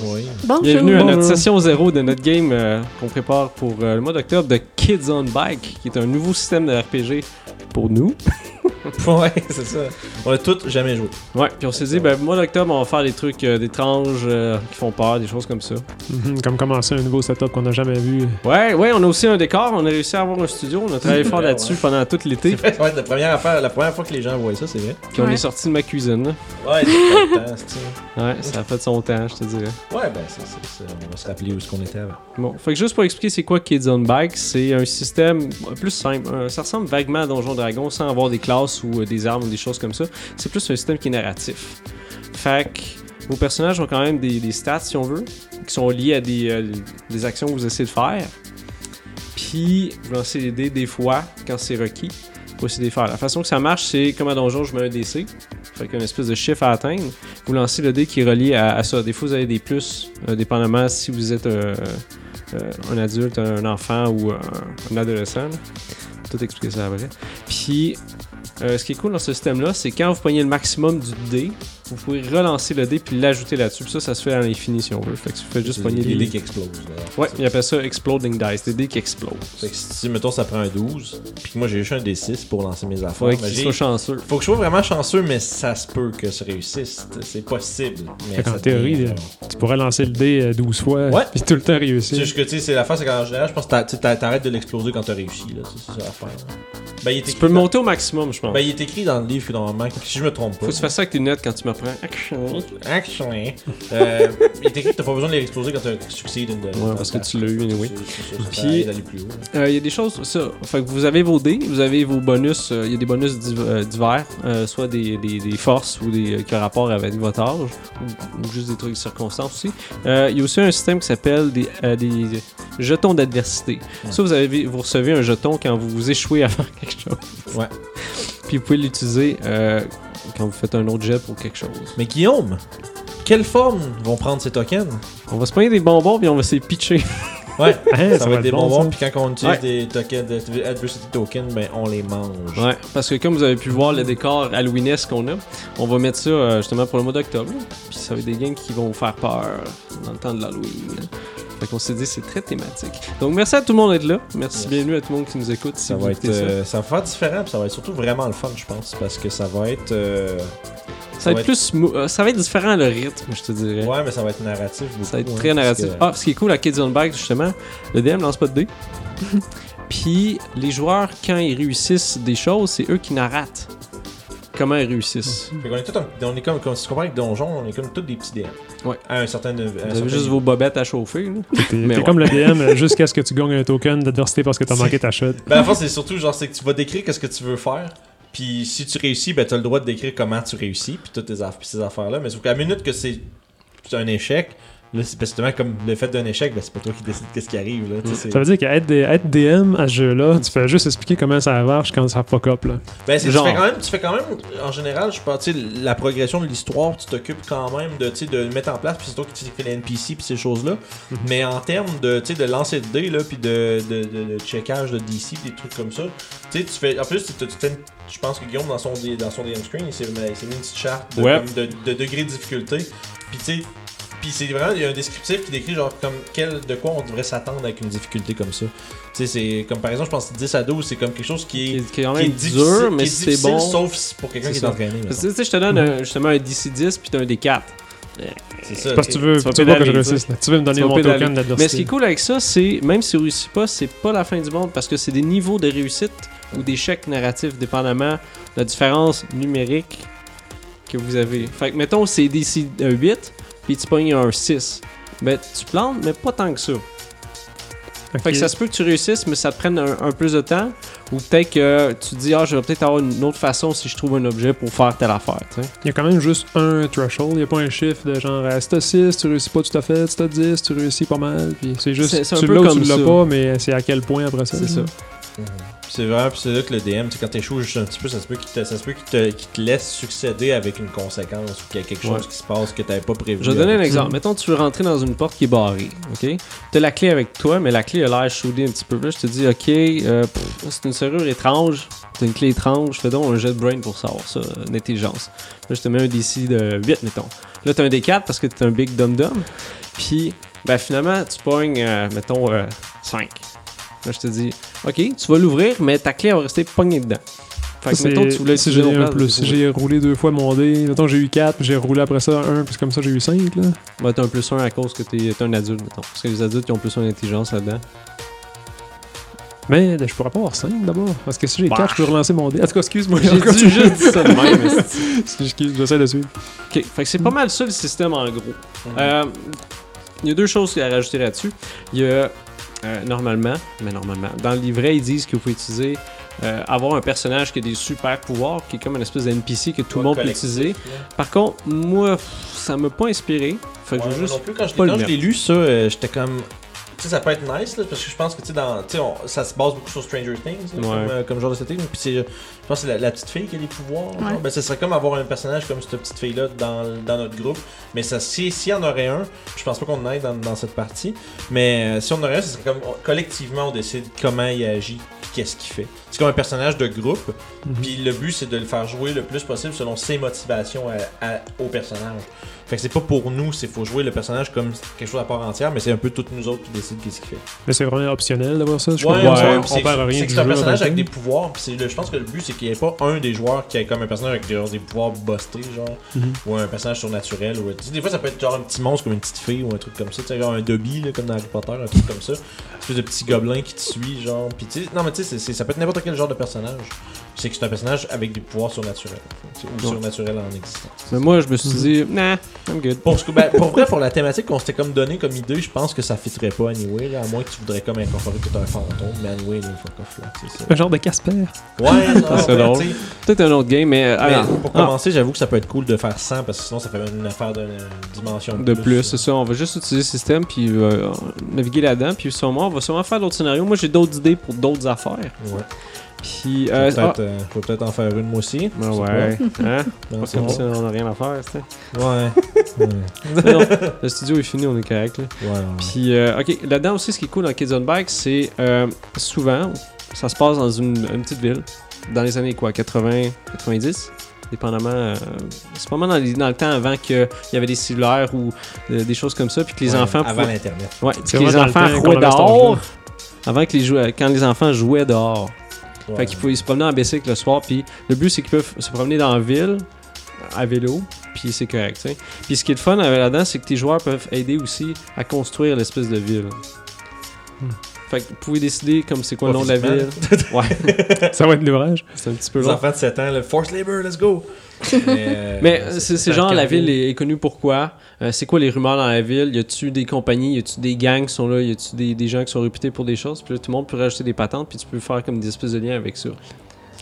Bonjour. Bienvenue à notre Bonjour. session zéro de notre game euh, qu'on prépare pour euh, le mois d'octobre de Kids on Bike, qui est un nouveau système de RPG pour nous. ouais, c'est ça. On a tous jamais joué. Ouais, puis on s'est dit, ben, mois d'octobre, on va faire des trucs euh, d'étranges euh, qui font peur, des choses comme ça. Mhm, Comme commencer un nouveau setup qu'on n'a jamais vu. Ouais, ouais, on a aussi un décor, on a réussi à avoir un studio, on a travaillé fort Ouais, là-dessus ouais. pendant tout l'été, C'est vrai, ça va être la première, affaire, la première fois que les gens voient ça, c'est vrai. puis on Ouais. est sorti de ma cuisine. Ouais, c'est content, c'est- Ouais, ça a fait son temps, je te dirais. Ouais, ben, c'est, c'est, c'est- on va se rappeler où est-ce qu'on était avant. Bon, fait que juste pour expliquer c'est quoi Kids on Bike, c'est un système plus simple. Euh, Ça ressemble vaguement à Donjon Dragon sans avoir des classes ou euh, des armes ou des choses comme ça. C'est plus un système qui est narratif. Fait que vos personnages ont quand même des, des stats, si on veut, qui sont liés à des, euh, des actions que vous essayez de faire. Puis, vous lancez des dés des fois quand c'est requis pour essayer de les faire. La façon que ça marche, c'est comme à Donjon, je mets un DC. Fait qu'une espèce de chiffre à atteindre. Vous lancez le dé qui est relié à, à ça. Des fois, vous avez des plus, euh, dépendamment si vous êtes euh, euh, un adulte, un enfant ou un, un adolescent. là. Tout expliquer ça après. Puis, euh, ce qui est cool dans ce système-là, c'est quand vous prenez le maximum du dé, vous pouvez relancer le dé puis l'ajouter là-dessus. Puis ça, ça se fait à l'infini si on veut. Fait que vous faites juste C'est pogner des des dés qui explosent. là. Ouais, il appelle ça Exploding Dice, des dés qui explosent. Fait que si, mettons, ça prend un 12, puis que moi j'ai juste un D6 pour lancer mes affaires. Faudrait ben, qu'il j'ai- soit chanceux. Faut que je sois vraiment chanceux, mais ça se peut que ça réussisse. C'est possible. Mais Fait qu'en ça théorie, devient- euh, là, tu pourrais lancer le dé euh, 12 fois Ouais. puis tout le temps C'est réussir. juste que, tu sais, c'est l'affaire, c'est qu'en général, je pense que t'a- tu sais, t'a- t'arrêtes de l'exploser quand t'as réussi, là. C'est c'est ça l'affaire. là. Ben, il est écrit. Tu peux le dans- monter au maximum, je pense. Ben, il est écrit dans le livre que normalement, si je me trompe pas. Faut que tu fasses ça avec tes lunettes quand tu m'apprends. Action. Euh, il est écrit que t'as pas besoin de les exploser quand t'as succédé d'une Ouais, parce que tu l'as eu, anyway. Puis- Puis d'aller plus haut. Euh, Il y a des choses, ça. Fait que vous avez vos dés, vous avez vos bonus. Il y a des bonus div- euh, divers, euh, soit des, des- des forces ou des euh, qui ont rapport avec votre âge, ou, ou juste des trucs de circonstances aussi. Euh, Il y a aussi un système qui s'appelle des, euh, des jetons d'adversité. Ça, vous, avez, vous recevez un jeton quand vous vous échouez à faire quelque chose. Ouais. Puis vous pouvez l'utiliser euh, quand vous faites un autre jet pour quelque chose. Mais Guillaume, quelle forme vont prendre ces tokens On va se prendre des bonbons puis on va se les pitcher. Ouais, Hein, ça, va être des bonbons, ça. puis quand on utilise Ouais. des tokens, des adversity tokens, ben on les mange. Ouais, parce que comme vous avez pu voir le décor halloweenesque qu'on a, on va mettre ça euh, justement pour le mois d'octobre. Puis ça va être des games qui vont vous faire peur dans le temps de l'Halloween. Fait qu'on s'est dit c'est très thématique. Donc merci à tout le monde d'être là. Merci, Yes. bienvenue à tout le monde qui nous écoute. Si Ça vous va, être, écoutez euh, ça va faire différent, puis ça va être surtout vraiment le fun, je pense, parce que ça va être. euh, ça. Ça va être plus, mou- euh, ça va être différent le rythme, je te dirais. Ouais, mais ça va être narratif. Beaucoup, Ça va être hein, très parce narratif. que- Ah, ce qui est cool à Kids on Bike, justement, le DM lance pas de dés. Puis les joueurs, quand ils réussissent des choses, c'est eux qui narratent comment ils réussissent. Fait qu'on est tout un- on est comme, comme- si tu compares avec Donjon, on est comme tous des petits DM. Ouais. À un certain. à un Vous certain avez juste niveau. vos bobettes à chauffer. là. T'es Mais t'es ouais. comme le DM euh, jusqu'à ce que tu gagnes un token d'adversité parce que t'as C'est- manqué ta chute. Ben, à la fin, c'est surtout genre, c'est que tu vas décrire qu'est-ce que tu veux faire. Puis si tu réussis, ben, t'as le droit de décrire comment tu réussis, puis toutes tes aff- puis ces affaires-là. Mais sauf qu'à la minute que c'est c'est un échec, là, c'est parce que justement, comme le fait d'un échec, ben, c'est pas toi qui décide qu'est-ce qui arrive, là. tu sais, c'est- Ça veut dire qu'être des- être DM à ce jeu-là, tu fais juste expliquer comment ça marche quand ça fuck up. Là. Ben, c'est, Genre. tu, fais quand même, tu fais quand même, en général, je pense, tu sais, la progression de l'histoire, tu t'occupes quand même de, tu sais, de le mettre en place, puis c'est toi qui fais les NPC, puis ces choses-là. Mais en termes de, tu sais, de lancer de dés, là, puis de, de, de, de checkage de DC, puis des trucs comme ça, tu sais, tu fais. En plus, tu, tu- tu fais une- je pense que Guillaume, dans son, D- dans son DM screen, il s'est, ben, il s'est mis une petite charte de, Ouais. comme de, de degré de difficulté. Puis, tu sais, puis c'est vraiment, il y a un descriptif qui décrit genre comme quel, de quoi on devrait s'attendre avec une difficulté comme ça. Tu sais, c'est comme par exemple, je pense que 10 à 12, c'est comme quelque chose qui est qui est, qui est quand qui est même difficile, dur, mais qui est c'est difficile, bon. Sauf si- pour quelqu'un C'est qui est ça. entraîné. Parce mettons. que, tu sais, je te donne un- justement un DC10 puis t'as un D4. C'est ça. Parce que tu veux, Tu vas tu veux pas que je pédaler, réussisse. là. Tu veux me donner Tu vas mon pédaler. Mais ce token qui est d'adversité. cool avec ça, c'est même si on réussit pas, c'est pas la fin du monde parce que c'est des niveaux de réussite ou d'échec narratif dépendamment de la différence numérique que vous avez. Fait que mettons c'est DC 8 puis tu pognes un 6. Ben tu plantes, mais pas tant que ça. Ok. Fait que ça se peut que tu réussisses, mais ça te prenne un, un plus de temps. Ou peut-être que tu te dis, ah, je vais peut-être avoir une autre façon si je trouve un objet pour faire telle affaire. tu sais. Il y a quand même juste un threshold. Il n'y a pas un chiffre de genre, euh, si t'as 6, tu réussis pas tout à fait. Si t'as 10, tu réussis pas mal. Puis c'est C'est- juste, c'est un tu peu l'as ou comme tu l'as ça. pas, mais c'est à quel point après ça. C'est ça. Puis C'est vraiment, puis c'est là que le DM, tu sais, quand t'es chaud juste un petit peu, ça se peut qu'il te, ça se peut qu'il te, qu'il te laisse succéder avec une conséquence ou qu'il y a quelque chose Ouais. qui se passe que t'avais pas prévu. Je vais te donner un Avec- exemple. Mettons, tu veux rentrer dans une porte qui est barrée. OK? T'as la clé avec toi, mais la clé a l'air soudée un petit peu. Là, je te dis, OK, euh, pff, c'est une serrure étrange. T'as une clé étrange. Fais donc un jet de brain pour savoir ça, euh, d'intelligence. Là, je te mets un DC de 8, mettons. Là, t'as un D4 parce que t'es un big dum-dum. Puis, ben, finalement, tu pognes, euh, mettons, 5. Là, je te dis, OK, tu vas l'ouvrir, mais ta clé va rester pognée dedans. Fait que, C'est- mettons, tu voulais si utiliser j'ai ton un plan, plus. tu Si pourrais. j'ai roulé deux fois mon dé, mettons j'ai eu 4, j'ai roulé après ça un, puis comme ça j'ai eu 5. Là. Bah, t'as un plus 1 à cause que t'es t'es un adulte, mettons. Parce que les adultes, ils ont plus 1 d'intelligence là-dedans. Mais ben, je pourrais pas avoir 5 d'abord. Parce que si j'ai 4, je peux Bah. relancer mon dé. En tout cas, excuse-moi. J'ai encore- dû juste dire ça de même. mais c'est- Excuse- J'essaie de suivre. OK, fait que c'est pas mal ça le système en gros. Euh, Il y a deux choses à rajouter là-dessus. Il y a euh, normalement, mais normalement, dans le livret, ils disent que vous pouvez utiliser euh, avoir un personnage qui a des super pouvoirs, qui est comme une espèce de NPC que tout le Ouais, monde peut collectif, utiliser. Par contre, moi, pff, ça m'a pas inspiré. Fait que Ouais, je moi veux juste. non plus, quand je, pas l'ai- le quand je mettre. l'ai lu, ça, euh, j'étais comme. Tu sais, ça peut être nice, là, parce que je pense que tu sais, dans, tu sais, on- ça se base beaucoup sur Stranger Things, là, Ouais. comme, euh, comme genre de setting. Puis c'est, je pense que c'est la, la petite fille qui a des pouvoirs. genre. Ouais. Ben, ce serait comme avoir un personnage comme cette petite fille-là dans, dans notre groupe. Mais ça, si, si on aurait un, je pense pas qu'on en ait dans, dans cette partie. Mais euh, si on en aurait un, ce serait comme on- collectivement, on décide comment il agit, puis qu'est-ce qu'il fait. C'est comme un personnage de groupe. Mhm. Puis le but, c'est de le faire jouer le plus possible selon ses motivations à- à- au personnage. Fait que c'est pas pour nous, c'est faut jouer le personnage comme quelque chose à part entière, mais c'est un peu toutes nous autres qui décident qu'est-ce qu'il fait. Mais c'est vraiment optionnel d'avoir ça. Je Ouais, comprends. ouais, on, puis on c'est- perd rien C'est du que jeu. c'est un personnage dans le avec des film. pouvoirs, puis c'est le- je pense que le but c'est qu'il n'y ait pas un des joueurs qui ait comme un personnage avec genre, des pouvoirs bustés, genre, Mhm. ou un personnage surnaturel, ou tu sais, des fois ça peut être genre un petit monstre comme une petite fille ou un truc comme ça, tu sais, genre un Dobby là, comme dans Harry Potter, un truc comme ça, une espèce de petit gobelin qui te suit, genre, puis tu sais, non mais tu sais, c'est- c'est- ça peut être n'importe quel genre de personnage, c'est que c'est un personnage avec des pouvoirs surnaturels, tu sais, ou Ouais. surnaturels en existence. Mais moi, je me suis dit, nah, I'm good. Pour, ce que- ben, pour vrai, pour la thématique qu'on s'était comme donné comme idée, je pense que ça fitterait pas anyway, là, à moins que tu voudrais comme incorporer tout un fantôme, mais anyway, là, fuck off, là, c'est ça. Un genre de Casper. Ouais, non, Ça serait ouais, drôle. tu sais, Peut-être un autre game, mais. euh, mais ah, non. pour Ah, commencer, j'avoue que ça peut être cool de faire 100, parce que sinon ça fait une affaire de dimension De plus, c'est ça. On va juste utiliser le système puis euh, naviguer là-dedans. Puis sûrement, on va sûrement faire d'autres scénarios. Moi, j'ai d'autres idées pour d'autres affaires. Ouais. Puis. Je vais euh, ah, peut-être, euh, je vais peut-être en faire une moi aussi. ben je sais ouais. pas. Hein? Non, Pas c'est comme bon. ça, on n'a rien à faire, tu sais. Ouais. ouais. Non, le studio est fini, on est correct. Là. Ouais, ouais. Puis, euh, ok, là-dedans aussi, ce qui est cool dans Kids on Bike, c'est euh, souvent, ça se passe dans une, une petite ville, dans les années quoi, 80, 90, dépendamment. euh, c'est pas mal dans, les- dans le temps avant qu'il y avait des cellulaires ou euh, des choses comme ça, puis que les Ouais, enfants Avant pouvaient- l'internet. Ouais, C'est que les vrai, dans le enfants temps, jouaient qu'on avait cet dehors. âge-là. Avant que les joueurs, quand les enfants jouaient dehors. Ouais. Fait qu'ils pouvaient se promener en bicycle le soir. Puis le but, c'est qu'ils peuvent se promener dans la ville à vélo. Puis c'est correct. tu sais. Puis ce qui est le fun avec là-dedans, c'est que tes joueurs peuvent aider aussi à construire l'espèce de ville. Hmm. Fait que vous pouvez décider comme c'est quoi le Pas nom de la ville. physiquement. ouais, Ça va être l'ouvrage. c'est un petit peu Les long. enfants de 7 ans, le force labor, let's go! Mais, Mais euh, c'est c'est ça genre, la calme. ville est, est connue pourquoi? Euh, c'est quoi les rumeurs dans la ville? Y a-tu des compagnies? Y a-tu des gangs qui sont là? Y a-tu des, des gens qui sont réputés pour des choses? Puis là, tout le monde peut rajouter des patentes, puis tu peux faire comme des espèces de liens avec ça.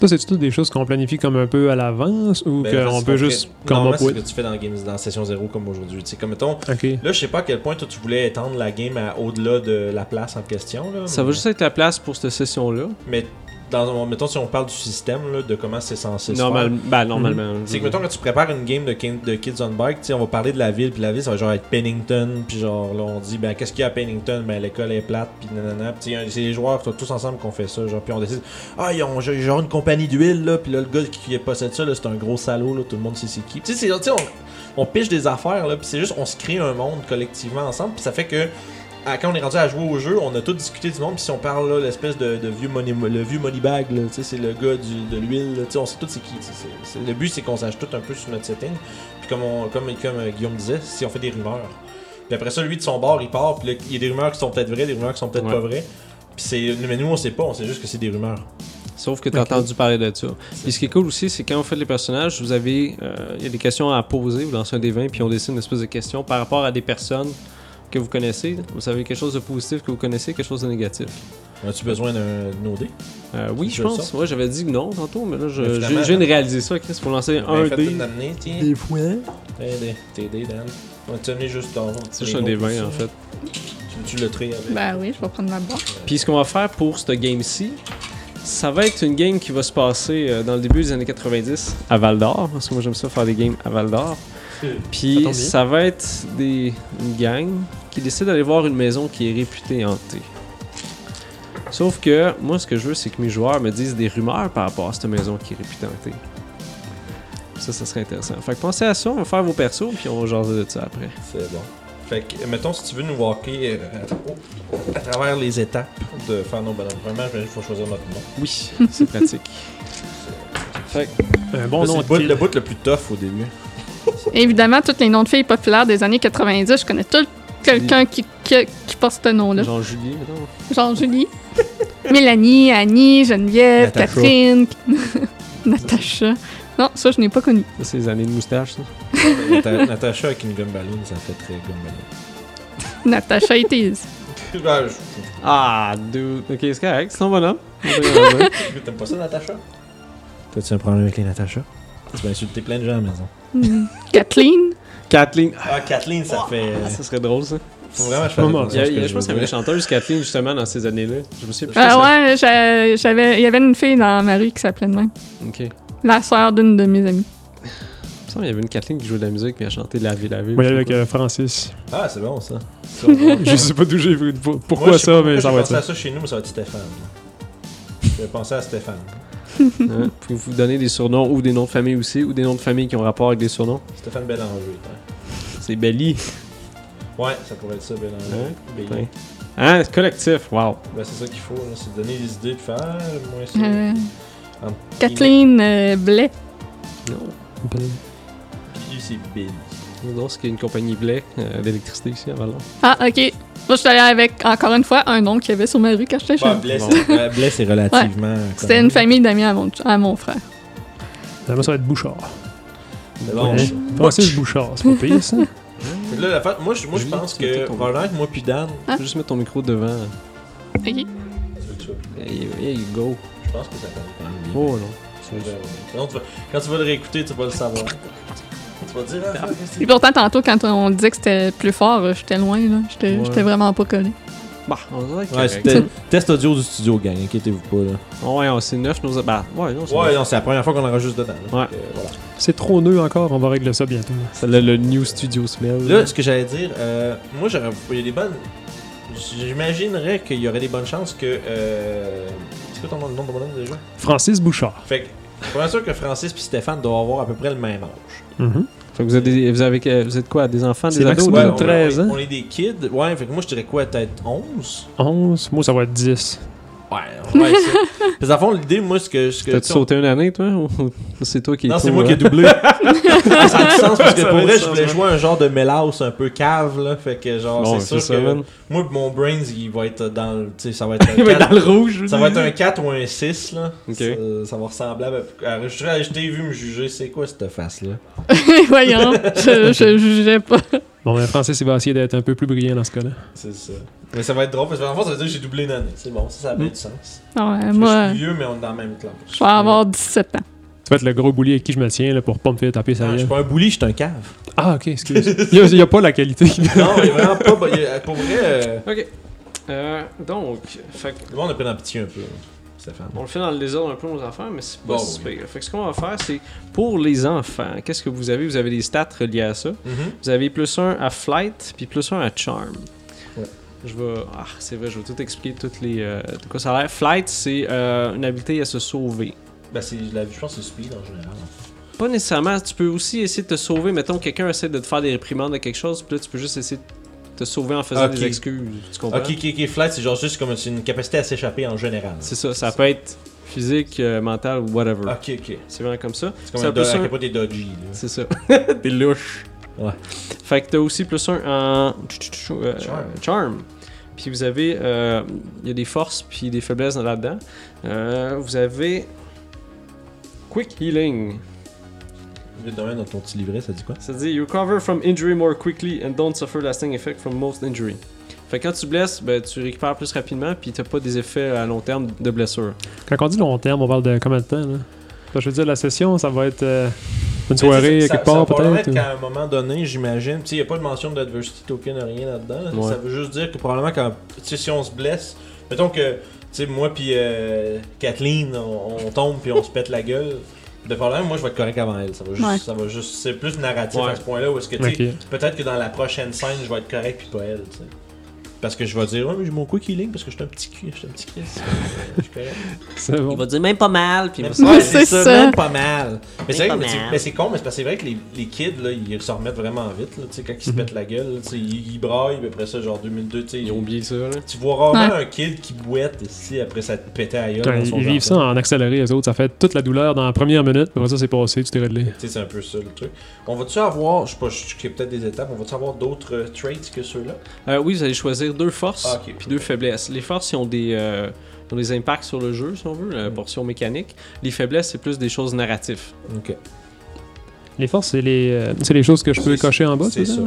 Ça, c'est tout des choses qu'on planifie comme un peu à l'avance ou Ben, en fait, qu'on c'est peut pas juste très- comme Normalement, up c'est ce with. que tu fais dans, le game, dans Session 0 comme aujourd'hui. Tu sais, comme mettons, Ok. là, je sais pas à quel point toi, tu voulais étendre la game à- au-delà de la place en question. Là, Ça mais, va juste être la place pour cette session-là. Mais, dans, mettons, si on parle du système, là, de comment c'est censé se Normal... faire. bah, normalement. C'est que, mettons, quand tu prépares une game de, kin- de Kids on Bike, tu sais, on va parler de la ville, puis la ville, ça va genre être Pennington, puis genre, là, on dit, ben, qu'est-ce qu'il y a à Pennington? Ben, l'école est plate, puis nanana. Puis, tu sais, c'est les joueurs, toi, tous ensemble, qu'on fait ça, genre, puis on décide, ah, ils ont genre genre une compagnie d'huile, là, puis là, le gars qui possède ça, là, c'est un gros salaud, là, tout le monde sait c'est qui. Tu sais, c'est- tu sais, on, on piche des affaires, là, puis c'est juste, on se crée un monde collectivement ensemble, puis ça fait que, à- Ah, quand on est rendu à jouer au jeu, on a tout discuté du monde, puis si on parle, là, l'espèce de, de vieux money, le vieux money bag, là, tu sais, c'est le gars du- de l'huile, là, tu sais, on sait tout c'est qui. tu sais, c'est- c'est- le but, c'est qu'on sache tout un peu sur notre setting, puis comme, on- comme, comme euh, Guillaume disait, si on fait des rumeurs. Puis après ça, lui, de son bord, il part, puis là, il y a des rumeurs qui sont peut-être vraies, des rumeurs qui sont peut-être Ouais. pas vraies. Puis c'est, mais nous, on sait pas, on sait juste que c'est des rumeurs. Sauf que tu as Ok. entendu parler de ça. Puis ce qui est cool aussi, c'est quand vous faites les personnages, vous avez euh, il y a des questions à poser, vous lancez un des 20, puis on dessine une espèce de question par rapport à des personnes que vous connaissez. Vous avez quelque chose de positif que vous connaissez, quelque chose de négatif. As-tu besoin d'un OD? Euh, oui, Tu je veux pense. Ouais, j'avais dit que non tantôt, mais là, je, Mais je, finalement, je viens de réaliser ça, Chris, pour lancer un dé. Des points. T'es dé, Dan. On t'a amené juste ton. C'est juste un des 20, en fait. Tu, tu le tries avec. Ben oui, je vais prendre ma boîte. Puis ce qu'on va faire pour cette game-ci, ça va être une game qui va se passer euh, dans le début des années 90 à Val d'Or, parce que moi j'aime ça faire des games à Val d'Or. Euh, Ça tombe Puis bien. ça va être des, une gang qui décide d'aller voir une maison qui est réputée hantée. Sauf que moi ce que je veux c'est que mes joueurs me disent des rumeurs par rapport à cette maison qui est réputée hantée. Ça, ça serait intéressant. Fait que pensez à ça, on va faire vos persos, puis on va jaser de ça après. C'est bon. Fait que, mettons, si tu veux nous walker euh, à, oh, à travers les étapes de faire nos bonhommes, vraiment, il faut choisir notre nom. Oui, c'est pratique. Fait que, Un bon Là, c'est nom le, de bout- kill. le bout le plus tough au début. Évidemment, tous les noms de filles populaires des années 90, je connais tout quelqu'un qui, qui, qui porte ce nom-là. genre Julien, mettons. Genre Julie, Mélanie, Annie, Geneviève, Natacha. Catherine, Natacha. Non, ça, je n'ai pas connu. Ça, c'est les années de moustache, ça. Nata- Natacha avec une gumballoon, ça fait très gumballoon. Natacha it is. Ben, Ah, dude. Ok, c'est correct, c'est ton bonhomme. je- je- T'aimes pas ça, Natacha? T'as-tu un problème avec les Natacha? Tu vas insulter plein de gens à la maison. Hmm. Kathleen, Kathleen. Ah, Kathleen, ça fait. euh, Ah, ça serait drôle, ça. Faut vraiment que je Maman, Il y a- il y a- fasse je pense qu'il y avait une chanteuse, Kathleen, justement, dans ces années-là. Je me souviens plus. ah ouais, j'a- j'avais, il y avait une fille dans ma rue qui s'appelait de même. Ok. Il La sœur d'une de mes amies. me semble qu'il y avait une Kathleen qui jouait de la musique, puis elle chantait La Vie, la Vie. Oui, avec euh, Francis. Ah, c'est bon, ça. je sais pas d'où j'ai vu. pour- Pourquoi Moi, je sais pas ça, mais ça va être Je pensais ça. à ça chez nous, mais ça va être Stéphane. Je vais penser à Stéphane. Hein? Puis vous donner des surnoms ou des noms de famille aussi, ou des noms de famille qui ont rapport avec des surnoms. Stéphane Bélanger. hein. C'est Belly. Ouais, ça pourrait être ça, Bélanger. Ouais, Bélier. putain. Hein, c'est collectif, wow. Ben, c'est ça qu'il faut, là, c'est donner des idées, puis faire ah, moi ça. Euh, Ah, Kathleen euh, Blais. Non, Puis c'est Bill. non c'est qu'il y a une compagnie blé euh, d'électricité ici à Valon. Ah, ok. Moi, je suis allée avec, encore une fois, un nom qu'il y avait sur ma rue quand j'étais Bah, jeune. Blais, Bon. c'est- euh, Blais, c'est relativement. C'était connu. une famille d'amis à mon, à mon frère. Ça va être Bouchard. C'est bon, Ouais. ça. Francis Bouchard, c'est pas pire ça. Fait que Là, la fa- moi, je, moi, je Oui, pense tu peux que tout probablement que moi puis Dan, Hein? Faut Juste mettre ton micro devant. Ok. Hey, hey, go. je pense que ça va quand même bien. Oh non. Tu vas- Sinon, tu vas- Quand tu vas le réécouter, tu vas le savoir. tu vas dire, ah, fuck, qu'est-ce que Et pourtant, tantôt, quand on disait que c'était plus fort, euh, j'étais loin, là. J'étais Ouais. j'étais vraiment pas collée. Bah, on dirait que c'est- Ouais, correct. c'était test audio du studio, gang, inquiétez-vous pas. Là. Ah Ouais, on- c'est neuf nos. Bah, ouais, non, c'est Ouais, neuf. non, c'est la première fois qu'on enregistre dedans. là. Ouais. Fait que, voilà. C'est trop nœud encore, on va régler ça bientôt. Ça l'a le New Studio Smell. Là, ce que j'allais dire, euh, moi, j'aurais, il y a des bonnes. J'imaginerais qu'il y aurait des bonnes chances que. Euh, c'est quoi ton nom, le nom de bonhomme déjà Francis Bouchard. Fait que, je suis pas sûr que Francis puis Stéphane doivent avoir à peu près le même âge. Fait que vous, êtes des- vous, avez, que- vous êtes quoi Des enfants, des C'est ados hein? Maxime. des- Ouais, on, 13 on est- ans. on est des kids. Ouais, fait que moi, je dirais quoi Peut-être 11 11, moi ça va être 10. Ouais, ouais, c'est. Parce qu'à fond, l'idée, moi, ce que. Ce que T'as-tu sauté une année, toi ou- ou C'est toi qui. non, es c'est trop, moi qui ai hein? doublé. ça a du sens parce que Ça pour fait vrai, du je sens, voulais ouais. jouer un genre de mélasse un peu cave, là. Fait que, genre, Bon, c'est sûr ça, que. man. Moi, mon brains, il va être dans le. Tu sais, ça va être un Il va être quatre- dans le rouge. Ça va être un 4 ou un 6, là. Ok. Ça, ça va ressembler à... à- Je t'ai- je t'ai vu me juger, c'est quoi cette face-là? Voyons, je, je jugeais pas. Bon, mais Francis, il va essayer d'être un peu plus brillant dans ce cas-là. C'est ça. Mais ça va être drôle, parce que en fait, ça veut dire que j'ai doublé une année. C'est bon, ça, ça a bien Mhm. du sens. Non, euh, Parce que Je moi, suis vieux, mais on est dans la même classe. je vais avoir 17 ans. Tu vas être le gros boulier avec qui je me tiens là, pour pas me faire taper Ah, sa je suis gueule. pas un bully, je suis un cave. Ah, ok, excuse. Il y a- il y a, pas la qualité. non, il est vraiment pas... bon. Il est- Pour vrai, euh, Ok. Euh, donc, fait que le monde a pris dans pitié un peu, là, Stéphane. on le fait dans le désordre un peu nos affaires, mais c'est pas Bon, si oui. pire. Fait que ce qu'on va faire, c'est pour les enfants, qu'est-ce que vous avez Vous avez des stats reliés à ça. Mhm. Vous avez plus un à flight, puis plus un à charm. Ouais. Je vais. Ah, c'est vrai, je vais tout expliquer, toutes les. euh, de quoi ça a l'air. Flight, c'est euh, une habilité à se sauver. Ben, c'est, la- je pense que c'est speed en général. Pas nécessairement, tu peux aussi essayer de te sauver. Mettons, quelqu'un essaie de te faire des réprimandes de quelque chose, puis là, tu peux juste essayer de te sauver en faisant Ok. des excuses. Tu comprends? Ok, ok, ok, flight, c'est genre juste comme c'est une capacité à s'échapper en général. C'est ça, ça peut être physique, euh, mental, whatever. Ok, ok. C'est vraiment comme ça. C'est comme Ça un peut do- se- à pas des dodgy, là. C'est ça. T'es louche. Ouais. Fait que t'as aussi plus un en tch, tch, tch, euh, Charm. charm. Puis vous avez, euh, il y a des forces puis des faiblesses là-dedans. Euh, vous avez quick healing. Le domaine dans ton petit livret, ça dit quoi? Ça dit you recover from injury more quickly and don't suffer lasting effect from most injury. Fait que quand tu blesses, ben, tu récupères plus rapidement puis t'as pas des effets à long terme de blessure. Quand on dit long terme, on parle de combien de temps là? Parce que Je veux dire, la session, ça va être euh, une Mais soirée c'est- ça- quelque ça va part probablement peut-être. être ou- qu'à un moment donné, j'imagine, tu sais, il a pas de mention d'adversity token, rien là-dedans. là. Ouais. Ça veut juste dire que probablement quand, tu sais, si on se blesse, mettons que, tu sais, moi puis euh, Kathleen, on, on tombe puis on se pète la gueule. De problème, moi je vais être correct avant elle. Ça va juste, Ouais. ça va juste, c'est plus narratif Ouais. à ce point-là où est-ce que tu sais, Ok. peut-être que dans la prochaine scène, je vais être correct puis pas elle. tu sais. parce que je vais dire, ouais, mais j'ai mon quick healing parce que je suis un petit cul, je suis un petit Chris. Je suis correct. C'est Il bon. va dire même pas mal, puis il Même- va se ouais, c'est faire- c'est ça, ça. même pas mal. Mais c'est pas vrai que- mais c'est- mal. mais c'est con, mais c'est parce que c'est vrai que les, les kids, là, ils se remettent vraiment vite. Là, tu sais, quand ils Mhm. se pètent la gueule, là, tu sais, ils, ils braillent, puis après ça, genre 2002, tu sais, Ils ont oublié ça, là. tu vois rarement Ouais. un kid qui bouette ici après ça te pétait à gueule. Quand dans ils son vivent ça jardin. en accéléré, les autres, ça fait toute la douleur dans la première minute. Après ça, c'est passé, tu t'es réglé. Tu sais, c'est un peu ça le truc. On va-tu avoir, je sais pas, je je- peut-être des étapes, on va-tu avoir d'autres euh, traits que ceux-là Euh, oui, vous allez choisir deux forces Ah, ok. puis deux faiblesses. Les forces, ils ont des, euh, ils ont des impacts sur le jeu, si on veut, la portion mécanique. Les faiblesses, c'est plus des choses narratives. Ok. Les forces, c'est les, euh, c'est les choses que je peux C'est- cocher en bas, c'est ça? ça.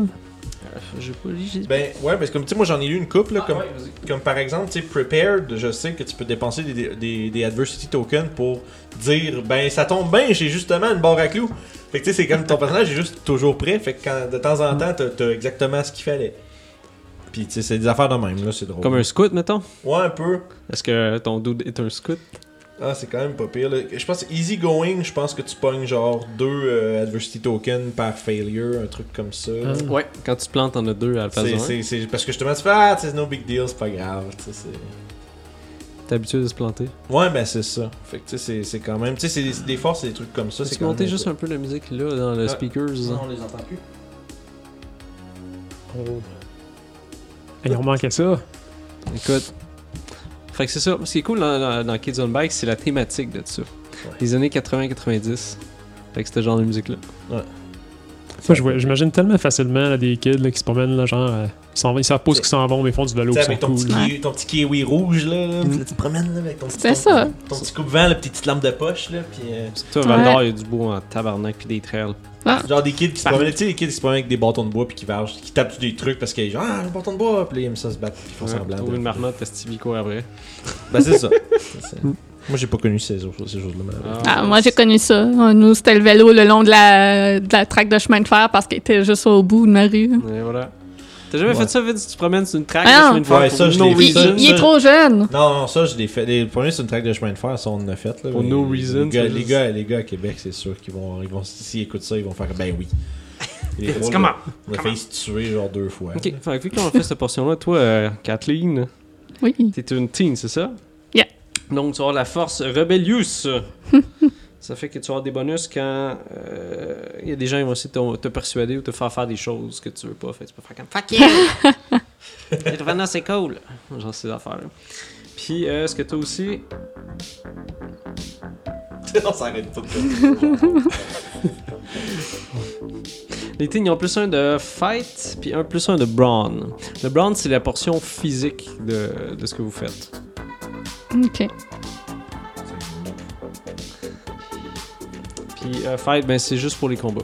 J'ai pas Ben ouais, parce que comme tu sais, moi j'en ai lu une couple, là, comme, Ah, ouais, vas-y. comme par exemple, tu sais, prepared, je sais que tu peux dépenser des, des, des adversity tokens pour dire, ben ça tombe bien, j'ai justement une barre à clous. Fait que tu sais, c'est comme ton personnage est juste toujours prêt, fait que quand, de temps en temps, t'as- t'as exactement ce qu'il fallait. Puis tu sais, c'est des affaires de même, là, c'est drôle. Comme un scout, mettons. Ouais, un peu. Est-ce que ton dude est un scout? Ah, c'est quand même pas pire. là. Je pense easy going, je pense que tu pognes genre deux euh, adversity tokens par failure, un truc comme ça. Ah. Ouais. Quand tu te plantes, t'en as deux à la place C'est- d'un. c'est- c'est- parce que justement tu fais ah c'est no big deal c'est pas grave tu sais, c'est- T'es habitué de se planter. ouais ben c'est ça fait que tu sais c'est- c'est quand même tu sais c'est des- des forces c'est des trucs comme ça c'est Peux-tu quand monter même- juste un peu la musique là dans le Ah. speakers? on les entend plus. Ils ont manqué ça. Écoute. Fait que c'est ça. Ce qui est cool dans, dans- dans Kids on Bike, c'est la thématique de ça. Les années 80-90. Fait que c'était genre de musique là. Ça, je vois- j'imagine tellement facilement là, des kids là, qui se promènent, là, genre, euh, ils, s'en vont- ils savent pas où ce qu'ils s'en vont, mais ils font du vélo, Tu ils sais, sont avec ton, cool. petit, kiwi- ton petit kiwi rouge là, là, puis là, tu te promènes là, avec ton petit C'est ton- ça. ton petit coupe-vent là, pis tes petites lampes de poche là puis euh, Toi, Val d'Or, il y a du beau en tabarnak puis des trails. genre des kids qui se promènent tu sais les kids qui se promènent avec des bâtons de bois puis qui vargent qui tapent sur des trucs parce qu'ils genre ah un bâton de bois puis là, ils aiment ça se battre puis ils font Ouais, semblant trouver de- une marmotte, t'as quoi après. ben c'est ça C'est ça. moi j'ai pas connu ces autres ces choses là Ah, moi, j'ai connu ça. Ah, Nous, c'était le vélo le long de la, de la traque de chemin de fer parce qu'il était juste au bout de ma rue. Et voilà. T'as jamais Ouais. fait ça, vite, tu te promènes sur une traque, Ah là, non. sur une fois Ouais, pour ça, je no l'ai fait. Il, Oui, reason. ça, il- il est ça. trop jeune. Non, non, ça, je l'ai fait. Les premiers, c'est une traque de chemin de fer, ça, on en a fait. Là, Pour Mais no les- reason, Les gars, c'est les, juste- gars, les gars à Québec, c'est sûr qu'ils vont. Ils vont S'ils écoutent ça, ils vont faire ben oui. Les drôles, comment? On a failli se tuer genre deux fois. Ok, fait que vu qu'on a fait cette portion-là, toi, euh, Kathleen, Oui. t'es une teen, c'est ça? Yeah. Donc, tu vas avoir la force Rebellious. ça fait que tu vas avoir des bonus quand euh, il y a des gens qui vont essayer de te- te persuader ou te faire faire des choses que tu veux pas. Fait que tu peux faire comme Fuck you! Être vraiment, c'est cool. Genre, ces affaires-là. Puis, euh, est-ce que toi aussi. on s'arrête pas de faire Les teens, ils ont plus un de fight, puis un plus un de brawn. Le brawn, c'est la portion physique de, de ce que vous faites. OK. Puis euh, fight, ben, c'est juste pour les combats.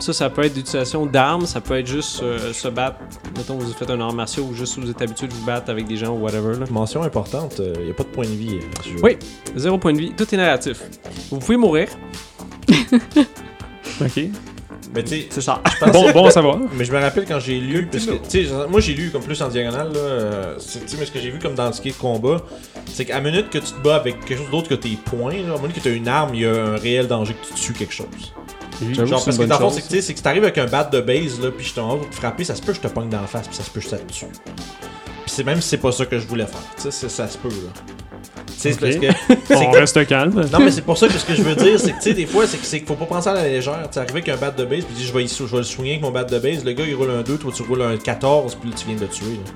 Ça, ça peut être l'utilisation d'armes, ça peut être juste euh, se battre. Mettons, vous faites un art martial ou juste vous êtes habitué de vous battre avec des gens ou whatever. Là. Mention importante, il n'y a pas de point de vie. euh, sur- Oui, zéro point de vie, tout est narratif. Vous pouvez mourir, Ok. Mais tu sais, c'est ça. Ah, Bon, bon à savoir. Mais je me rappelle quand j'ai lu, parce que, tu sais, moi j'ai lu comme plus en diagonale, là, euh, c'est- tu sais, mais ce que j'ai vu comme dans le ski de combat, c'est qu'à minute que tu te bats avec quelque chose d'autre que tes points, genre, à minute que tu as une arme, il y a un réel danger que tu tues quelque chose. J'avoue Genre, que parce c'est que une dans le bonne fond, chose. c'est que, tu sais, c'est que si t'arrives avec un bat de base, là, puis je t'en vais pour te frapper, ça se peut que je te pogne dans la face, puis ça se peut que ça te tue. Puis c'est même si c'est pas ça que je voulais faire. Tu sais, c'est- ça se peut, là. Tu sais, c'est Ok. parce que. On reste calme. Non, mais c'est pour ça que ce que je veux dire, c'est que, tu sais, des fois, c'est que- c'est qu'il faut pas penser à la légère. Tu arrivé avec un bat de base, puis tu dis, je vais, y sou- je vais le soigner avec mon bat de base, le gars, il roule un 2, toi, tu roules un 14, puis là, tu viens de le tuer, là.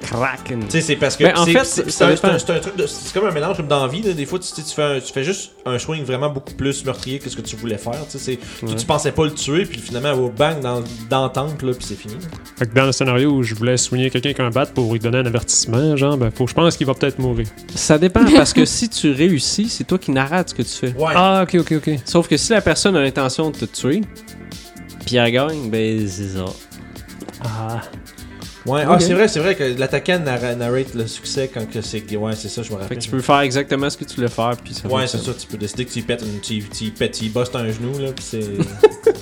Kraken. Tu sais, c'est parce que Ben, en c'est- fait, c'est c'est ça un, c'est dépend. un- c'est un truc de. C'est comme un mélange comme dans la vie, là. des fois tu, tu sais, tu fais un- tu fais juste un swing vraiment beaucoup plus meurtrier que ce que tu voulais faire. Tu, sais, c'est- tu- tu pensais pas le tuer, puis finalement au bang dans, dans la tempe, là, puis c'est fini. Fait que dans le scénario où je voulais soigner quelqu'un avec un bat pour lui donner un avertissement, genre, ben, faut, je pense qu'il va peut-être mourir. Ça dépend parce que si tu réussis, c'est toi qui narrate ce que tu fais. Ouais. Ah, ok, ok, ok. Sauf que si la personne a l'intention de te tuer, puis elle gagne, ben c'est ça. Ah. ouais. Ah, ok. c'est vrai, c'est vrai que l'attaquant narra- narrate le succès quand que c'est. Ouais, c'est ça, je me Fait rappelle. que tu peux faire exactement ce que tu voulais faire, puis ça Ouais, c'est fonctionne. ça, tu peux décider que tu pètes, une, tu, tu pètes, tu bosses un genou, là, puis c'est.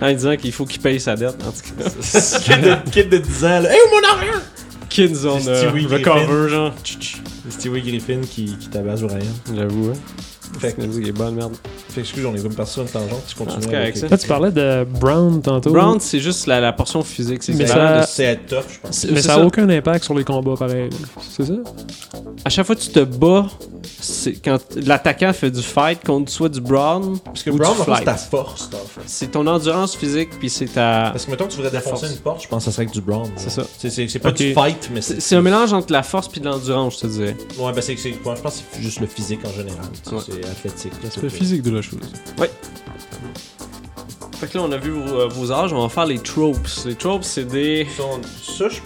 En disant qu'il faut qu'il paye sa dette, en tout cas. kid, de, kid de 10 ans, là. Hey, où mon arrière! Kids on C'est Stewie euh, Griffin. recover, genre. Stewie Griffin qui, qui tabasse Brian. J'avoue, hein. Fait que- La musique est bonne, merde. Fait Excuse, on est comme personne tangente, tu continues. Ah, c'est correct, avec- Là, tu parlais de Brown tantôt. Brown, c'est juste la, la portion physique. C'est Mais c'est- ça- Parlant de set top, je pense. c'est- mais c'est ça ça. n'a aucun impact sur les combats, pareil. C'est ça? À chaque fois que tu te bats, c'est quand l'attaquant fait du fight contre soit du Brown, Parce que ou Brown, du en fait, c'est flight. ta force, en fait. C'est ton endurance physique, puis c'est ta. Parce que mettons que tu voudrais défoncer force. une porte, je pense que ça serait avec du Brown. C'est là. ça. C'est- C'est c'est pas Ok. du fight, mais C'est c'est. c'est un mélange entre la force puis de l'endurance, je te dirais. Ouais, ben c'est. c'est- ouais, je pense que c'est juste le physique en général. tu sais, Ouais. C'est athlétique. là, L'aspect c'est- physique de la chose. Fait que là, on a vu vos, euh, vos âges, on va faire les tropes. Les tropes, c'est des. Ça, on- ça, je-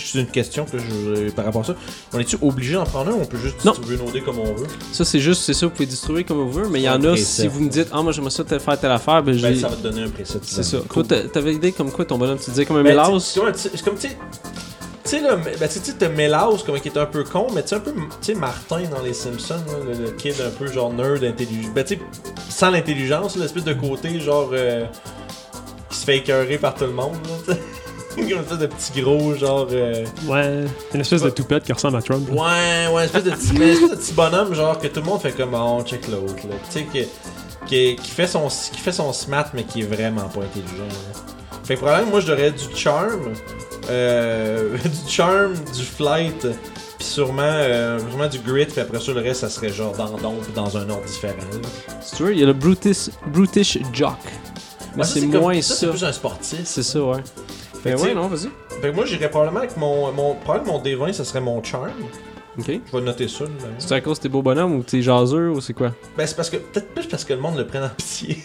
c'est une question que je. Par rapport à ça, on est-tu obligé d'en prendre un ou on peut juste Non. distribuer nos dés comme on veut Ça, c'est juste, c'est ça, vous pouvez distribuer comme vous voulez, mais il y en a, Ok, si ça. vous me dites, ah, moi, j'aimerais ça te faire telle affaire, ben, Ben, j'ai. ça va te donner un précis. C'est ça. Toi, t'a- t'avais l'idée comme quoi ton bonhomme, tu disais comme un Ben, mélange. t'sais, C'est comme, un petit- c'est comme, tu sais. Tu sais, là, ben, tu sais, t'as Mélaus, comme qui est un peu con, mais tu sais, un peu, tu sais, Martin dans Les Simpsons, là, le, le kid un peu genre nerd, intelligent. Ben, tu sais, sans l'intelligence, là, l'espèce de côté, genre, euh, qui se fait écœurer par tout le monde, là, tu sais. Comme une espèce de petit gros, genre. euh, Ouais. Une espèce de toupette qui ressemble à Trump. là. Ouais, ouais, espèce de petit, mais espèce de petit bonhomme, genre que tout le monde fait comme Ah, on check l'autre, là. Tu sais, qui, qui, qui fait son, qui fait son smat, mais qui est vraiment pas intelligent. là. Fait que probablement, moi, j'aurais du charm, euh, du charm, du flight, puis sûrement, euh, sûrement du grit, puis après ça, le reste, ça serait genre dans l'ombre, dans un ordre différent. là. Si tu veux, il y a le Brutish, Brutish Jock. Ouais, Ah, Mais ça, c'est comme- moins C'est ça. plus Ben un sportif. C'est ça, ouais. Mais que tu ouais, sais- non, vas-y. Fait que moi, j'irais probablement avec mon, mon, probablement mon D20, ça serait mon charm. Ok. Je vais noter ça, là. C'est à cause de tes beaux bonhommes ou tes jaseux ou c'est quoi? Ben, c'est parce que, peut-être plus parce que le monde le prenne en pitié.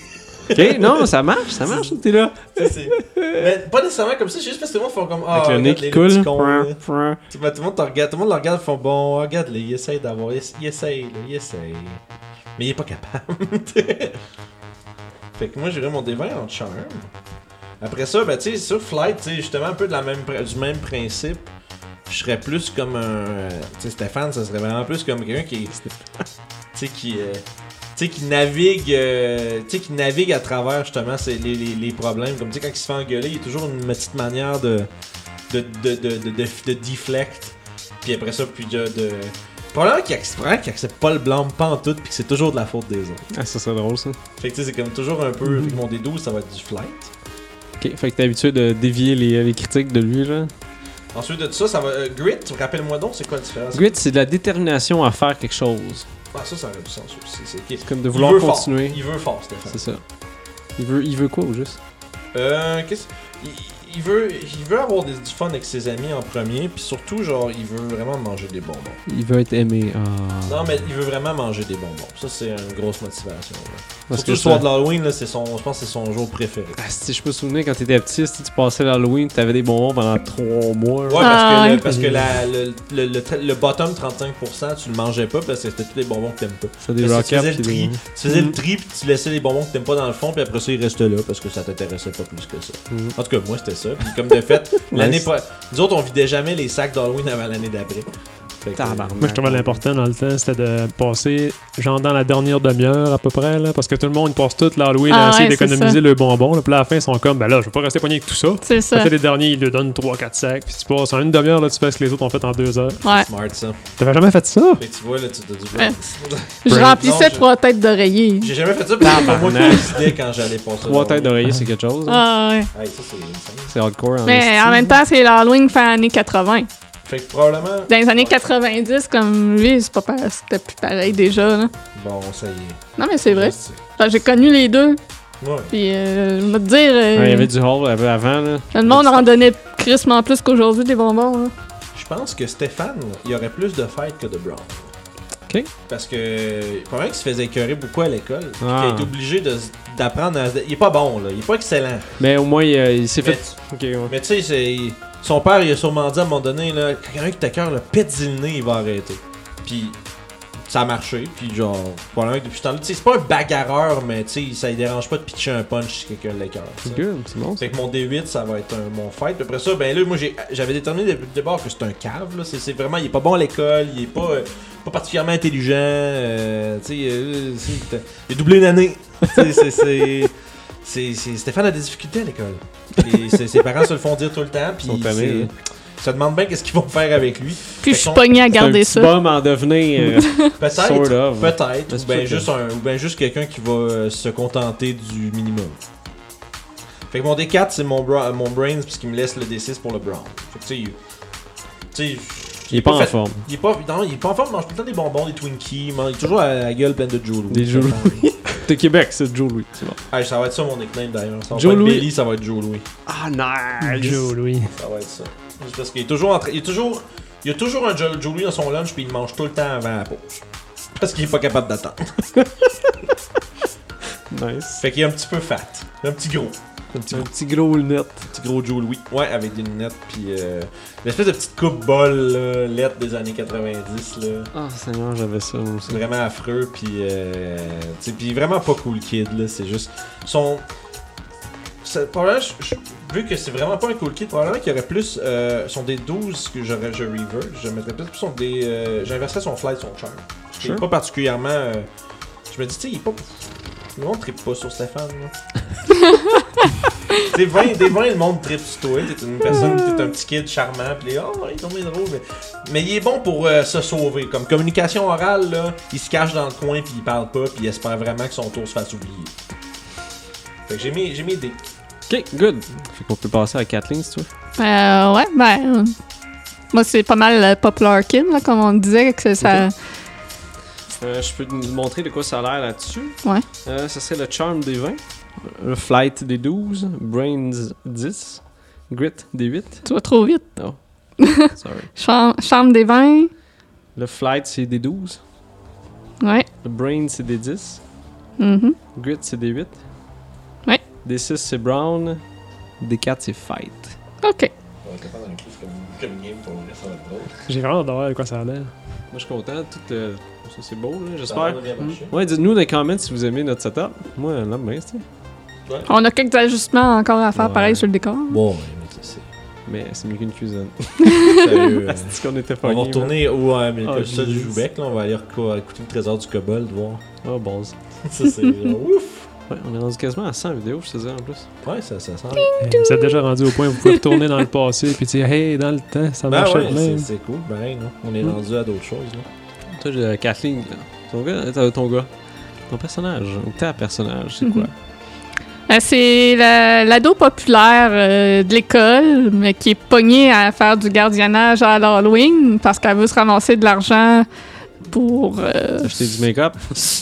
Ok, non, ça marche, ça marche, t'es là. Ça, c'est- mais pas nécessairement comme ça, c'est juste parce que tout le monde font comme Ah, Avec le nez regarde qui les coule. petits cons, là. Prun, prun. Tu vois, Tout le monde te regarde, tout le monde le regarde, font bon, regarde les, il essaye d'avoir, il il essaye, là, il essaye. Mais il est pas capable. fait que moi j'irai mon dévin en charm. Après ça, ben tu sais, sur Flight, tu sais, justement un peu de la même, pr- du même principe. Je serais plus comme un. euh, Tu sais, Stéphane, ça serait vraiment plus comme quelqu'un qui. Tu sais, qui. euh, tu sais, qui navigue, euh, tu sais, qui navigue à travers justement ces- les, les- les problèmes. Comme tu sais, quand il se fait engueuler, il y a toujours une petite manière de de, de, de, de, de, de deflect. Puis après ça, puis de. de... Probablement qu'il accepte, probablement qu'il accepte pas le blâme, pas en tout, puis que c'est toujours de la faute des autres. Ah, ça serait drôle ça. Fait que tu sais, c'est comme toujours un peu. Mhm. Fait que mon D12, ça va être du flight. Ok, fait que t'es habitué de dévier les, les critiques de lui, genre. Ensuite de ça, ça va. euh, grit, rappelle-moi donc, c'est quoi la différence Grit, c'est de la détermination à faire quelque chose. Ah, ça, ça aurait du sens aussi. C'est ok. C'est comme de Il vouloir veut fort. continuer. Il veut fort, Stéphane. C'est ça. Il veut, il veut quoi au juste? Euh, qu'est-ce. Il, il veut, il veut avoir des- du fun avec ses amis en premier, puis surtout, genre, il veut vraiment manger des bonbons. Il veut être aimé. Ah. Non, mais il veut vraiment manger des bonbons. Ça, c'est une grosse motivation. là. Parce Surtout que le soir ça... de l'Halloween, là, c'est son, je pense que c'est son jour préféré. Ah, si je peux me souvenir quand t'étais petit, si tu passais l'Halloween, t'avais des bonbons pendant 3 mois. Ouais, genre. parce Ah, que, le, oui. parce que la- le, le, le- le bottom 35%, tu le mangeais pas parce que c'était tous les bonbons que t'aimes pas. Ça des Parce que tu rock-ups. Mm. faisais le tri, pis des- tu faisais le tri puis tu laissais les bonbons que t'aimes pas dans le fond, puis après ça, ils restaient là parce que ça t'intéressait pas plus que ça. Mhm. En tout cas, moi, c'était ça. Puis comme de fait, l'année Nice. pas. Nous autres, on vidait jamais les sacs d'Halloween avant l'année d'après. Fait que- Tabarnak. Moi, je trouvais l'important dans le temps, c'était de passer, genre, dans la dernière demi-heure à peu près, là, parce que tout le monde passe toute l'Halloween à Ah essayer ouais, c'est d'économiser ça. le bonbon. Là, puis là, à la fin, ils sont comme, ben là, je vais pas rester pogné avec tout ça. C'est Après, ça. les derniers, ils lui donnent 3-4 sacs, puis tu passes en une demi-heure, là, tu fais ce que les autres ont fait en deux heures. Ouais. euh, Smart, ça. T'avais jamais fait ça? Fait que tu vois, là, tu t'as du Ouais. Je Brand. Non, remplissais je- trois têtes d'oreiller. J'ai jamais fait ça parce que c'est pas moi qui Tabarnak. décidais quand j'allais passer. Trois têtes l'Halloween. d'oreiller, c'est quelque chose. hein. Ah ouais. Hey, ça, c'est insane. C'est hardcore. en Mais esti. en même temps, c'est l'Halloween fin années 80. Fait que probablement. Ben- Dans les années 90, comme lui, c'est pas pa- c'était plus pareil déjà. là. Bon, ça y est. Non, mais c'est vrai. Juste- Enfin, J'ai connu les deux. Ouais. Puis, euh, je vais te dire, euh, Ouais, Il y avait du hall av- avant, là. le monde en donnait crissement plus qu'aujourd'hui des bonbons. hein. là. Je pense que Stéphane, il y aurait plus de fêtes que de Brown. Ok. Parce que, probablement qu'il se faisait écœurer beaucoup à l'école. puis Ah. qu'il a été obligé de s- d'apprendre à. Il est pas bon, là. Il est pas excellent. Mais au moins, il, euh, il s'est Mais, fait. Ok, ouais. mais tu sais, c'est- son père, il a sûrement dit à un moment donné, là, quelqu'un qui t'écœure, le pète le nez, il va arrêter. Puis, ça a marché. Puis, genre, probablement que depuis ce temps-là, tu sais, c'est pas un bagarreur, mais tu sais, ça lui dérange pas de pitcher un punch si quelqu'un l'écœure. tu sais. C'est good, c'est bon. ça. Fait que mon D8, ça va être un, mon fight. Puis Après ça, ben là, moi, j'ai- j'avais déterminé depuis le départ que c'est un cave. Là. C'est, c'est vraiment, il est pas bon à l'école, il est pas, euh, pas particulièrement intelligent. euh, tu sais, euh, c'est- t'as- il a doublé une année. Tu sais, c'est, c'est, c'est, c'est- Stéphane a des difficultés à l'école. Et ses, ses parents se le font dire tout le temps. Puis Ils sont tannés, c'est, hein. ils Ça demande bien qu'est-ce qu'ils vont faire avec lui. Puis Fait je suis qu'on- pogné à C'est un garder petit ça. bum en devenir. euh, Peut-être. Sort of. Peut-être. Ou C'est bien sûr que- juste, un- ou ben juste quelqu'un qui va euh, se contenter du minimum. Fait que mon D4, c'est mon, bra- mon Brains, puisqu'il me laisse le D6 pour le Brown. Fait que tu sais, il- tu sais, il est pas en fait- forme. Il est pas, non, il est pas en forme, il mange tout le temps des bonbons, des Twinkies, il mange- il est toujours à la gueule pleine de Joe Louis. Des Joe Louis. De Québec, c'est Joe Louis. C'est bon. Ah, ça va être ça mon nickname d'ailleurs. Ça va Joe pas être Louis. Billy, ça va être Joe Louis. Ah, nice. Joe, Louis. Ça va être ça. C'est parce qu'il est toujours en train. Il est toujours. Il y a toujours un Joe, Joe Louis dans son lunch puis il le mange tout le temps avant la pause. Parce qu'il est pas capable d'attendre. Nice. Fait qu'il est un petit peu fat. Un petit gros. Un petit Un petit gros lunette. petit gros Joe Louis. Ouais, avec des lunettes puis euh, une espèce de petite coupe bol là, lettre des années 90 là. Ah, Seigneur, j'avais ça moi aussi. C'est vraiment affreux puis euh, tu sais, puis vraiment pas cool kid là, c'est juste son c'est- probablement je- je- vu que c'est vraiment pas un cool kid, probablement qu'il y aurait plus euh, son D12 que j'aurais je reverse, je mettrais peut-être plus son D euh, j'inverserais son flight son charm. Parce qu'il est Sure. pas particulièrement euh, je me dis tu sais il est pas le monde tripe pas sur Stéphane. là. des 20, des 20, le monde tripe sur toi. T'es une personne, t'es un petit kid charmant, pis les, oh, il est tombé drôle. Mais, mais il est bon pour euh, se sauver. Comme communication orale, là, il se cache dans le coin, puis il parle pas, puis il espère vraiment que son tour se fasse oublier. Fait que j'ai mis, j'ai mis des. Ok, good. Fait qu'on peut passer à Kathleen, si tu veux. Euh, ouais, ben. euh, Moi, c'est pas mal euh, Poplar Kim, là, comme on disait, que ça. Euh, je peux nous montrer de quoi ça a l'air là-dessus. Ouais. Euh, ça serait le Charm des 20, le Flight des 12, Brains 10, Grit des 8. Tu vas trop vite. Sorry. Cham- Chambre des vins. Le Flight, c'est des 12. Ouais. Le Brain, c'est des 10. mhm. Grit, c'est des 8. Ouais. Des 6, c'est Brown. Des 4, c'est Fight. OK. On va dépendre d'un plus comme game pour le reste de J'ai vraiment hâte de voir de quoi ça a l'air. Moi, je suis content. Tout le- Ça, c'est beau, là, j'espère. Ouais, dites-nous dans les comments si vous aimez notre setup. Moi, là, ben, c'est- On a quelques ajustements encore à faire, Ouais. pareil, sur le décor. Bon, ouais, mais tu sais, mais c'est mieux qu'une cuisine. c'est sérieux. euh, C'est qu'on était On pas va retourner au euh, mais Ah, le sol du oui. Joubec, là, on va aller reco- écouter le trésor du kobold, voir. Oh, balls. Ça, c'est genre, ouf! Ouais, on est rendu quasiment à 100 vidéos, je te dis en plus. Ouais, ça, ça sent. Eh, Vous êtes déjà rendu au point où vous pouvez retourner dans le passé puis dire Hey, dans le temps, ça Ben marchait ouais, de c'est- même. c'est cool, ben non. On est Mm. rendu à d'autres choses là. Toi, j'ai euh, Kathleen, là. ton gars, t'as ton gars. Ton personnage, ou ta personnage, c'est quoi? Euh, c'est la- l'ado populaire euh, de l'école, mais qui est pognée à faire du gardiennage à l'Halloween parce qu'elle veut se ramasser de l'argent pour euh, Acheter du make-up?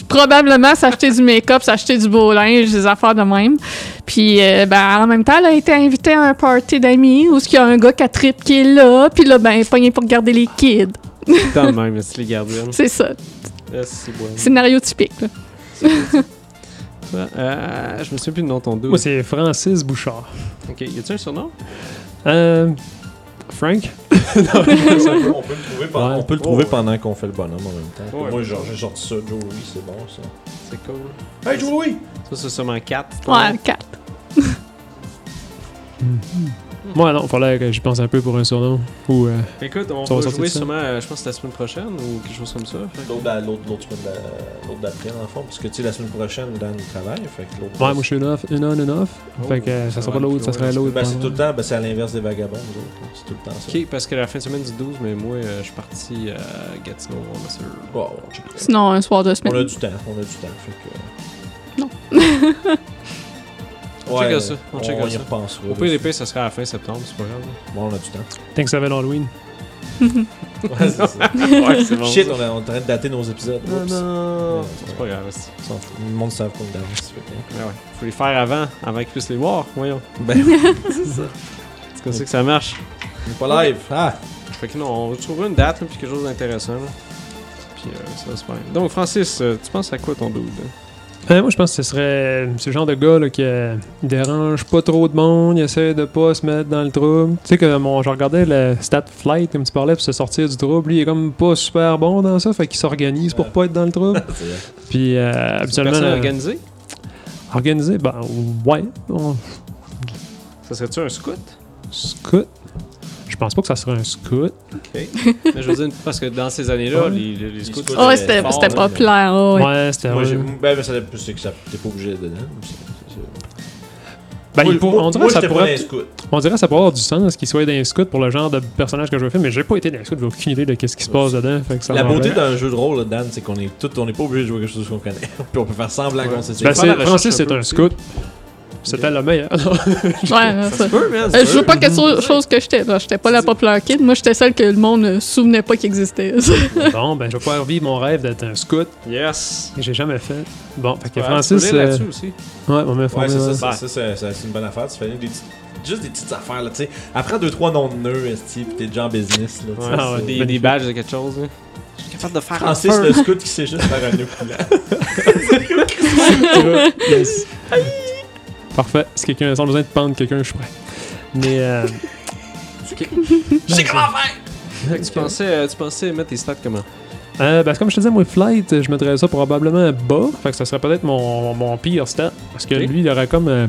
probablement s'acheter du make-up, s'acheter du beau linge, des affaires de même. Puis, euh, ben, en même temps, elle a été invitée à un party d'amis où il y a un gars qui a trip qui est là, puis là, ben, pogné pour garder les kids. Tant de même, c'est les gardiennes. C'est ça. Ah, c'est bon. Scénario typique, là. Euh, je me souviens plus du nom de ton dos. Moi, c'est Francis Bouchard. Ok, y a-tu un surnom? Euh, Frank on peut le trouver, pendant- Ouais. on peut le Oh, trouver ouais. pendant qu'on fait le bonhomme en même temps. Ouais. Moi, genre, j'ai sorti ça, Joe Louis, c'est bon ça. C'est cool. Hey Joe Louis! Ça, c'est sûrement 4. Ouais, quatre. Moi, non, fallait que j'y pense un peu pour un surnom. Ou. euh, Écoute, on Ça va va sortir jouer ça. sûrement, euh, je pense, la semaine prochaine ou quelque chose comme ça. Fait que- L'autre d'a- l'autre- l'autre semaine d'a- l'autre d'après, dans le fond, parce que tu sais, la semaine prochaine, Dan il travaille. Fait que l'autre. Ouais, moi, je suis une off, une on, une off. fait que euh, Oh, ça ça sera va pas l'autre, être ça plus sera loin, l'autre. ben, c'est tout le temps, ben, c'est à l'inverse des vagabonds, nous autres, là. C'est tout le temps ça. Ok, parce que la fin de semaine du 12, mais moi, euh, je suis parti à Gatineau, on a sur- Ouais, ouais, on check. Sinon, un soir de On a semaine. du temps, on a du temps. Fait que. euh. Non. On checkera ça, on checkera y ça. repensera. Au pire des pires, ça serait à la fin septembre, c'est pas grave. Bon, on a du temps. Thanks, ça va l'Halloween. Ouais, c'est ça. ouais, c'est Shit, on est en train de dater nos épisodes. Non, Oups. non, Ouais, c'est pas grave. c'est- Ils sont- Le monde savent qu'on est d'avance. fait que- hein. Mais ouais, faut les faire avant, avant qu'ils puissent les voir, voyons. Ben oui, c'est ça. C'est comme ça que ça marche. On est pas live. Ah! Fait que non, on va trouver une date, là, puis quelque chose d'intéressant. là. Puis euh, ça va se faire. Donc, Francis, euh, tu penses à quoi ton dude? Euh, moi, je pense que ce serait ce genre de gars là, qui euh, il dérange pas trop de monde, il essaie de pas se mettre dans le trouble. Tu sais, que mon, je regardais le Stat Flight, comme tu parlais, pour se sortir du trouble. Lui, il est comme pas super bon dans ça, fait qu'il s'organise pour Ouais. pas être dans le trouble. Puis, euh, habituellement. Personne euh, organisée? organisé, ben, ouais. on- Ça serait-tu un scout? Scout. Je pense pas que ça serait un scout. mais je veux dire, parce que dans ces années-là, Ouais. les, les- les scouts... scouts, Oh, euh, ouais, c'était fort, c'était là. populaire, oh, ouais. Ouais, c'était. Moi, j'ai- ouais. ben, mais ça dépend, c'est que ça, t'es pas obligé de dedans. Ben, Moi, il pour- moi- on, dirait moi, que ça j'étais pas dans pourrait, les scouts. on dirait que ça pourrait avoir du sens qu'il soit dans les scouts pour le genre de personnage que je veux faire, mais j'ai pas été dans les scouts, j'ai aucune idée de qu'est-ce qui se passe dedans. fait que ça La m'en beauté va. d'un jeu de rôle, là, Dan, c'est qu'on est tout, on n'est pas obligé de jouer quelque chose qu'on connaît. Puis on peut faire semblant qu'on sait. Ben, c'est faire la Ben, c'est- recherche Francis, un c'est peu un aussi. scout. C'était le meilleur. Ouais, là, ça. Peu, Euh, man, peu. je veux pas quelque so- chose que j'étais. là, J'étais pas la populaire kid. Moi, j'étais celle que le monde ne se souvenait pas qu'il existait. bon, ben, je vais pouvoir vivre mon rêve d'être un scout Yes. que j'ai jamais fait. Bon, fait que Ouais, tu Francis. peux lire euh, là-dessus aussi. ouais, on m'a Ouais, informé, c'est ça, ouais. ça, ça, ça, ça, c'est une bonne affaire. Tu fais des petites- juste des petites affaires, là, tu sais. Apprends deux, trois noms de nœuds, esti, pis t'es déjà en business, là, tu sais, Ouais, Ah c'est- ouais. des, ben, des badges de quelque chose. hein. là. Je suis capable de faire Francis, un peu. le scout qui sait juste faire un nœud coulant. Yes. Parfait. Si quelqu'un a besoin de pendre quelqu'un, je suis prêt. Mais. euh, Je sais comment faire! Tu pensais, euh, tu pensais mettre tes stats comment Euh, ben, c'est comme je te disais, moi, Flight, euh, je mettrais ça probablement bas. Fait que ça serait peut-être mon, mon pire stat. Parce que Ok. lui, il aurait comme. euh,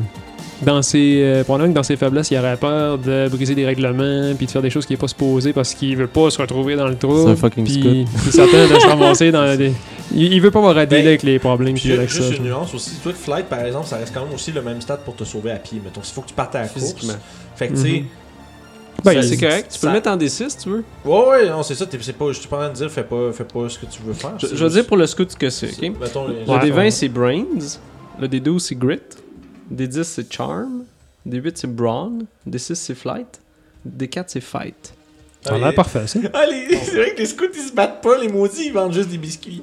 dans ses, euh, probablement que dans ses faiblesses, il aurait peur de briser des règlements puis de faire des choses qu'il n'est pas supposé parce qu'il veut pas se retrouver dans le trou. C'est un fucking Puis il s'attend de se ramasser dans des. Il, il veut pas avoir à dealer Ben, avec les problèmes Puis qu'il a avec juste ça. une nuance aussi, toi, flight, par exemple, ça reste quand même aussi le même stade pour te sauver à pied. Mettons, s'il faut que tu partes à la course. physiquement Fait que, tu sais, Mhm. Ben, ça, il- C'est correct. Tu ça- peux le mettre en D6 si tu veux. ouais, ouais, non, c'est ça. t'es- c'est pas, je suis pas en train de dire, fais pas, fais pas ce que tu veux faire. Je, c'est je vais juste- dire pour le scout ce que c'est. ok? Mettons, les- Le Ouais. D20 c'est Brains. Le D12 c'est Grit. D10 c'est Charm. D8 c'est Brawn. D6 c'est Flight. D4 c'est Fight. ça a l'air Allez. parfait, ça. Ah, les- c'est vrai que les scouts ils se battent pas, les maudits ils vendent juste des biscuits.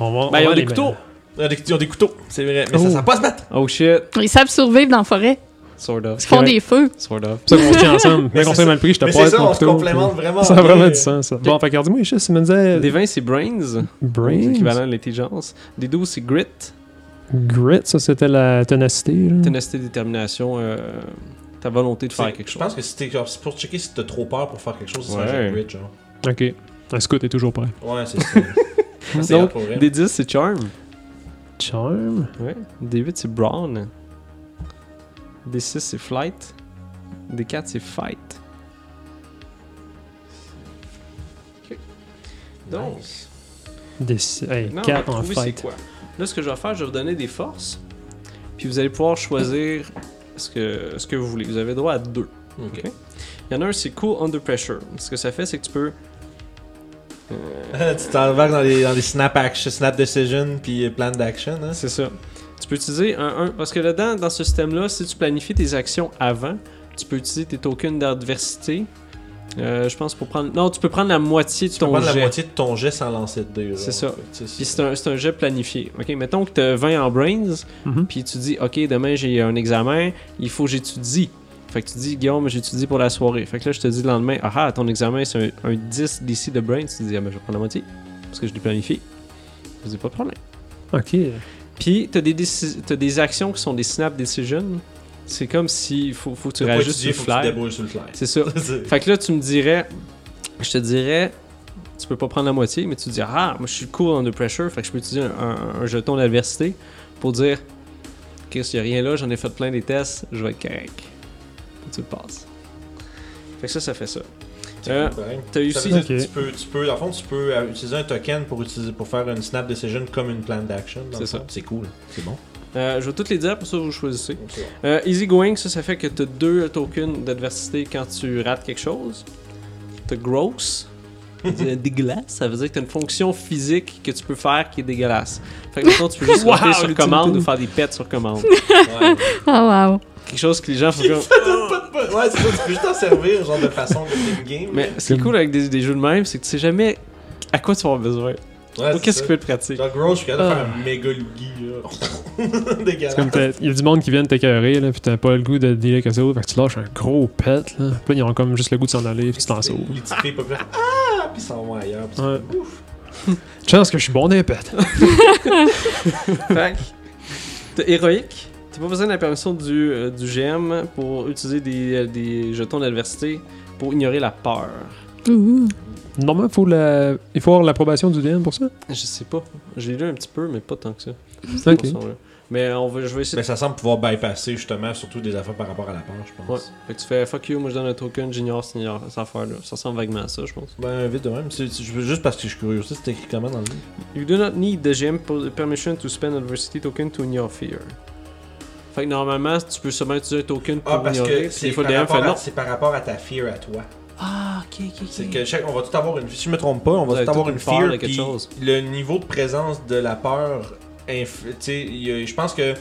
On va, Ben, on ils va ont des les couteaux. mettre. Ils ont Ah, des, ils ont des couteaux, c'est vrai, mais Oh. ça sert pas à se battre. Oh shit. Ils savent survivre dans la forêt. Sort of. Ils font correct. des feux. Sort of. C'est pour ça qu'on se tient ensemble. Mais Mais qu'on c'est s'est mal pris, je te Mais c'est pointe ça, mon on se couteau. complémente vraiment. Ça a ok. vraiment du sens, ça. Bon, fait que regarde-moi, je sais, me disait. D20 c'est Brains. Euh, Brains. C'est équivalent à l'intelligence. D12 c'est Grit. Grit, ça c'était la ténacité. là. Ténacité, détermination. euh, Ta volonté de C'est- faire quelque Je chose. pense que si t'es genre, c'est pour checker si t'as trop peur pour faire quelque chose, c'est un Ouais. jeu de bridge, genre. Ok. Un scout est toujours prêt. Ouais, c'est ça. Ça, c'est Donc, pas vrai. D10 c'est Charm. Charm. Ouais. D8 c'est Brown. D6 c'est Flight. D4 c'est Fight. Donc, Des... maintenant, Hey, on va quatre en trouver c'est fight. quoi. Là, ce que je vais faire, je vais vous donner des forces. Puis vous allez pouvoir choisir ce que, ce que vous voulez. Vous avez droit à deux. Ok. Ok. Il y en a un, c'est Cool Under Pressure. Ce que ça fait, c'est que tu peux. euh, tu t'embarques dans les, dans les snap action, snap decision, puis euh, plan d'action. Hein? C'est ça. Tu peux utiliser un 1. Parce que là-dedans, dans ce système-là, si tu planifies tes actions avant, tu peux utiliser tes tokens d'adversité. Euh, je pense pour prendre. Non, tu peux prendre la moitié de Tu peux ton prendre jet. la moitié de ton jet sans lancer de dés. genre. C'est ça. Fait que, tu sais, Puis c'est un, c'est un jet planifié. Ok, mettons que tu as 20 en brains, Mhm. puis tu dis, ok, demain j'ai un examen, il faut que j'étudie. Fait que tu dis, Guillaume, j'étudie pour la soirée. Fait que là, je te dis le lendemain, ah ah, ton examen c'est un, un 10 d'ici de brains. Tu dis, ah ben je vais prendre la moitié, parce que je l'ai planifié. Je dis, pas de problème. Ok. Puis, t'as des, déci- t'as des actions qui sont des snap decisions. C'est comme si faut, faut que tu t'as pas réagisses étudié, sur faut le que tu flair. débrouilles sur le flair. C'est ça. C'est- Fait que là, tu me dirais, je te dirais, tu peux pas prendre la moitié, mais tu dis, ah, moi je suis cool under pressure, fait que je peux utiliser un, un- un jeton d'adversité pour dire, Chris, y a rien là, j'en ai fait plein des tests, je vais être correct. Puis tu le passes. Fait que ça, ça fait ça. c'est Euh, cool, pareil. T'as eu Ça aussi. veut aussi- dire que Ok. Tu peux, tu peux, dans le fond, tu peux euh, utiliser un token pour, utiliser, pour faire une snap decision comme une plan d'action. dans le C'est fond. ça. C'est cool. C'est bon. euh, je vais toutes les dire, pour ça vous choisissez. Euh, easy going, ça, ça fait que t'as deux tokens d'adversité quand tu rates quelque chose. T'as gross, c'est dégueulasse, ça veut dire que t'as une fonction physique que tu peux faire qui est dégueulasse. Fait que maintenant tu peux juste Wow, sauter sur l'utilité. commande ou faire des pets sur commande. Ouais. Oh, wow. Quelque chose que les gens font comme... Ouais, c'est ça, tu peux juste t'en servir, genre de façon de game. Mais ce qui est cool avec des, des jeux de même, c'est que tu sais jamais à quoi tu vas avoir besoin. Ouais, Ou Ah, c'est qu'est-ce ça. qui peut être pratique. Genre, gros, je suis capable de Ah. faire un méga loogie, là. Oh. C'est comme Dégueulasse. t'as- il y a du monde qui vient de t'écœurer, là, pis t'as pas le goût de dealer avec ça. Fait que tu lâches un gros pet, là. Pis là, ils ont comme juste le goût de s'en aller, pis tu t'en sauves. Les petites filles peuvent faire Ah! Puis ils s'en vont ailleurs. puis Ouais. Chance que je suis bon des pets. Fait que t'as héroïque. T'as pas besoin de la permission du, euh, du GM pour utiliser des, euh, des jetons d'adversité pour ignorer la peur. Ouh. Normalement, faut la... il faut avoir l'approbation du DM pour ça. Je sais pas. Je l'ai lu un petit peu, mais pas tant que ça. Ok. Dans ce sens-là. Mais on va, je vais essayer Mais de... Ben, ça semble pouvoir bypasser justement, surtout des affaires par rapport à la peur, je Ben, pense. Ouais. Fait que tu fais fuck you, moi je donne un token, j'ignore, senior, cette affaire-là. Ça ressemble vaguement à ça, je pense. Ben, vite de même. C'est- c'est- je veux- juste parce que je suis curieux. Ça, c'est écrit comment dans le livre You do not need the GM po- permission to spend adversity token to ignore fear. Fait que normalement, tu peux seulement utiliser un token pour Ah, parce ignorer, que puis c'est des fois, par, le DM fait rapport non. à- c'est par rapport à ta fear à toi. Ah, ok, ok, C'est que chaque, on va tout avoir une. Si je me trompe pas, on Vous va avez tout avoir toute une une peur fear. de quelque puis chose. Le niveau de présence de la peur. inf- tu sais, il y a- Je pense que.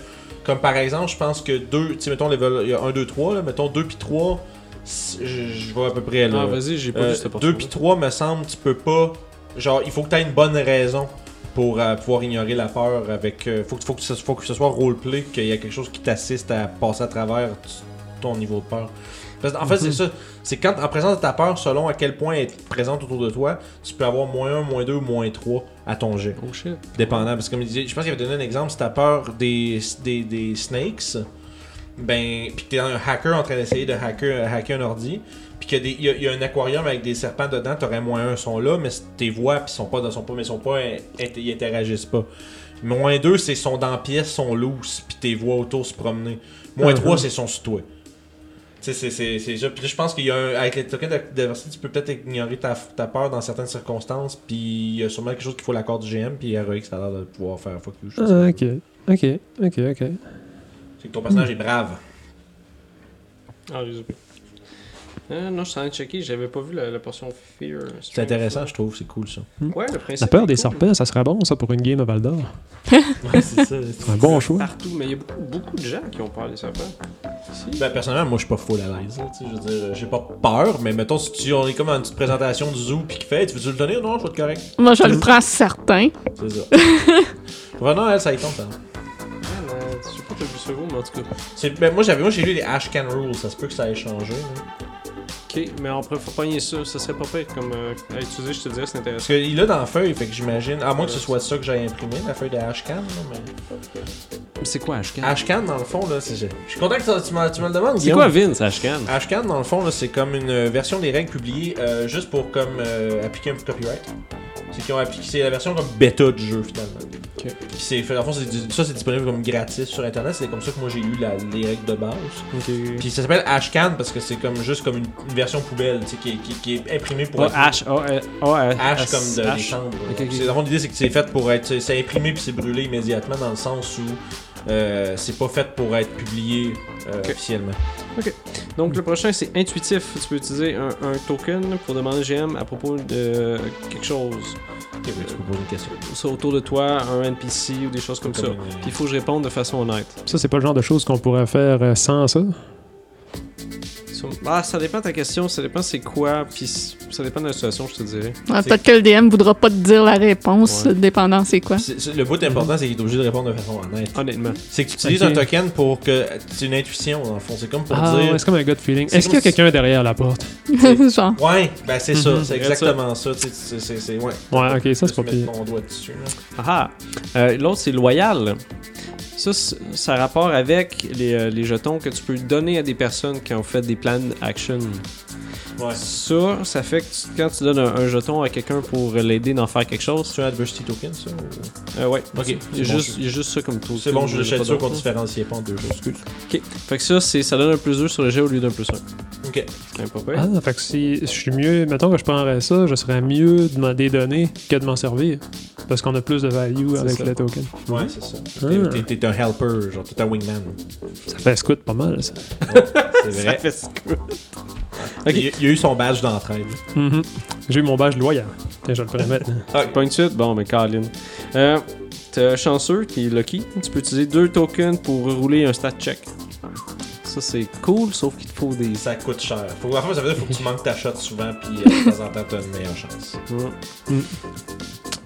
Comme par exemple, je pense que 2. Tu sais, mettons, level- il y a 1, 2, 3. Là, mettons 2 puis 3. Je, je vois à peu près là. Ah, vas-y, j'ai pas Euh, vu cette 2 puis 3, me semble, tu peux pas. Genre, il faut que tu aies une bonne raison pour euh, pouvoir ignorer la peur. avec euh, faut, que, faut, que ce, faut que ce soit roleplay, qu'il y a quelque chose qui t'assiste à passer à travers t- ton niveau de peur. Parce que, en Mhm. fait, c'est ça. C'est quand, en présence de ta peur, selon à quel point elle est présente autour de toi, tu peux avoir moins 1, moins 2, moins 3 à ton jet. Oh shit. Dépendant. Parce que, comme il disait, je pense qu'il avait donné un exemple, si t'as peur des, des, des snakes, ben, puis que t'es un hacker en train d'essayer de hacker, hacker un ordi, puis qu'il y a des- il y, a- il y a un aquarium avec des serpents dedans, t'aurais moins un son là, mais c'est tes voix, puis sont pas, dans- sont pas, mais sont pas, euh, int- ils interagissent pas. Moins deux, c'est sont dans pièce, sont loose, puis tes voix autour se promener. Moins Mhm. trois, c'est sont sur toi. Tu sais, c'est- c'est c'est ça. Puis là, je pense qu'il y a un, avec les tokens de diversité, tu peux peut-être ignorer ta, ta peur dans certaines circonstances. Puis il y a sûrement quelque chose qu'il faut l'accord du GM. Puis Heroic, ça a l'air de pouvoir faire fuck you. je sais pas. Ah, ok. Ok, ok, ok. C'est que ton personnage est brave. Ah, désolé. Euh, non, je suis en train de checker, j'avais pas vu la, la portion Fear. C'est intéressant, je trouve. C'est cool ça. Ouais, le principe. La peur est des cool. serpents, ça serait bon, ça, pour une game à Val d'Or. Ouais, c'est ça. C'est un bon choix. Partout, mais il y a beaucoup, beaucoup de gens qui ont peur des serpents. Si. Ben, personnellement, moi, je suis pas full à l'aise. là, tu sais, Je veux dire, j'ai pas peur, mais mettons, si tu, on est comme dans une petite présentation du zoo, puis qu'il fait, Hey, tu veux-tu le tenir? Non, je vais être correct. Moi, je le prends certain. C'est ça. Vraiment, elle, ça y tombe. ça. Ah, non, je sais pas, t'as vu ça où, mais en tout cas. C'est- Ben, moi, j'avais, moi, j'ai lu les Ashcan Rules. Ça se peut que ça ait changé. hein. Ok, mais on pourrait pogner ça, ça serait pas fait comme euh, à utiliser, je te dirais, c'est Parce intéressant. qu'il l'a dans la feuille, fait que j'imagine. À moins que ce soit ça que j'aille imprimé, la feuille de Ashcan. là, Mais... C'est quoi Ashcan Ashcan, dans le fond, là, c'est. Je suis content que ça- tu, m'en- tu me le demandes. C'est quoi Vince Ashcan Ashcan, dans le fond, là, c'est comme une euh, version des règles publiées euh, juste pour comme euh, appliquer un peu de copyright. C'est qu'ils ont appliqué. C'est la version comme bêta du jeu, finalement. Ok. Puis c'est, fait- dans le fond, c'est du- ça, c'est disponible comme gratis sur Internet. C'est comme ça que moi, j'ai eu la- les règles de base. Puis ça s'appelle Ashcan parce que c'est comme juste comme une, une version poubelle, tu sais, qui, est- qui- qui est imprimée pour Pas être- H, H comme de, des H. chambres. Ok, C'est- ok. dans le fond, l'idée, c'est que c'est fait pour être. C'est imprimé puis c'est brûlé immédiatement dans le sens où euh, c'est pas fait pour être publié euh, Ok. officiellement. Donc le prochain c'est intuitif, tu peux utiliser un, un token pour demander GM à propos de quelque chose. Ok, ben, tu peux poser une question. Soit autour de toi, un NPC ou des choses comme, ça. une- Puis il faut que je réponde de façon honnête. Ça, c'est pas le genre de choses qu'on pourrait faire euh, sans ça. Sur- Ah, ça dépend de ta question, ça dépend c'est quoi, puis c- ça dépend de la situation, je te dirais. Ouais, Euh, Peut-être que le DM voudra pas te dire la réponse, Ouais. dépendant c'est quoi. C'est- c'est- le bout important, c'est qu'il est obligé de répondre de façon honnête. Honnêtement. C'est que tu utilises Ok. un token pour que. C'est une intuition, dans le fond. C'est comme pour Ah, dire. ouais, c'est comme un gut feeling. C'est Est-ce qu'il y a comme si- quelqu'un derrière la porte Genre. Ouais, ben c'est Mhm. ça, c'est C'est vrai, exactement ça. tu sais, c'est- c'est- c'est- ouais. Ouais, ok, ça, c'est Juste pas pire. mettre ton doigt dessus. là. Ah ah. Euh, L'autre, c'est loyal. Ça, c- ça a rapport avec les, euh, les jetons que tu peux donner à des personnes qui ont fait des plans d'action. Ouais. Ça, ça fait que tu- quand tu donnes un, un jeton à quelqu'un pour l'aider d'en faire quelque chose, C'est un adversity token, ça ou- euh, ouais. Ok, Il y, a c'est bon, juste, il y a juste ça comme tout. C'est bon, je Il y a suis pas sûr qu'on d'autre. différencie pas en deux choses. Excuse. Ok. Fait que ça, c'est- ça donne un plus 2 sur le jet au lieu d'un plus 1. Ok. C'est quand même pas pire. Ah, fait que si je suis mieux, mettons que je prendrais ça, je serais mieux de m'en dédonner que de m'en servir. Parce qu'on a plus de value C'est avec ça. le token. Ouais, c'est ça. Ah. T'es- T'es t'es un helper, genre, t'es un wingman. Ça fait scout pas mal, ça. C'est Ça vrai. fait scoot. Il, y a- il y a eu son badge d'entraide. Mhm. J'ai eu mon badge loyal. Et je le pourrais mettre. Pas une suite? Bon, mais Colin. Euh, T'es chanceux, t'es lucky. Tu peux utiliser deux tokens pour rouler un stat check. Ça, c'est cool, sauf qu'il te faut des. Ça coûte cher. Faut, en fait, ça veut dire faut que tu manques ta shot souvent, puis euh, de temps en temps, t'as une meilleure chance. Mm.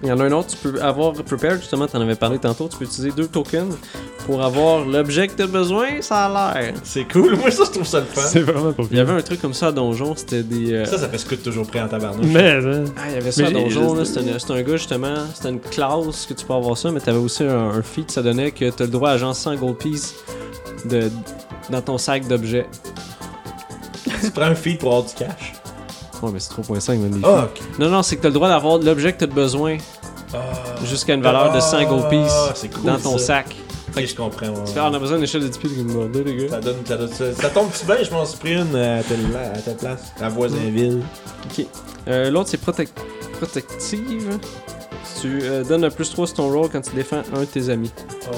Il y en a un autre, tu peux avoir Prepared, justement, t'en avais parlé tantôt. Tu peux utiliser deux tokens pour avoir l'objet que t'as besoin, ça a l'air. C'est cool. Moi, ça, je trouve ça le fun. C'est vraiment pas Il y pire. avait un truc comme ça à Donjon, c'était des. euh, Ça, ça fait scout toujours prêt en tabarnouche. Mais, hein, Ah, il y avait ça Mais à j'ai- Donjon, j'ai- là, c'était un, c'était un gars justement, c'était une classe que tu peux avoir ça, mais t'avais aussi un, un feat, ça donnait que t'as le droit à genre 100 gold piece de, dans ton sac d'objets. Tu prends un feed pour avoir du cash. Ouais, mais c'est 3.5 même des Ah, ok. feats. Non, non, c'est que t'as le droit d'avoir l'objet que t'as de besoin Ah. jusqu'à une valeur de 100 gold piece Ah, c'est cool, dans ton ça. sac. Ok, je comprends. ouais, Tu ouais. fais, ah, on a besoin d'une échelle de 10 pieds de border, les gars. Ça, donne, ça, donne- ça- ça tombe tu bien, je m'en suis pris une euh, à telle, pla- à telle place, à Voisinville. Ok. Euh, L'autre, c'est protec- protective. Tu euh, donnes un plus 3 sur ton roll quand tu défends un de tes amis. Oh,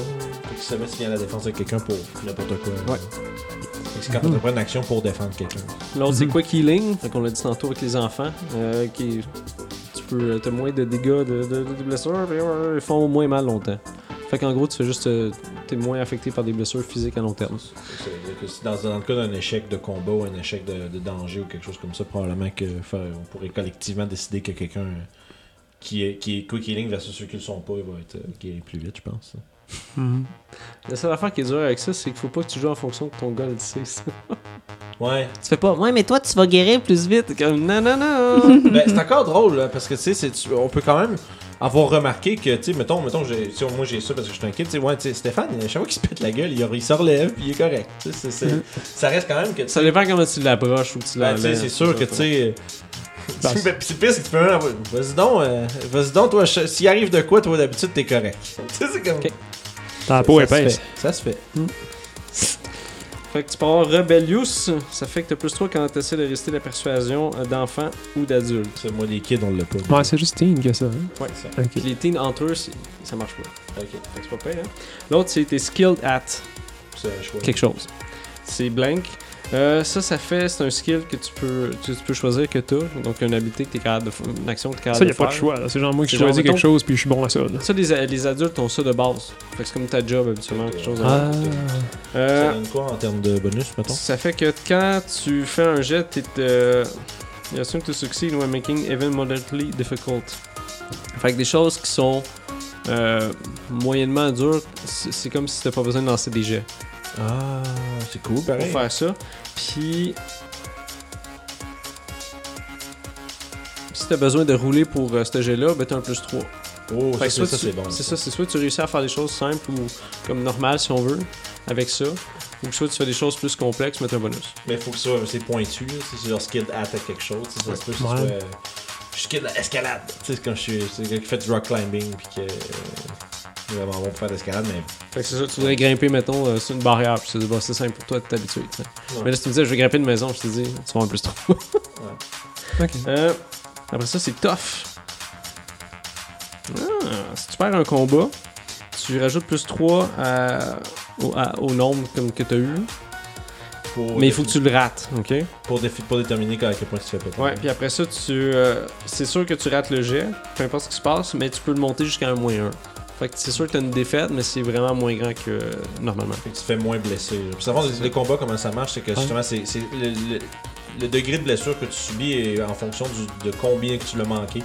qui se met s'il y a la défense de quelqu'un pour n'importe quoi. Ouais. Fait que C'est quand on prend une action pour défendre quelqu'un. L'autre, c'est Quick Healing, fait qu'on l'a dit tantôt avec les enfants, euh, qui tu peux euh, t'as moins de dégâts, de, de- de blessures, puis, euh, ils font moins mal longtemps. Fait qu'en gros, tu fais juste, euh, t'es moins affecté par des blessures physiques à long terme. Ça veut dire que si Dans, dans le cas d'un échec de combat ou un échec de, de danger ou quelque chose comme ça, probablement que faire- on pourrait collectivement décider que quelqu'un euh, qui est, qui est quick healing versus ceux qui le sont pas, il va être euh, guéri plus vite, je pense. Mhm. La seule affaire qui est dure avec ça, c'est qu'il faut pas que tu joues en fonction de ton goal, tu sais. Ouais. Tu fais pas, ouais, mais toi, tu vas guérir plus vite. Comme, non, non, non. ben, c'est encore drôle, là, parce que, tu sais, c'est- tu- on peut quand même avoir remarqué que, tu sais, mettons, mettons j'ai- tu sais, moi j'ai ça parce que je suis inquiet, tu sais, ouais, tu sais, Stéphane, à chaque fois qu'il se pète la gueule, il, il se relève, puis il est correct. Tu sais, c'est- c'est- ça reste quand même que, tu sais, ça dépend comment tu l'approches ou tu ben, l'enlèves. tu sais, c'est sûr que, tu sais, Ben, tu- ben, pis c'est pire, c'est que tu peux même avoir- Vas-y donc, euh, vas-y donc, toi, ch- s'il arrive de quoi, toi, d'habitude, t'es correct. tu sais, c'est comme. Ok. Ta peau Ça se épaisse. Ça se fait. Fait que tu peux avoir Rebellious, ça fait que t'as plus 3 quand t'essaies de rester la persuasion euh, d'enfant ou d'adulte. C'est moi, les kids, on l'a pas. Ouais, c'est juste Teen que ça. hein. Ouais. ça. Ok. Puis les teens entre eux, c'est- ça marche pas. Ok, Fait que c'est pas pire, hein. L'autre, c'est t'es skilled at c'est un choix. quelque chose. C'est blank. Euh, ça, ça fait, c'est un skill que tu peux, tu, tu peux choisir que t'as, donc une habilité que t'es capable de f- une action que t'es capable Ça, y de a pas de faire. choix. là. C'est genre moi qui C'est genre, choisis quelque mettons- chose puis je suis bon à ça. là. Ça, les, a- les adultes ont ça de base. Fait que c'est comme ta job habituellement, quelque chose de Ah. Euh, Ça donne quoi en termes de bonus, mettons Ça fait que quand tu fais un jet, t'es. Euh, you assume to succeed when making even moderately difficult. Fait que des choses qui sont euh, moyennement dures, c'est c'est comme si t'as pas besoin de lancer des jets Ah, c'est cool, pour pareil. faire ça. Puis. Si t'as besoin de rouler pour euh, ce jet-là, ben t'as un plus 3. Oh, Fait ça, c'est- que soit ça, tu- c'est bon. C'est ça, c'est soit tu réussis à faire des choses simples ou comme normales si on veut avec ça, ou soit tu fais des choses plus complexes, mais t'as un bonus. Mais faut que ça, c'est pointu, là. c'est genre skid at à quelque chose, tu sais, ça se peut que ce Ouais. soit. euh, Je suis skid à escalade, tu sais, quand je suis. C'est le gars qui fait du rock climbing, puis que. euh, il est vraiment bon pour faire de l'escalade, mais. Fait que c'est ça, tu voudrais grimper, mettons, euh, sur une barrière, puis tu te dis, bah, c'est simple pour toi, t'es habitué. tu sais. Mais là, si tu me disais, je vais grimper une maison, je te dis, tu vas un plus trop. Ah. Ok. Euh, après ça, c'est tough. Ah, si tu perds un combat, tu rajoutes plus 3 à- au, à- au nombre comme que t'as eu, Pour mais il faut que tu le rates, ok? Pour, défi- pour déterminer à quel point tu te fais péter. Ouais, puis après ça, tu, euh, c'est sûr que tu rates le jet, peu importe ce qui se passe, mais tu peux le monter jusqu'à un moins 1. Fait que c'est sûr que t'as une défaite, mais c'est vraiment moins grand que euh, normalement. Fait que tu te fais moins blessé. là. Puis, ça fond, les, les combats, comment ça marche, c'est que justement, c'est. c'est le, le- le degré de blessure que tu subis est en fonction du- de combien que tu l'as manqué.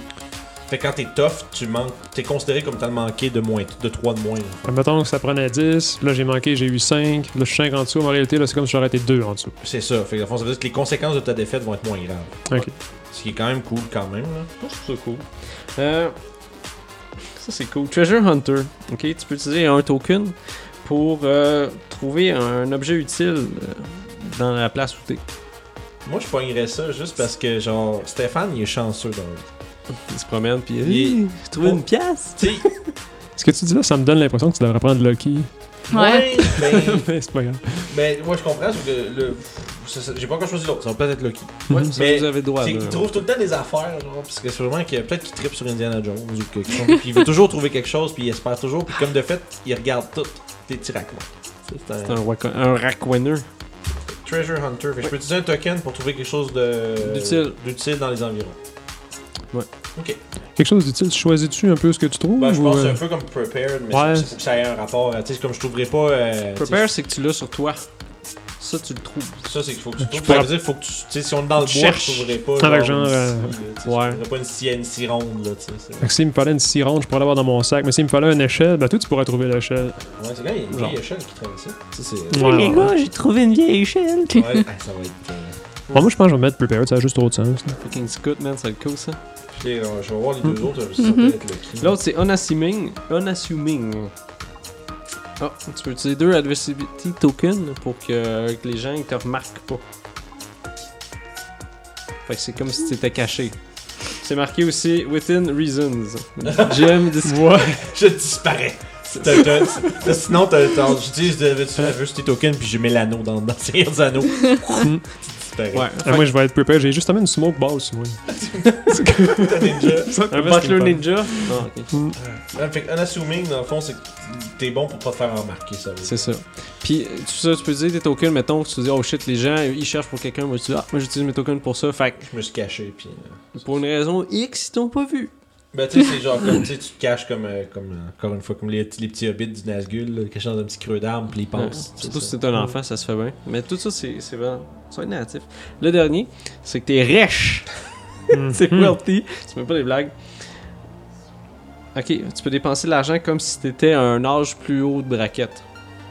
Fait que quand t'es tough, tu manques. T'es considéré comme t'as manqué de moins, de 3 de moins. là. Euh, Mettons que ça prenait 10, là j'ai manqué, j'ai eu 5, là je suis 5 en dessous, mais en réalité là c'est comme si j'aurais été 2 en dessous. C'est ça. Fait que, dans le fond, ça veut dire que les conséquences de ta défaite vont être moins graves. Ok. Ce qui est quand même cool, quand même. Là. Moi, je trouve ça cool. Euh, ça, c'est cool. Treasure Hunter. Ok, tu peux utiliser un token pour euh, trouver un objet utile euh, dans la place où t'es. Moi, je pognerais ça juste parce que, genre, Stéphane, il est chanceux dans la vie. Il se promène, puis Il- Hey, j'ai trouvé Oh. une pièce. Tu sais, Ce que tu dis là, ça me donne l'impression que tu devrais prendre Lucky. Ouais. ouais, ben, Mais c'est pas grave. ben, moi, je comprends. sauf que le, ça, ça- j'ai pas encore choisi l'autre. Ça va peut-être être Lucky. Ouais, Mhm. ça, Mais vous avez le droit. c'est là. qu'il trouve tout le temps des affaire, genre, parce que c'est vraiment que peut-être qu'il tripe sur Indiana Jones ou quelque chose. puis il veut toujours trouver quelque chose, puis il espère toujours. Puis comme de fait, il regarde tout. Tes petits raccoins. C'est C'est un, un, wac- un rackwanner. treasure hunter. Fait que je peux utiliser un token pour trouver quelque chose de D'utile. d'utile dans les environs. Quelque chose d'utile, tu choisis-tu un peu ce que tu trouves Ben, je ou, pense que c'est euh, un peu comme Prepared, mais Ouais. c'est faut que ça ait un rapport. euh, Tu sais, comme je trouverais pas. euh, Prepare, c'est que tu l'as sur toi. Ça, tu le trouves. tu sais, Ça, c'est qu'il faut que tu trouves. pourrais- Ça veut dire faut que tu. Tu sais, si on est dans le bois, Tu cherches. je trouverais pas. Avec genre, une scie, euh, là, tu sais, je ouais. trouverais pas une scie, une scie ronde, là, tu sais. c'est- fait que s'il me fallait une scie ronde, je pourrais l'avoir dans mon sac, mais s'il me fallait une échelle, ben toi tu pourrais trouver l'échelle. Ouais, c'est quand il y a une Genre. vieille échelle qui traîne ça. Ça, c'est. Ouais, ouais, ouais. j'ai trouvé une vieille échelle. Ouais, ah, ça va être. euh, Bon, moi je pense que je vais mettre Prepared, ça a juste trop de sens. là. Fucking scout, man, ça le cool, ça. puis, euh, je vais voir les deux autres, euh, ça va Mhm. peut-être le key. L'autre, c'est unassuming. Unassuming. Ah, tu peux utiliser deux adversity tokens pour que, que les gens ils te remarquent pas. Fait que c'est comme si t'étais caché. C'est marqué aussi Within Reasons. J'aime Je disparais. T'as- t'as- t'as- Sinon, t'as- t'as- j'utilise de- tu veux tes tokens, puis je mets l'anneau dans dans ces anneaux. correct. Ouais. Ah, moi, je vais être prepared. J'ai justement une smoke ball sur moi. T'as déjà- un butler ninja? Non, ok. Ouais, Fait que unassuming, dans le fond, c'est que t'es bon pour pas te faire remarquer, ça. veut dire. C'est ça. Puis, tu sais, tu peux dire tes tokens, mettons, que tu dis, oh shit, les gens, ils cherchent pour quelqu'un. Moi, tu dis, ah, moi, j'utilise mes tokens pour ça. Fait que, Je me suis caché, puis. euh, pour une raison X, ils t'ont pas vu. Ben, tu sais, c'est genre comme tu sais, tu te caches comme, euh, comme, euh, encore une fois, comme les, petits- les petits hobbits du Nazgul, là, quelque chose d'un petit creux d'arbre, puis ils Ouais, pensent. c'est Surtout ça. si t'es un enfant, ça se fait bien. Mais tout ça, c'est c'est vraiment. C'est natif. Le dernier, c'est que t'es riche. Hmm. c'est wealthy. Tu mets pas des blagues. Ok, tu peux dépenser de l'argent comme si t'étais à un âge plus haut de braquette.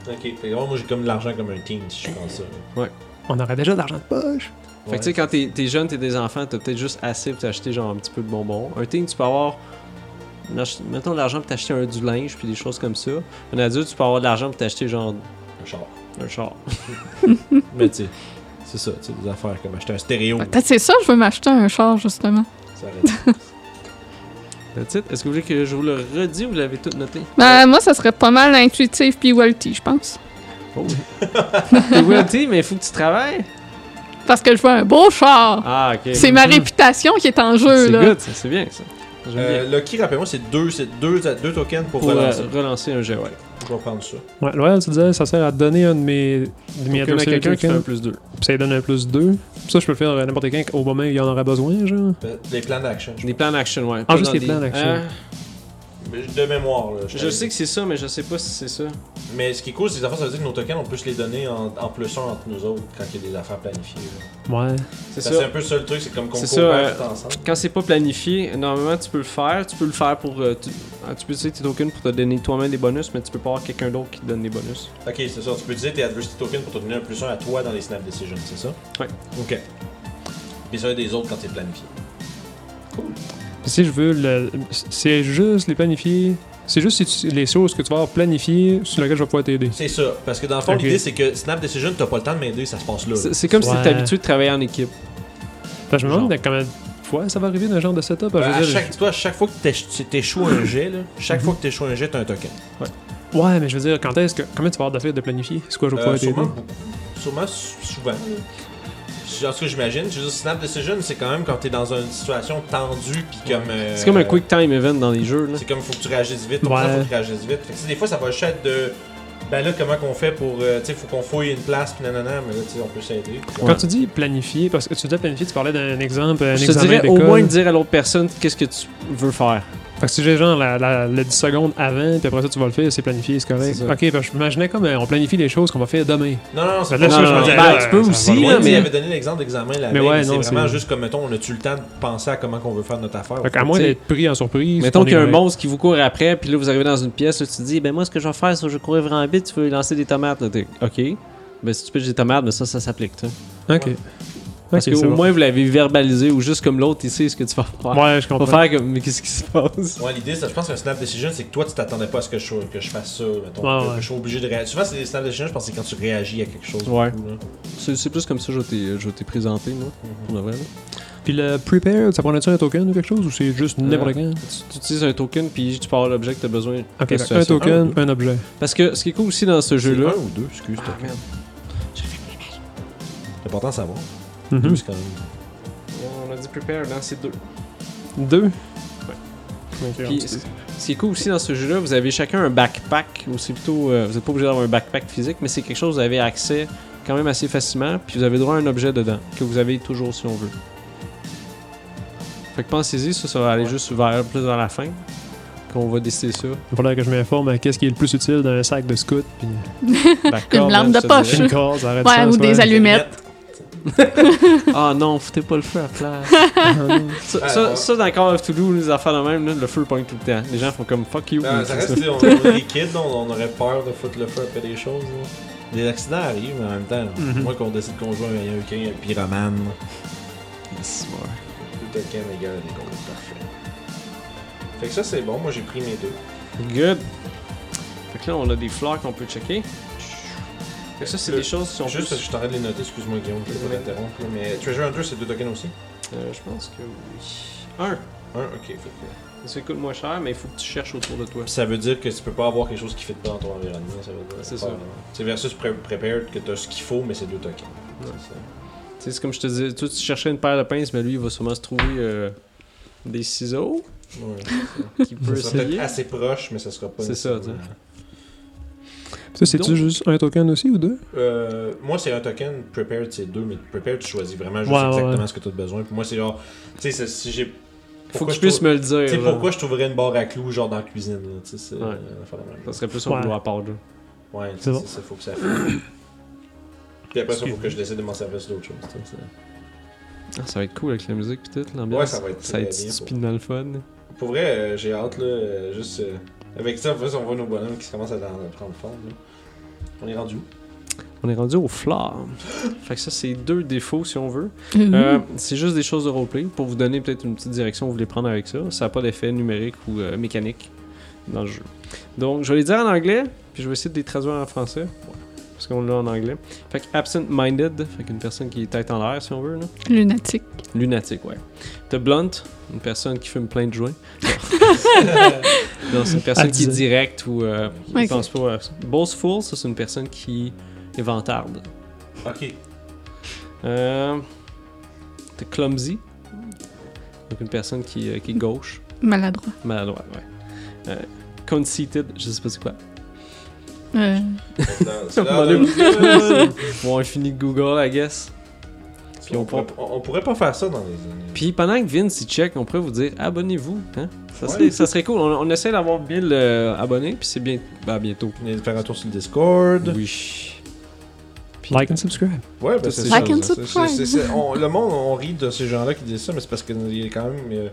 Ok, fait que moi, j'ai comme de l'argent comme un teen, si je pense ça. là. On aurait déjà de l'argent de poche. Fait que tu sais, quand t'es t'es jeune, t'es des enfants, t'as peut-être juste assez pour t'acheter genre un petit peu de bonbons. Un teen, tu peux avoir. l'ach- Mettons de l'argent pour t'acheter un du linge puis des choses comme ça. Un adulte, tu peux avoir de l'argent pour t'acheter genre Un char. un char. Mais tu sais, c'est ça, tu sais, des affaires comme acheter un stéréo. Peut-être c'est ça, je veux m'acheter un char, justement. ça aurait- That's it. Est-ce que vous voulez que je vous le redis ou vous l'avez tout noté? Ben, moi, ça serait pas mal intuitif puis wealthy, je pense. T'es wealthy, mais il faut que tu travailles. Parce que je veux un beau char. Ah, ok. C'est ma réputation qui est en jeu, C'est là. good, ça, c'est bien ça. J'aime Euh, bien. Lucky, rappelle-moi, c'est deux, c'est deux, deux tokens pour, Pour euh, relancer. relancer, un jeu, ouais. Je vais prendre ça. Ouais, Loyal, tu disais, ça sert à donner un de mes, de mes Pour qu'il y en ait adversaires quelqu'un qui fait un tokens, plus 2. puis ça lui donne un plus 2. Ça, je peux le faire à n'importe quand au moment où il en aura besoin, genre. Fait- Les Euh, plans d'action. je Des plans d'action, ouais. Ah, Pas juste dans les des- plans d'action. Euh, Mais De mémoire, là. je sais que c'est ça, mais je sais pas si c'est ça. Mais ce qui est cool, c'est que les affaires, ça veut dire que nos tokens, on peut se les donner en, en plus un entre nous autres quand il y a des affaires planifiées. là. Ouais. C'est Ça, ça. C'est un peu ça le truc, c'est comme qu'on C'est coopère ça, euh, tout ensemble. Quand c'est pas planifié, normalement tu peux le faire. Tu peux le faire pour. euh, tu, ah, tu peux utiliser tes tokens pour te donner toi-même des bonus, mais tu peux pas avoir quelqu'un d'autre qui te donne des bonus. Ok, c'est ça. Tu peux utiliser tes adversity tokens pour te donner un plus un à toi dans les snap decisions, c'est ça? Ouais. Ok. Puis ça, il y a des autres quand c'est planifié. Puis si je veux, le- c'est juste les planifier. C'est juste si tu- les choses que tu vas avoir planifiées sur lesquelles je vais pouvoir t'aider. C'est ça. Parce que dans le fond, Ok. l'idée, c'est que snap decision, t'as pas le temps de m'aider, ça se passe là. là. C'est c'est comme si Ouais. t'es habitué de travailler en équipe. Fait que je me demande de combien de fois ça va arriver d'un genre de setup. Ben, Bah, je à veux dire, chaque, toi, à chaque fois que t'éch- t'échoues un jet, là, chaque fois que t'échoues un jet, t'as un token. Ouais, mais je veux dire, quand est-ce que. Combien tu vas avoir d'affaires de planifier C'est quoi je vais Euh, pouvoir t'aider sûrement beaucoup. Sûrement sou- souvent. Genre ce que j'imagine, je veux dire, snap decision, c'est quand même quand t'es dans une situation tendue puis comme. euh, C'est comme un quick time event dans les jeux, là. C'est comme faut que tu réagisses vite, Ouais. pour ça faut que tu réagisses vite. Fait que, tu sais, des fois ça va juste être de ben là comment qu'on fait pour euh, tu sais faut qu'on fouille une place puis nanana mais là tu sais on peut s'aider. Puis, Quand tu dis planifier, parce que tu disais planifier, tu parlais d'un exemple, un Je te examen dirais au d'école. moins dire à l'autre personne qu'est-ce que tu veux faire. Fait que si j'ai genre la, la- le 10 secondes avant, puis après ça tu vas le faire, c'est planifié, c'est correct. C'est ça. Ok, ben, je m'imaginais comme euh, on planifie les choses qu'on va faire demain. Non non, c'est Ben, pas là, non, ça, non, je me disais, ben, là, tu ça peux va aussi, loin. là, Moi, mais- il avait donné l'exemple d'examen la Mais veille, ouais, mais c'est non, vraiment c'est- juste comme mettons on a tu le temps de penser à comment qu'on veut faire notre affaire. Fait qu'à moins tu sais, d'être pris en surprise. Mettons on qu'il y a est un correct. monstre qui vous court après, puis là vous arrivez dans une pièce, là, tu te dis, ben moi ce que je vais faire, c'est que je vais courir vraiment vite, tu veux lancer des tomates. Là, t'es, ok. Ben si tu pitches des tomates, ben ça, ça s'applique. toi. Ok. Ok, Parce c'est qu'au bon. moins vous l'avez verbalisé, ou juste comme l'autre, il sait ce que tu vas faire. Ouais, je On va comprends. faire comme, mais qu'est-ce qui se passe? Ouais, l'idée, c'est- je pense qu'un snap decision, c'est que toi, tu t'attendais pas à ce que je, que je fasse ça. Mettons, Ouais, que- que ouais. je suis obligé de réagir. Souvent, c'est des snap decisions, je pense que c'est quand tu réagis à quelque chose. Ouais. beaucoup, là. C'est, c'est plus comme ça que je t'ai, je t'ai présenté, moi, pour le vrai. là. Puis le prepare, ça prendrait-tu un token ou quelque chose, ou c'est Euh, juste n'importe quand Tu, tu utilises un token, puis tu peux avoir l'objet que tu as besoin. Ok, de la fait un situation. token, un objet. Parce que ce qui est cool aussi dans ce jeu-là. Un ou deux, excuse. Ah, merde. C'est important de savoir. Mhm. Deux, c'est quand même. On a dit prepare, là, c'est deux. Deux Ok, Puis, on- c- ce qui est cool aussi dans ce jeu-là, vous avez chacun un backpack, ou c'est plutôt, euh, vous n'êtes pas obligé d'avoir un backpack physique, mais c'est quelque chose que vous avez accès quand même assez facilement, puis vous avez droit à un objet dedans, que vous avez toujours si on veut. Fait que pensez-y, ça, ça va aller juste vers plus vers la fin, qu'on va décider ça. Il faudrait que je m'informe à qu'est-ce qui est le plus utile d'un sac de scout, puis La corde, lampe même, de je te dirais. une corde, ça aurait du Ouais, sens, ou des allumettes. Ah non, foutez pas le feu à la place. ça, Ouais, ça, ouais. ça, dans Call of Duty, les affaires de même, là, le feu pointe tout le temps. Les gens font comme fuck you. Ah, mais ça reste, c'est ça. tu sais, on, on est des kids, on, on aurait peur de foutre le feu après des choses. là. Des accidents arrivent, mais en même temps, Mhm. moi qu'on décide qu'on joue à un un pyromane, Yes, ouais. tout le camp égale à des gros parfait. Fait que ça c'est bon, moi j'ai pris mes deux. Good. Fait que là, on a des fleurs qu'on peut checker. Fait que ça, c'est Le- des choses qui sont Juste parce que plus... je t'arrête de les noter, excuse-moi Guillaume, je vais pas l'interrompre, là, mais Treasure Hunter c'est deux tokens aussi? Euh, je pense que oui. Un. Un, ok. Fait que- Ça coûte moins cher, mais il faut que tu cherches autour de toi. Ça veut dire que tu peux pas avoir quelque chose qui fit pas dans ton environnement, ça veut dire. C'est ça. C'est versus pre- Prepared que t'as ce qu'il faut, mais c'est deux tokens. C'est ça. Tu sais, C'est comme je te disais, toi, tu cherchais une paire de pinces, mais lui, il va sûrement se trouver euh, des ciseaux Ouais. qu'il peut Ça sera peut-être essayer. assez proche, mais ça sera pas. C'est ça, nécessairement- Ça, c'est-tu Donc- juste un token aussi ou deux Euh, moi, c'est un token. Prepared, c'est deux. Mais Prepared, tu choisis vraiment juste Ouais, ouais, exactement ouais. ce que tu as besoin. Puis moi, c'est genre. Tu sais, c'est- si j'ai. Faut Pourquoi que je je puisse me le dire. Tu sais là. pourquoi je trouverais une barre à clous, genre dans la cuisine, là. Tu sais, c'est. Ouais. euh, faire la même. Ça serait plus un Ouais. boulot à part, là. Ouais, C'est c'est bon. ça, faut que ça fasse. Puis après ça, faut Excuse. que je décide de m'en servir sur d'autres choses. tu sais, c'est- Ah, ça va être cool avec la musique pis tout, l'ambiance. Ouais, ça va être Ça va très être bien, stupidement le fun. Pour vrai, euh, j'ai hâte, là, euh, juste. euh, avec ça, en fait, on voit nos bonhommes qui commencent à dans- prendre forme, là. On est rendu où On est rendu aux flammes. fait que ça, c'est deux défauts, si on veut. Mhm. Euh, c'est juste des choses de roleplay. Pour vous donner peut-être une petite direction, vous voulez prendre avec ça. Ça n'a pas d'effet numérique ou euh, mécanique dans le jeu. Donc, je vais les dire en anglais, puis je vais essayer de les traduire en français. Parce qu'on l'a en anglais. Fait que absent-minded, fait qu'une personne qui est tête en l'air, si on veut. Là. Lunatique. Lunatique, ouais. T'as blunt, une personne qui fume plein de joints. non, c'est une personne Elle qui est disait. directe ou euh, qui Ok. pense pas à ça. Boastful, ça c'est une personne qui est vantarde. Ok. Euh, t'as clumsy, donc une personne qui, euh, qui est gauche, Maladroit. maladroit, ouais. Euh, conceited, je sais pas c'est quoi. Euh, Dans- c'est dans- Mon Dieu. dans- Bon, infini de Google, I guess. Puis on on, pourrait, on- on pourrait pas faire ça dans les années. Puis pendant que Vince il check, on pourrait vous dire abonnez-vous. Hein? Ça, Ouais. serait, ça serait cool. On, on essaie d'avoir 1000 euh, abonnés, puis c'est bien. Bah, bientôt. Venez faire un tour sur le Discord. Oui. Puis- Like and subscribe. Ouais, ben Toutes c'est ces ça. choses-là. c'est- Like and c'est- c'est- on- le monde, on rit de ces gens-là qui disent ça, mais c'est parce qu'il y a quand même. euh,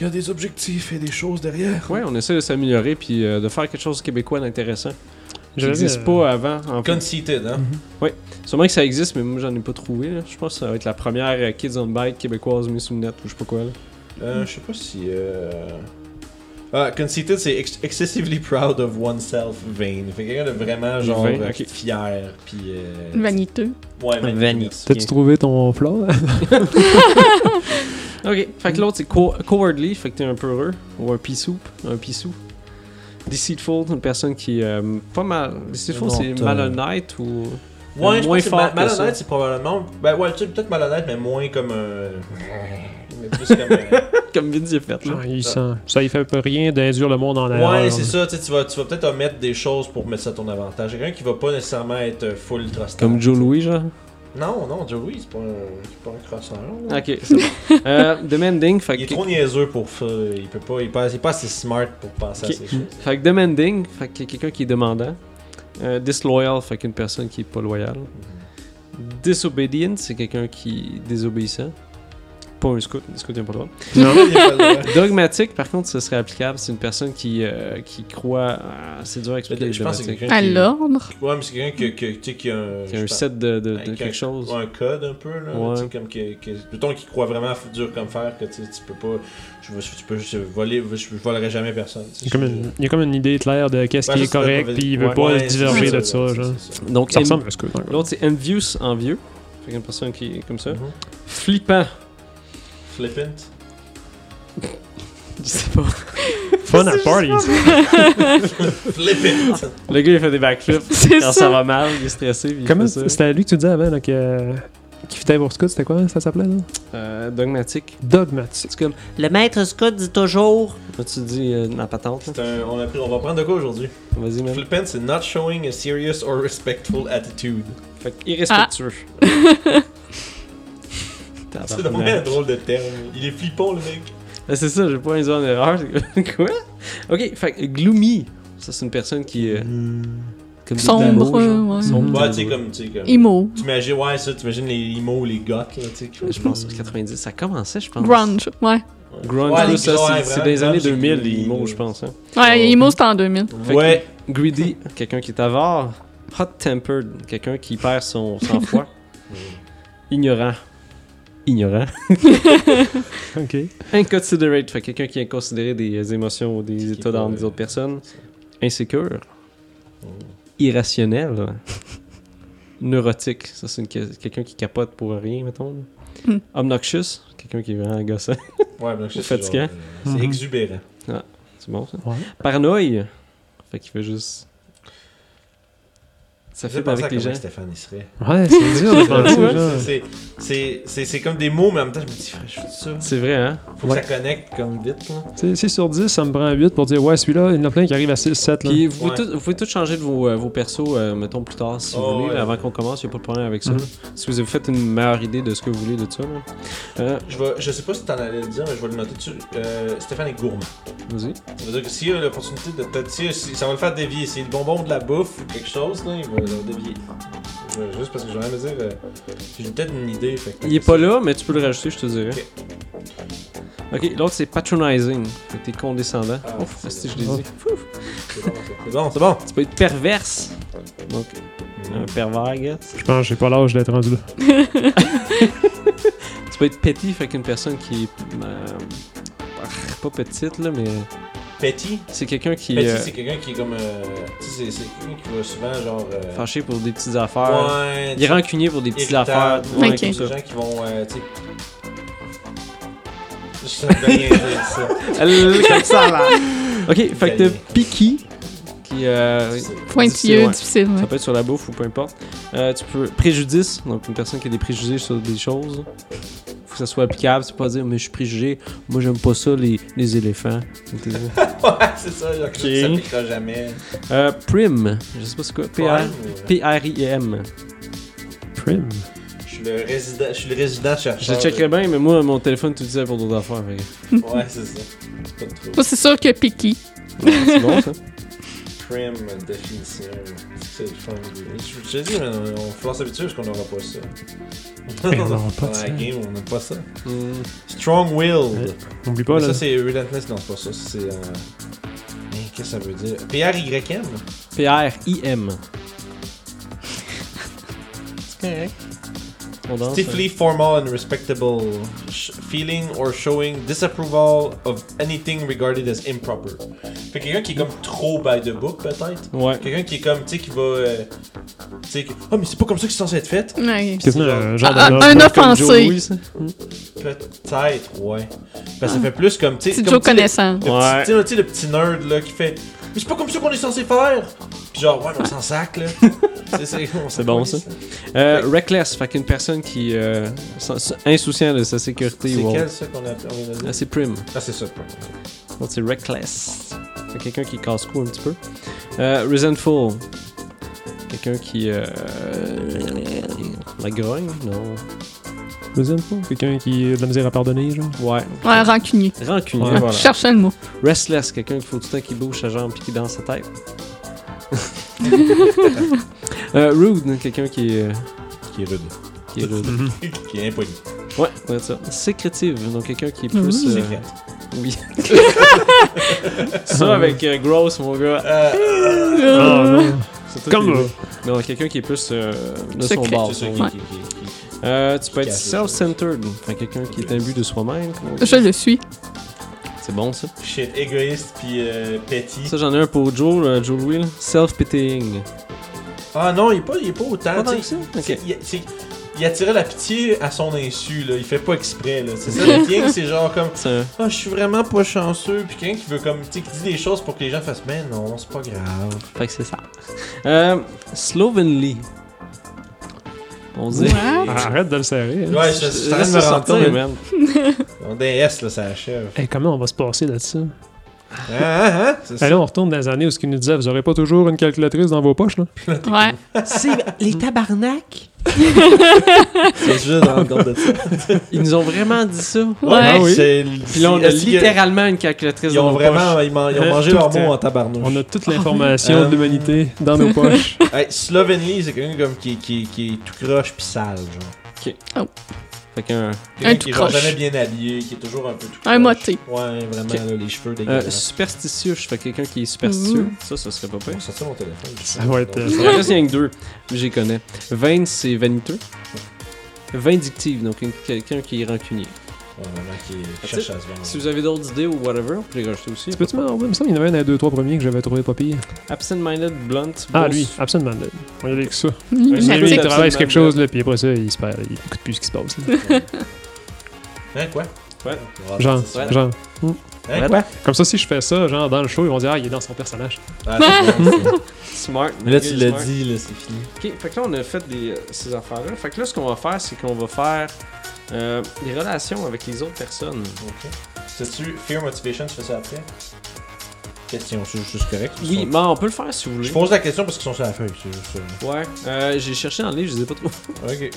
Il y a des objectifs et des choses derrière. Ouais, on essaie de s'améliorer, puis euh, de faire quelque chose de québécois d'intéressant. Qui J'avais, n'existe euh, pas avant. En fait. Conceited, hein. Sûrement que ça existe, mais moi j'en ai pas trouvé. là. Je pense que ça va être la première euh, Kids on Bike québécoise mise sur le net, ou je sais pas quoi. là. Euh, je sais pas si. Euh... Ah, conceited, c'est ex- excessively proud of oneself vain. Fait que quelqu'un de vraiment genre Vain, euh, ok. fier, puis. Euh... vaniteux. Ouais, vain. Vanity. T'as-tu trouvé ton flaw Ok, fait que l'autre c'est co- cowardly, fait que t'es un peu heureux, ou un pissou, un pissou. Deceitful, une personne qui est euh, pas mal. Deceitful, Non, c'est t'as- malhonnête ou. Ouais, je Moins pense que fort ma- que ça. malhonnête, c'est probablement. Ben ouais, tu sais, peut-être malhonnête, mais moins comme un. mais plus comme un. Comme Vince a fait là. Genre, Ah, il sent- Ça, il fait pas rien d'induire le monde en erreur. Ouais, c'est ça, tu sais, tu vas, tu vas peut-être omettre des choses pour mettre ça à ton avantage. Quelqu'un qui va pas nécessairement être euh, full trustant. Comme Joe Louis, genre. Non, non, Joe Louis, c'est pas un, c'est pas un crosseur. là. Ok, c'est bon. euh, demanding, fait Il est que. trop niaiseux pour ça. Il peut pas, il est pas, il est pas assez smart pour penser Ok. à ces choses. Fait que demanding, fait que quelqu'un qui est demandant. Euh, disloyal, fait qu'une personne qui est pas loyale. Disobedient, c'est quelqu'un qui est désobéissant. Pas un scout, un scout n'a pas le droit. Il est pas le- Dogmatique, par contre, ce serait applicable. C'est une personne qui, euh, qui croit. à- c'est dur à expliquer. Je pense que c'est dogmatique. quelqu'un À qui- l'ordre. Ouais, mais c'est quelqu'un qui, qui- tu sais, qui a un. Qui je a un sais set de, de- de pas, qui a un- quelque chose. Un code un peu, là. Ouais. Tu sais, comme qui. qui plutôt qui croit vraiment dur comme fer que tu sais, tu peux pas. Je, veux- tu peux, je, voler, je, je volerai jamais personne. tu sais, Il y a comme je- une, il y a comme une idée claire de qu'est-ce Ben, qui ça, est c'est la correct, mauvaise- puis il veut Ouais, pas ouais, se c'est diverger ça, de ça. c'est Genre. ça. Donc, Ça en- ressemble à ce que dans le fond. l'autre, c'est envious, envieux. Fait qu'une personne qui est comme ça. Mhm. Flippant. Flippant. Je sais pas. Fun at parties. Flippant! Le gars, il fait des backflips. C'est Quand ça. ça. va mal, il est stressé. puis il Comment fait ça. c'était à lui que tu disais avant là, que euh, qui fitait pour Scott, c'était quoi ça s'appelait là? Euh, dogmatique. Dogmatique. C'est comme. Le maître Scott dit toujours Là, tu dis euh, dans la patente. là. C'est un- on, a pris- on va prendre de quoi aujourd'hui? Vas-y, même. Flippant, c'est not showing a serious or respectful attitude. Fait que irrespectueux. Ah, Tabarnak. Ah. C'est vraiment un drôle de terme. Il est flippant, le mec. Ben, c'est ça, j'ai pas induit en erreur. Quoi? Ok, fait que gloomy, ça c'est une personne qui est. Comme des Sombre. tabots, genre. euh, ouais. Sombre. Ouais, tu sais, comme. tu sais, comme- Imo. T'imagines, ouais, ça, t'imagines les imos, les goths, là, tu sais. qui font- Je pense que 90, ça commençait, je pense. Grunge. Ouais. Ouais. Grunge, Ouais, plus, les- ça, ouais, c'est- vraiment, c'est des grunge, années c'est 2000, les gloomy, mots, là. je pense. hein. Ouais, Imo, c'était en 2000. Fait que- Ouais. Greedy, quelqu'un qui est avare. Hot-tempered, quelqu'un qui perd son sang-froid. Ignorant. Ignorant. Ok. Inconsiderate, fait que quelqu'un qui a considéré des émotions ou des états pas, d'âme des euh, Oh. autres personnes. Insécure. Irrationnel. Neurotique, ça c'est une que- quelqu'un qui capote pour rien, mettons. là. Hmm. Obnoxious, quelqu'un qui est vraiment agaçant. Ouais, donc ça, c'est Fatigant. genre, euh, C'est Mhm. exubérant. c'est bon ça. Ouais. Paranoïe, fait qu'il fait juste. Ça Ça fait fait penser avec à les gens. comment Stéphane, il serait. Ouais, c'est dur de penser C'est- genre. c'est- C'est- C'est c'est comme des mots, mais en même temps, je me dis, je fais ça. C'est vrai, hein? Faut que ça connecte comme vite. Là. Tu sais, si sur 10, ça me prend 8 pour dire, ouais, celui-là, il y en a plein qui arrive à 6, 7. Là. Puis vous, pouvez Ouais. tout- vous pouvez tous changer de vos, euh, vos persos, euh, mettons, plus tard si Oh, vous voulez, ouais. avant qu'on commence, il a pas de problème avec ça. Mhm. là. Si vous avez fait une meilleure idée de ce que vous voulez de ça, là. Euh, Je, vais, je sais pas si t'en allais le dire, mais je vais le noter dessus. Euh, Stéphane est gourmand. vas-y. Ça veut dire que s'il y a l'opportunité de te si, si- ça va le faire dévier. S'il y a le bonbon ou de la bouffe ou quelque chose, là, il va le dévier. Je- Juste parce que j'aimerais me dire. euh, J'ai peut-être une idée. Fait que- Il est pas là, mais tu peux le rajouter, je te dirais. Ok, l'autre c'est patronizing. Fait que T'es condescendant. Ah, Ouf, c'est si bon. je l'ai dit. C'est bon, c'est bon, c'est bon. Tu peux être perverse. Donc, un pervers, I guess. Je pense que j'ai pas l'âge d'être rendu là. Tu peux être petit, fait qu'une personne qui est. euh, pas petite, là, mais. Petit. C'est quelqu'un qui Petit, est euh, Ben, c'est quelqu'un qui est comme. euh, tu sais, c'est- c'est quelqu'un qui va souvent genre. euh, fâché pour des petites affaires. ouais, Il est rancunier pour des petites irritable, affaires. Ouais, Ok. comme Des ça. gens qui vont. euh, tu sais. Je sais pas rien dire ça. Elle, comme ça, là. Ok, fait que Italien. t'as Piki, qui euh, C'est- Pointilleux, ouais. difficile. ouais. ça peut être sur la bouffe ou peu importe. Euh, tu peux préjudice, donc une personne qui a des préjugés sur des choses. Faut que ça soit applicable, c'est pas dire mais je suis préjugé, moi j'aime pas ça les, les éléphants. Ouais, c'est ça, genre, que ça Ok. piquera jamais. Euh, prim, je sais pas c'est quoi, P R Ouais, euh, P R I M. Prim. Je suis le résident, je suis le résident chercheur. Je le checkerais bien, mais moi mon téléphone tout disait pour d'autres affaires. fait que- Ouais, c'est ça. Pas de trouble. Moi, c'est sûr que Piki. Ouais, c'est bon ça. Prim, définition. C'est le fun. Je je te dis, mais on on faut s'habituer parce qu'on n'aura pas ça. Mais on n'aura pas Dans ça. Euh, la game, on n'a pas ça. Hmm. Strong-willed. Oublie pas, Mais là. Ça, c'est Relentless. Non, c'est pas ça. ça, C'est. euh, mais Qu'est-ce que ça veut dire? P-R-Y-M? P R I M. C'est correct. On danse. Stiffly formal and respectable, sh- feeling or showing disapproval of anything regarded as improper. Fait que quelqu'un qui est comme trop by the book, peut-être. hein. Ouais. Quelqu'un qui est comme, tu sais, qui va. euh, tu sais, que, ah, mais c'est pas comme ça que c'est censé être fait. Ouais. C'est un genre Ah, de. un love. autre. Offensé. Comme Joe Louis, ça. Peut-être, ouais. Parce que ça fait plus comme, tu sais. Petit comme, Joe tu sais, le- connaissant. le Ouais. petit- Tu sais, tu sais, le petit nerd, là, qui fait. Mais c'est pas comme ça qu'on est censé faire! Puis genre, ouais, mais on s'en sac, là. Tu sais, c'est on s'en C'est bon, colle, ça. Euh, reckless, fait qu'une personne qui euh, sans- sans- insouciant de sa sécurité C'est ou quel, autre. ça, qu'on a on vient de Ah, dire? c'est prim. Ah, c'est ça. Donc c'est reckless. Fait quelqu'un qui casse cou un petit peu. Euh, resentful. Quelqu'un qui euh, la grogne, non. Deuxième fois. Quelqu'un qui a de la misère à pardonner, genre. Ouais. Ouais, rancunier. Rancunier, Ouais. voilà. Je cherchais le mot. Restless, quelqu'un qu'il faut tout le temps qui bouge sa jambe puis qui danse sa tête. Euh, rude, quelqu'un qui est, euh, Qui est rude. qui est rude. Qui est impoli. Ouais, c'est ça. Sécrétive, donc quelqu'un qui est plus. Mhm. euh, Sécrète. Oui. ça avec euh, Gross, mon gars. Euh, Ah, non. C'est toi Comme. qui- euh, Non, quelqu'un qui est plus euh, de son Secret. bord. c'est ça son- qui, Ouais. qui, qui- qui- Euh, tu peux être Cache. self-centered. Enfin, quelqu'un qui est imbu de soi-même. comme on dit. Je le suis. C'est bon, ça. Shit, égoïste puis euh, petit. Ça, j'en ai un pour Joe, là, Joe Louis. là. Self-pitying. Ah non, il est pas, il est pas autant. Pas tant tu sais. que ça? C'est- Ok. il, c'est- il attirait la pitié à son insu, là. Il fait pas exprès, là. C'est ça, le thing, c'est genre comme C'est un- Ah, je suis vraiment pas chanceux. Puis quelqu'un qui veut comme, tu sais, qui dit des choses pour que les gens fassent Mais non, c'est pas grave. Fait que c'est ça. Euh, slovenly. On dit. Ouais. ah, Arrête de le serrer. hein. Ouais, je je suis en train de me rendre sortir, compte. man. On DS, là, ça achève. Hey, comment on va se passer de ça? Hein, hein, hein? C'est ça. Hey, là, on retourne dans les années où ce qu'ils nous disaient, vous aurez pas toujours une calculatrice dans vos poches, là. Ouais. C'est les tabarnaks. C'est juste dans le compte de ça. Ils nous ont vraiment dit ça. Ouais. c'est. Puis là, on a est-ce qu'il y littéralement une calculatrice Ils ont dans nos poches. vraiment. Ils, man- ils ont Euh, mangé tout leur le temps. mot en tabarnouche. On a toute l'information de Euh, l'humanité dans nos poches. Hey, Slovenly, c'est quelqu'un comme qui, qui, qui est tout croche pis sale, genre. Fait qu'un. Quelqu'un Un qui tout est genre croche. jamais bien habillé, qui est toujours un peu tout croche. Un moté. Ouais, vraiment, Ok. là, les cheveux Euh, dégueulasses. superstitieux. Fait quelqu'un qui est superstitieux. Mhm. Ça, ça serait pas pire. On sortit mon téléphone. Ça va être, euh, Il en reste rien que deux. J'y connais. Vain, c'est vaniteux. Vindictive, donc une- quelqu'un qui est rancunier. Ouais, vraiment, qui cherche à se vendre. Si vous avez d'autres idées ou whatever, vous pouvez les rajouter aussi. tu peux-tu m'en ouais, Il me semble qu'il y en avait un des deux, trois premiers que j'avais trouvé pas pire. Absent-minded, blunt, Ah, boss. lui, absolument. là. On y aller avec ça. Lui, Ouais, Lui, Lunatique. il pratique. travaille sur quelque chose, là, puis après ça, il se perd. Il écoute plus ce qui se passe. là. Hein, quoi? Ouais. On va Genre, sortir ça. genre. Hein? Ouais. Comme ça, si je fais ça, genre dans le show, ils vont dire Ah, il est dans son personnage. Ah, c'est bon, ça. Smart. Mais là, tu Smart. l'as dit, là, c'est fini. Ok, fait que là, on a fait des, euh, ces affaires-là. Fait que là, ce qu'on va faire, c'est qu'on va faire euh, des relations avec les autres personnes. Ok. C'est-tu Fear Motivation, tu fais ça après Question, c'est juste correct ou Oui, sont- mais on peut le faire si vous voulez. Je pose la question parce qu'ils sont sur la feuille, c'est juste ça. Ouais. Euh, J'ai cherché dans le livre, je les ai pas trouvés. Ok.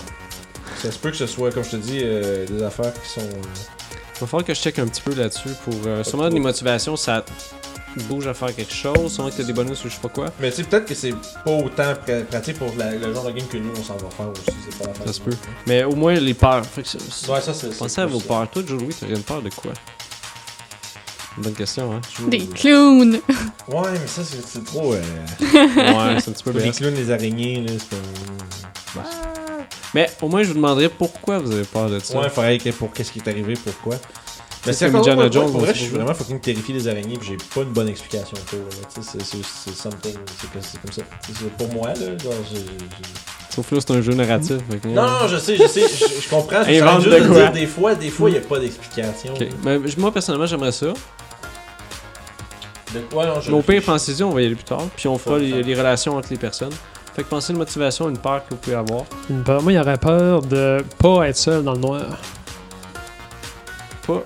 Ça se peut que ce soit, comme je te dis, euh, des affaires qui sont. euh, Il va falloir que je check un petit peu là-dessus pour. euh, sûrement des motivations, ça te bouge à faire quelque chose. Sûrement que t'as des bonus ou je sais pas quoi. Mais tu sais, peut-être que c'est pas autant pra- pratique pour la- le genre de game que nous, on s'en va faire aussi. C'est pas la Ça se peut. Mais au moins, les peurs. Fait que c'est- c'est- Ouais, ça, c'est. c'est Pensez à plus vos ça. peurs. Toi, Joe Louis, t'as une peur de quoi Bonne question, hein Joe- Des clowns. Ouais, mais ça, c'est c'est trop. Euh... Ouais, c'est un petit peu les bien. clowns, les araignées, là, c'est pas. Mais au moins, je vous demanderai pourquoi vous avez peur de ça. Ouais, il faudrait que pour qu'est-ce qui est arrivé, pourquoi. Mais C'est c'est comme encore Indiana là, pour- Jones, Pour vrai, c'est je suis pour ça. vraiment fucking terrifié des araignées, puis j'ai pas une bonne explication pour. là. Tu sais, c'est- c'est- C'est something, c'est que- c'est comme ça. Tu sais, c'est Pour moi, là, genre, j'ai- j'ai- Sauf que là, c'est un jeu narratif. fait que- euh, Non, non, je sais, je sais, je je comprends. ce que ça Invente veut de juste quoi. dire, Des fois, des fois, il y a pas d'explication. Ok. Ben, j- moi, personnellement, j'aimerais ça. De quoi, non, je. Mais au pire, je- pensez-y, on va y aller plus tard. Puis on fera Ouais, les, ça. les relations entre les personnes. Fait que pensez une motivation, une peur que vous pouvez avoir. Une peur- Moi, il aurait peur de pas être seul dans le noir. Pas.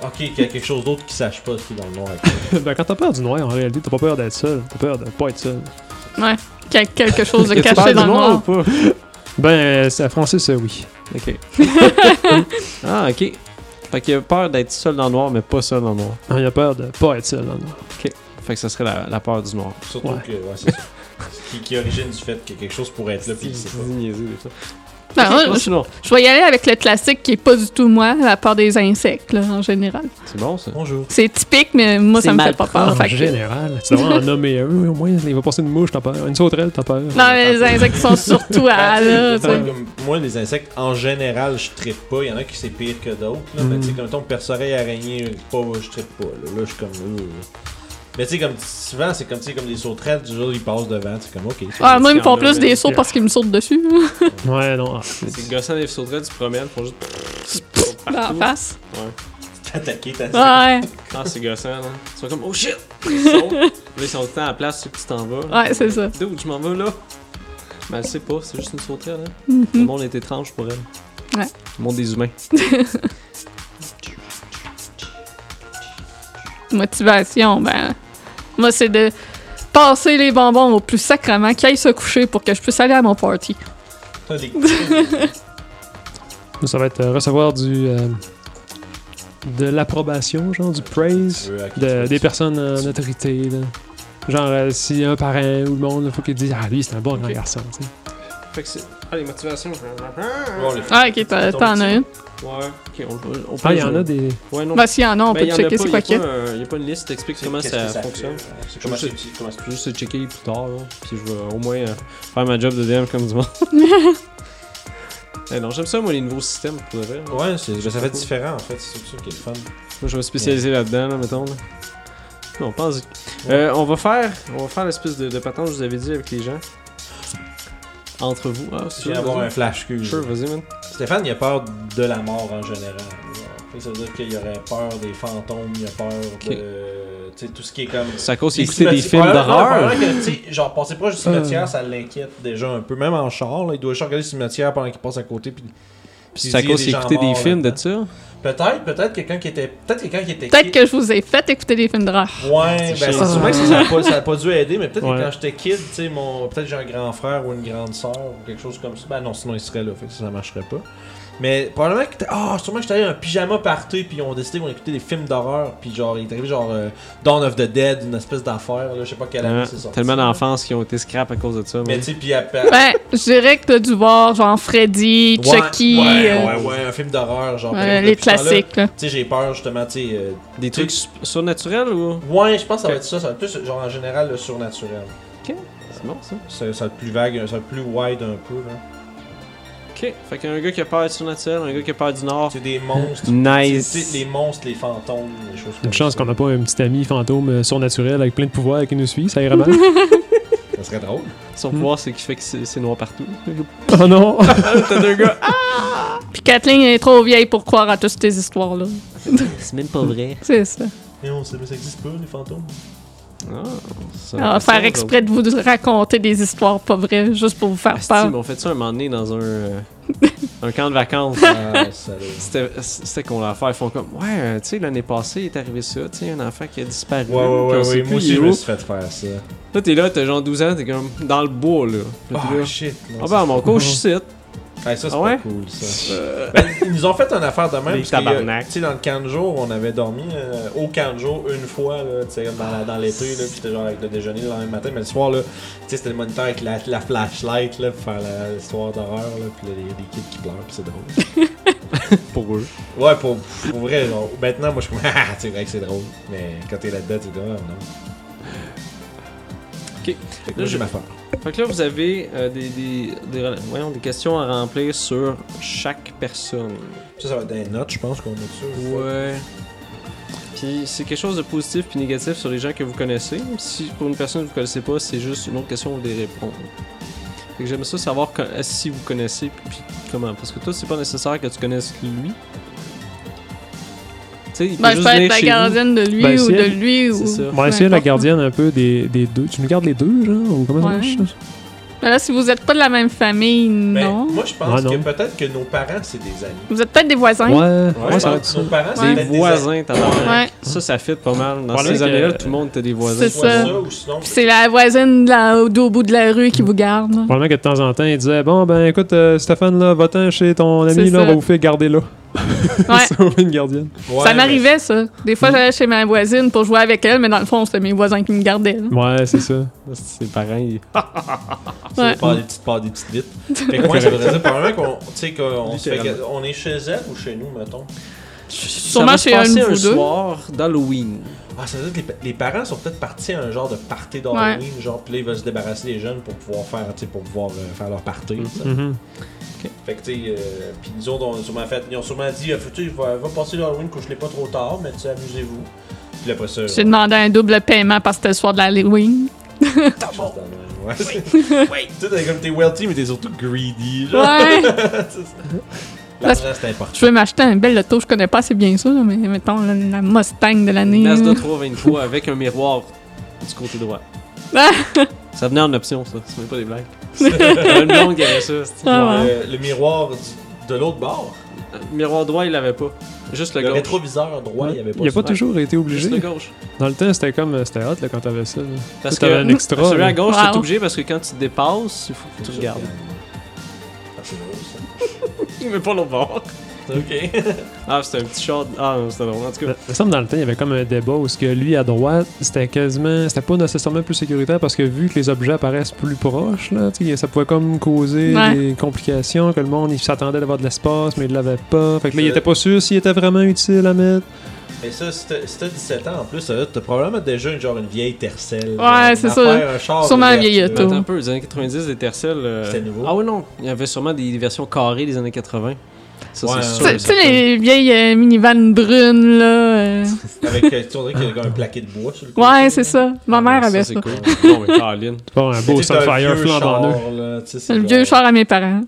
Ok, qu'il y a quelque chose d'autre qui sache pas ce qui est dans le noir. ben, quand t'as peur du noir, en réalité, t'as pas peur d'être seul. T'as peur de pas être seul. Ouais. Qu'il y a quelque chose de Y a-tu peur caché du dans le noir. ou pas Ben, c'est à Francis, euh, oui. Ok. ah, ok. Fait qu'il a peur d'être seul dans le noir, mais pas seul dans le noir. Ah, Il a peur de pas être seul dans le noir. Fait que ça serait la, la peur du noir. Surtout Ouais. que, ouais, c'est ça. Qui, qui origine du fait que quelque chose pourrait être là, puis il sait pas. niaiseux, des fois. Non, Ok, Ah, moi, je, continuons. je vais y aller avec le classique qui est pas du tout moi, la peur des insectes, là, en général. C'est bon, ça. Bonjour. C'est typique, mais moi, ça C'est me fait mal pas en peur. Ah, fait que- général, tu devrais en nommer un, au moins. Il va passer une mouche, t'as peur. Une sauterelle, t'as peur. Non, mais les insectes sont surtout à Ah, Ah, là, Ouais, tu sais. comme moi, les insectes, en général, je trippe pas. Il y en a qui c'est pire que d'autres. là. Mais tu Mm. sais, comme ton perce-oreille araignée, pas, je trippe pas. Là, Là, je suis comme. euh. Mais tu sais, comme souvent, c'est comme, tu sais, comme des sauterelles, du jour, ils passent devant. C'est comme, ok. c'est- Ah, moi, ils me font Parce qu'il y en plus a, des mais- sauts parce qu'ils me sautent dessus, Ouais, non. ah, C'est gossant des sauterelles, tu te promènes, font juste. là, en partout. face. T'attaquer, t'as Ouais, Ah, c'est gossant, là. Ils sont comme, oh shit! Ils sautent. Là, ils sont tout le temps à la place, tu sais que tu t'en vas. ouais, c'est ça. D'où je m'en vais là? Mais elle sait pas, c'est juste une sauterelle. Hein? Le Mhm. monde est étrange pour elle. Hmm. Ouais. Le monde des humains. Motivation, ben. Moi, c'est de passer les bonbons au plus sacrement qu'ils aillent se coucher pour que je puisse aller à mon party. T'as des coups. Ça va être euh, recevoir du. euh, de l'approbation, genre, du praise Euh, à qui tu de- veux, des tu- personnes en autorité, là. Genre, euh, si un parrain ou le monde, il faut qu'il dise Ah, lui, c'est un bon grand Ok. garçon, tu sais. Fait que c'est. Ah, les motivations. Bon, les- Ah, ok, t'en t'en as une. Ouais, ok, on, on peut. Ah, il y en a des. Ouais, non. Ben, s'il y en a, on Ben, peut y en a checker pas- c'est y a quoi qu'il y a. pas un- y a pas une liste, t'explique comment qu'est-ce ça, que fait, fonctionne. euh, c'est Comment Je- c'est petit, comment c'est Je vais juste checker plus tard, là. Puis je vais au moins euh, faire ma job de DM comme du monde. Eh non, j'aime ça, moi, les nouveaux systèmes, pour de vrai. là. Ouais, c'est- ben, ça fait différent en fait, c'est ça qui est le fun. Moi, je vais me spécialiser là-dedans, là, mettons. là. Non, pense euh, on va faire, on va faire l'espèce de, de patente que je vous avais dit avec les gens. Entre vous. Ah, c'est Je viens d'avoir un flash cul. Sure, vas-y, man. Stéphane, il a peur de la mort en général. Après, Ça veut dire qu'il aurait peur des fantômes, il a peur de. Tu sais, tout ce qui est comme. C'est à cause qu'il Les écoutait des cimetières- films probablement- d'horreur. Euh. probablement que, tu sais, Genre, passer proche du cimetière, ça l'inquiète déjà un peu. Même en char, là, il doit juste regarder le cimetière pendant qu'il passe à côté. Puis, puis C'est à il dit, cause il y qu'il a écoutait gens des morts films de là-dedans. ça. Peut-être, peut-être quelqu'un qui était. Peut-être quelqu'un qui était. Peut-être kid. que je vous ai fait écouter des films d'horreur. Ouais, ben, C'est c'est chiant. sûrement que ça n'a pas, ça a pas dû aider, mais peut-être Ouais. que quand j'étais kid, tu sais, mon, peut-être que j'ai un grand frère ou une grande sœur ou quelque chose comme ça. Ben non, sinon il serait là, fait que ça, ça marcherait pas. Mais probablement que. t'es- Ah, sûrement que j'étais allé à un pyjama party, puis on décidé qu'on écoutait des films d'horreur, puis genre, il est arrivé genre euh, Dawn of the Dead, une espèce d'affaire, là, je sais pas quelle année Hein, c'est sorti. Tellement d'enfants qui ont été scrap à cause de ça. Mais man. tu sais, puis après. Ben, je dirais que t'as dû voir genre Freddy, Ouais, Chucky, Ouais, euh, ouais, ouais, un film d'horreur, genre. euh, puis les depuis ce temps-là, classiques, là. Tu sais, j'ai peur justement, tu sais. euh, Des trucs su- surnaturels ou. Ouais, je pense que ça va être ça, ça va être plus genre en général le surnaturel. C'est bon ça. Ça, ça va être plus vague, ça va être plus wide un peu, là. Ok. Fait qu'il y a un gars qui a peur du surnaturel, un gars qui a peur du nord. C'est des monstres. Nice. C'est- c'est Les monstres, les fantômes, les choses comme Une chance ça. qu'on n'a pas un petit ami fantôme euh, surnaturel avec plein de pouvoirs qui nous suit, ça irait mal. Ça serait drôle. Son pouvoir, c'est qu'il fait que c'est c'est noir partout. oh non! T'as deux gars. Ah! Puis Kathleen est trop vieille pour croire à toutes ces histoires-là. C'est même pas vrai. C'est ça. Mais on sait, mais ça existe pas, les fantômes. Ah, ça- On va ça, faire exprès de vous raconter des histoires pas vraies, juste pour vous faire Asti, peur. mais on fait ça un moment donné dans un, euh, un camp de vacances. Ah, salaud. C'était c'était qu'on l'a fait. Ils font comme, ouais, euh, tu sais, l'année passée, il est arrivé ça, tu sais, un enfant qui a disparu. Ouais, ouais, puis on ouais, sait ouais, plus moi il aussi est je où. me suis fait faire ça. Toi, t'es là, t'as genre 12 ans, t'es comme dans le bois, là. Là, t'es Oh là, shit. non, Ah ben, à mon coach, je cite. ça- Ouais, ça c'est Ah ouais? Euh. pas cool ça. Ben, ils nous ont fait une affaire de même. Les parce qu'il y a- tabarnak. Tu sais, dans le camp de jour, on avait dormi euh, au camp de jour une fois, là, tu sais, comme dans, la- dans l'été, là, puis c'était genre avec le déjeuner le lendemain matin, mais le soir, là, tu sais, c'était le moniteur avec la, la flashlight, là, pour faire la- l'histoire d'horreur, là, puis là, il y a des kids qui pleurent, puis c'est drôle. Pour eux. ouais, pour, pour vrai, genre, maintenant, moi, je suis comme, ah, c'est vrai que c'est drôle, mais quand t'es là-dedans, tu te dis, ah, non. Ok. Fait que moi, je- j'ai ma part. Fait que là, vous avez euh, des, des, des, rela- voyons, des questions à remplir sur chaque personne. Ça, ça va être des notes, je pense, qu'on a dessus. Ouais. Puis c'est quelque chose de positif puis négatif sur les gens que vous connaissez. Si pour une personne que vous connaissez pas, c'est juste une autre question où vous devez répondre. Fait que j'aimerais ça savoir co- euh, si vous connaissez puis comment. Parce que toi, c'est pas nécessaire que tu connaisses lui. Tu sais, il peut Ben, je juste peux être venir la chez vous. gardienne de lui Ben, ou si de elle- lui. ou... C'est ça. On va essayer la importe. hein. gardienne un peu des, des deux. Tu nous gardes les deux, genre Ou comment Ouais. ça marche ça? Mais là, si vous êtes pas de la même famille, Ben, Mais non. Ben, moi, je pense Ah, non. que peut-être que nos parents, c'est des amis. Vous êtes peut-être des voisins. Ouais, ouais, je ça pense va être que ça. nos parents, c'est Ouais. Des peut-être des amis. voisins, tabarnak. Ouais. Ça, ça fit pas mal. Dans Voilà ces que- années-là, tout le monde était des voisins. C'est ça. Soit ou sinon, Puis c'est la voisine de la- d'au bout de la rue qui vous garde. Probablement que de temps en temps, il disait Bon, ben écoute, euh, Stéphane, là, va-t'en chez ton ami, C'est là, on ça. va vous faire garder là. Ouais. Ça va être une gardienne. Ouais, ça mais- m'arrivait, ça. Des Mm. fois, j'allais chez ma voisine pour jouer avec elle, mais dans le fond, c'était mes voisins qui me gardaient. là. Ouais, c'est ça. Ses parents, ils- Ouais. Par des petites par des petites vites. Fait que moi, ça voudrait dire probablement qu'on tu sais, qu'on se fait Littéralement. que- on est chez elle ou chez nous, mettons. Sûrement ça chez va un se de passer un vous deux. soir d'Halloween. Ah, ça veut dire que les, pa- les parents sont peut-être partis à un genre de party d'Halloween, genre, puis là, ils veulent se débarrasser des jeunes pour pouvoir faire, tu sais, pour pouvoir euh, faire leur party. ça. Mhm. Fait que, tu sais, euh, puis nous autres, on a sûrement fait, ils ont sûrement dit, euh, Faut- tu sais, va, va passer l'Halloween, couche-les pas trop tard, mais tu sais, amusez-vous. Puis après euh. ça. euh, J'ai demandé un double paiement parce que c'était le soir de l'Halloween. Ouais. Tu sais, t'es comme t'es wealthy, mais t'es surtout greedy, genre. Ouais! L'argent, c'est important. je veux m'acheter un bel auto, je connais pas assez bien ça, là, mais mettons la, la Mustang de l'année. là. Mazda 323 avec un miroir du côté droit. Ah! Ça venait en option, ça. C'est même pas des blagues. J'avais une blonde qui avait ça. c'est- Ah ouais. Euh, le miroir du- de l'autre bord. Miroir droit, il l'avait pas. Juste le, Le gauche. rétroviseur droit, il y avait pas Il a pas ça. toujours été Juste obligé. le gauche. Dans le temps, c'était comme. euh, C'était hot, là, quand t'avais ça. là. Parce Toi, t'avais que un extra, celui là. à gauche, Wow. t'es obligé parce que quand tu te dépasses, il faut que tu regardes. Ah, c'est drôle, ça. Mais pas l'autre bord. Ok. Ah, c'était un petit short. Ah, non, c'était drôle. En tout Il cas, me Bah, semble dans le temps, il y avait comme un débat où ce que lui à droite, c'était quasiment, c'était pas nécessairement plus sécuritaire parce que vu que les objets apparaissent plus proches, là, tu sais, ça pouvait comme causer Ouais. des complications, que le monde il s'attendait d'avoir de l'espace, mais il l'avait pas. Fait que là, il Ça- était pas sûr s'il était vraiment utile à mettre. Mais ça, si t'as si t'as 17 ans en plus, ça, t'as probablement déjà une, genre une vieille Tercel. Ouais, c'est ça. Sûrement la vieille auto. attends un peu. Les années 90, les Tercel. euh, C'était nouveau. Ah, ouais, non. Il y avait sûrement des versions carrées des années 80. Ça, Ouais, c'est ouais. sûr. Tu tu sais, certain. les vieilles euh, minivan brunes, là. euh. Avec, euh, tu dirais qu'il y a comme un plaqué de bois sur le côté, Ouais, là. c'est ça. Ma mère avait Ah, c'est ça. cool. Non, mais Caroline. C'est pas un Mais beau tu sais, t'as un Sunfire vieux char, flambant neuf. là, tu sais, C'est le genre- vieux char à mes parents.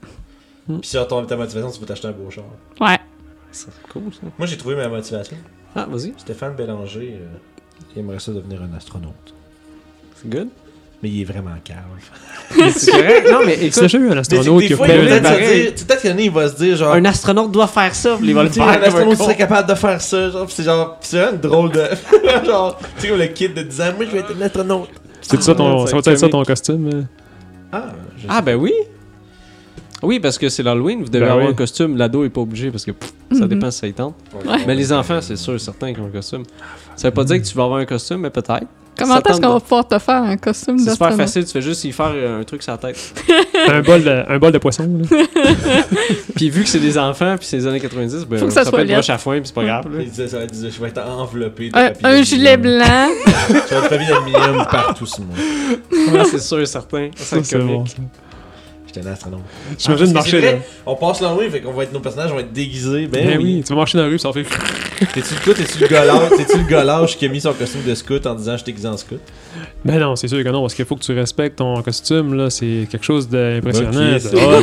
Puis si ton ta motivation, tu peux t'acheter un beau char. Ouais. C'est cool, ça. Moi, j'ai trouvé ma motivation. Ah, vas-y. Stéphane Bélanger, euh, il aimerait ça devenir un astronaute. C'est good. Mais il est vraiment calme. C'est correct. Non, mais C'est déjà eu un Mais c'est que astronaute qui des a fois, fait il va un- avait- peut-être se appareil. dire- tu sais, peut-être qu'il y en a, il va se dire genre. Un astronaute doit faire ça. puis Il va le Tu sais, un faire. comme un astronaute con. serait capable de faire ça, genre, pis c'est genre, pis c'est vraiment une drôle de. genre, tu sais, comme le kid de 10 ans, moi je vais être un astronaute. C'est ça Ça ton, ça va fait être ça comique. ton costume. euh. Ah, je Ah, ben oui. Oui, parce que c'est l'Halloween. Vous devez Ben avoir oui. un costume. L'ado est pas obligé parce que pff, ça Mhm. dépend si ça y tente. Mais les enfants, c'est sûr, certains qui ont un costume. Ça veut pas dire que tu vas avoir un costume, mais peut-être. Comment Ça est-ce tente qu'on de- va pouvoir te faire un costume C'est super d'astronaute? facile. Tu fais juste y faire euh, un truc sur la tête. un, bol de, un bol de poisson. là. Puis vu que c'est des enfants, puis c'est les années 90, ben, Faut que ça ça, soit peut être laid. broche à foin, puis c'est pas grave. là. Il disait ça, il disait, je vais être enveloppé de Un, papier Euh, un d'aluminium. gilet blanc. Je vais être papier d'aluminium partout sur moi. Ouais, c'est sûr, certain. Ça, Ça, c'est c'est bon. comique. ça. J'étais un astronome. J'imagine Ah, parce que marcher c'est là. vrai, On passe l'envie, fait qu'on va être nos personnages, vont être déguisés. Ben, Ben oui. oui, tu vas marcher dans la rue, ça fait. T'es-tu le gars, t'es-tu le gars lâche- t'es-tu le gars lâche qui a mis son costume de scout en disant je t'aiguise en scout? Ben non, c'est sûr que non, parce qu'il faut que tu respectes ton costume, là. C'est quelque chose d'impressionnant, Ok, de c'est beau, c'est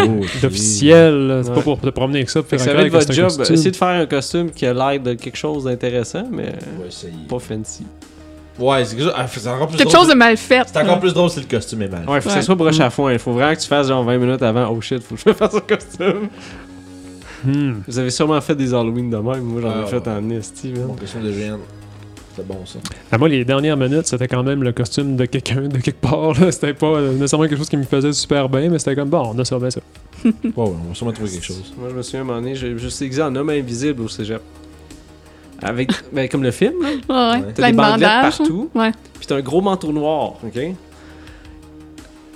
hot, beau, euh, d'officiel. là. C'est Ouais. pas pour te promener avec ça. pour Fait que faire ça un va être crack, votre c'est un job. costume. Essayez de faire un costume qui a l'air de quelque chose d'intéressant, mais On va essayer. pas fancy. Ouais, c'est quelque chose- ah, c'est encore plus Quelque drôle. chose de mal fait. C'est encore plus drôle si le costume est mal. Ouais, faut que ça Ouais. Mm. soit broche à foin. Il faut vraiment que tu fasses genre 20 minutes avant. Oh shit, faut que je me fasse un costume. Hmm. Vous avez sûrement fait des Halloween de même. Moi, j'en Ah, ai fait ouais. en esti, man. Mon costume de géant. C'est bon ça. À Ah, moi, les dernières minutes, c'était quand même le costume de quelqu'un de quelque part. là. C'était pas euh, nécessairement quelque chose qui me faisait super bien, mais c'était comme bon, on a sauvé ça. Ouais, ouais, on va sûrement trouver quelque chose. Moi, je me souviens, à un moment donné, je, je suis aiguisé en homme invisible au cégep. Avec, ben, comme le film, là. Ouais, Ouais. ouais. T'as Plein des de bandelettes bandages. hein. partout. Ouais. Puis t'as un gros manteau noir, ok?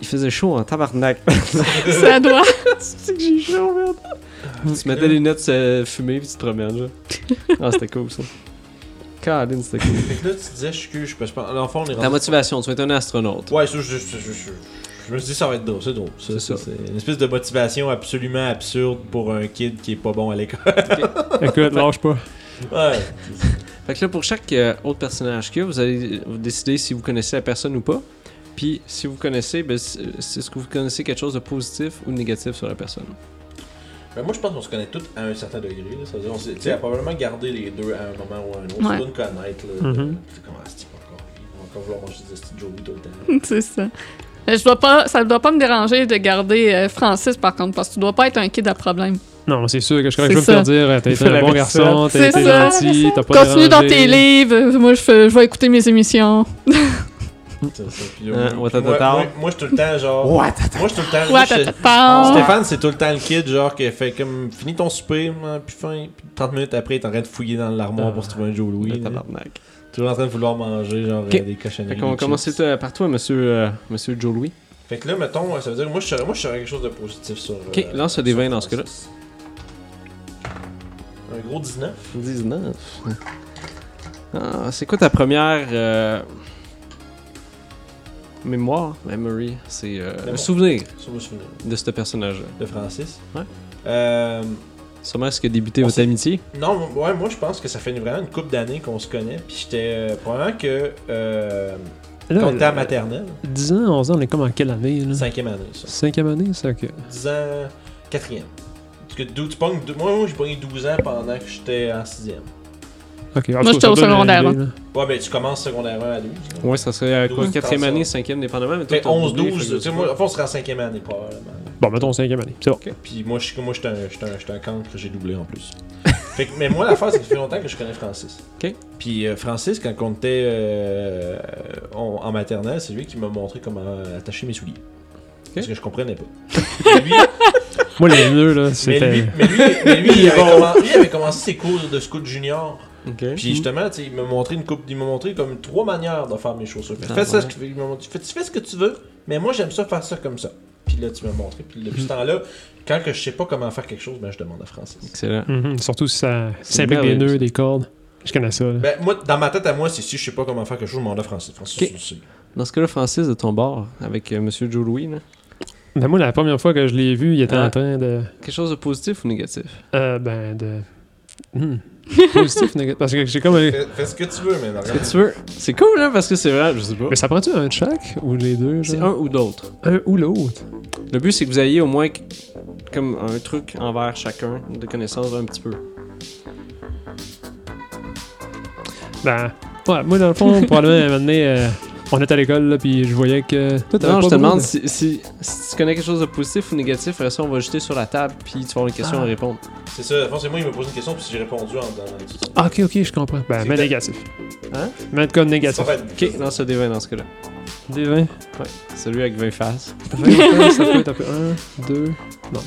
Il faisait chaud en tabarnak. Ça doit. C'est que j'ai chaud, merde. Tu mettais des lunettes euh, fumées puis tu te promènes, là. Ah, c'était cool, ça. Caroline, c'était cool. Fait que là, tu disais, je suis parce que l'enfant, on est La rendu. motivation, tu es un astronaute. Ouais, ça, je, je, je, je- je me suis dit, ça va être drôle, c'est drôle. Ça, C'est ça, ça. C'est une espèce de motivation absolument absurde pour un kid qui est pas bon à l'école. Écoute, lâche pas. Ouais. Fait que là, pour chaque euh, autre personnage qu'il y a, vous allez euh, décider si vous connaissez la personne ou pas. Puis, si vous connaissez, ben, c'est- c'est- est-ce que vous connaissez quelque chose de positif ou de négatif sur la personne? Ben, moi, je pense qu'on se connaît tous à un certain degré. Là. Ça veut dire, on s'est- tu sais, à probablement garder les deux à un moment ou à un autre. Ouais. C'est bon de connaître. Là, Mhm. C'est Comment est-ce qu'il va encore On va encore vouloir manger des petits Joey tout le temps. C'est ça. Euh, Je dois pas, ça ne doit pas me déranger de garder euh, Francis, par contre, parce que tu dois pas être un kid à problème. Non, c'est sûr que je crois C'est que je vais me faire ça. dire euh, t'as Il été fait un la bon vaisselle. garçon, t'as C'est été ça. gentil, t'as pas Continue dans dérangé. tes livres. euh, Moi, je, fais- je vais écouter mes émissions. Mm-hmm. C'est ça. Puis, là, Hein, moi, Ouattata. moi, moi, moi, je suis tout le temps genre. What? Moi, je suis tout le temps. moi, Ouais, je- t'as pas Stéphane, c'est tout le temps le kid, genre, qui fait comme. Finis ton souper, hein, puis fin. Puis 30 minutes après, il est en train de fouiller dans l'armoire Ah. pour se trouver un Joe Louis. Le là. tabarnak. Toujours en train de vouloir manger, genre, Ok. euh, des cochonneries. Fait qu'on va des commencer chips. euh, par toi, monsieur, euh, monsieur Joe Louis. Fait que là, mettons, euh, ça veut dire que moi, je serais, moi, je serais quelque chose de positif sur. euh, Ok, lance des sur vins dans ce cas-là. Francis. Un gros 19. 19. Ah, c'est quoi ta première euh, mémoire, memory C'est euh, un Mémoire. souvenir Sur le souvenir. de ce personnage-là. De Francis. Ouais. Euh, Sûrement est-ce que débuté On votre s'est- amitié non, m- ouais, moi, je pense que ça fait vraiment une couple d'années qu'on se connaît. Puis j'étais. euh, probablement que. Euh, Là, quand t'es euh, à maternelle, 10 ans, 11 ans, on est comme en quelle année Mm. là? cinquième année, ça. Cinquième année, ça que. 10 ans, quatrième. Parce que dou- tu pognes deux- moi, moi, j'ai pogné 12 ans pendant que j'étais en sixième. Ok, en tout cas, Moi, j'étais ça au donne une secondaire, idée, hein. là. Ouais, mais tu commences secondaire 1 à 12. là. Ouais, ça serait à quoi Douze, Quatrième ça. année, cinquième, dépendamment. Mais toi, Fait t'as oublié, 11-12, fait que tu sais, moi, enfin, on sera en cinquième année, probablement. Bon, mettons cinquième année, c'est bon. Puis moi, je suis moi, j'étais un, j'étais un, j'étais un cancre, j'ai doublé en plus. fait que, mais moi, l'affaire, c'est que ça fait longtemps que je connais Francis. Ok. Puis euh, Francis, quand on était euh, on- en maternelle, c'est lui qui m'a montré comment attacher mes souliers. Parce que je comprenais pas. Et lui, Moi, les nœuds, là, mais, lui, c'était. mais lui, mais lui, il avait commen- lui avait commencé ses cours de scout junior Ok. Puis justement, tu sais, il m'a montré une coupe, il m'a montré comme trois manières de faire mes chaussures. Fait, Ah, fais, ça, ouais. ce que tu veux. Il m'a montré, fais- tu fais ce que tu veux, mais moi j'aime ça faire ça comme ça. Puis là, tu m'as montré. Puis depuis Mhm. ce temps-là, quand que je sais pas comment faire quelque chose, ben je demande à Francis. Excellent. Mhm, Surtout si ça C'est s'implique des merveilleux, nœuds, des cordes. Je connais ça. là. Ben moi, dans ma tête à moi, c'est si je sais pas comment faire quelque chose, je demande à Francis. Francis, Ok. tu le sais. Dans ce cas-là, Francis, de ton bord, avec euh, monsieur Joe Louis, là, Ben, moi, la première fois que je l'ai vu, il était Ah. en train de. quelque chose de positif ou négatif Euh, ben, de. Hmm. Positif, négatif. Parce que j'ai comme. un- Fais, fais ce que tu veux, mais non, Ce que tu veux. C'est cool, hein, parce que c'est vrai, je sais pas. Mais ça prend-tu un de chaque ou les deux C'est genre? un ou d'autre. un ou l'autre. Le but, c'est que vous ayez au moins qu- comme un truc envers chacun de connaissance un petit peu. Ben, ouais, moi, dans le fond, probablement, à un moment donné, euh, on était à l'école, là, puis je voyais que. Toi, t'avais Non, pas je te beaucoup demande de- si, si- si tu connais quelque chose de positif ou négatif, après ça, on va jeter sur la table, puis tu vas avoir une question Ah. à répondre. C'est ça, Francis et moi, il me pose une question, puis j'ai répondu en dans dans- tout ça. Ah, ok, ok, je comprends. Ben, C'est mais de- négatif. Hein? Mais de comme Ça négatif. va être- Ok, lance le D20 dans ce cas-là. Des 20. Celui avec 20 faces. 20, ça peut être un peu. 1, 2, non.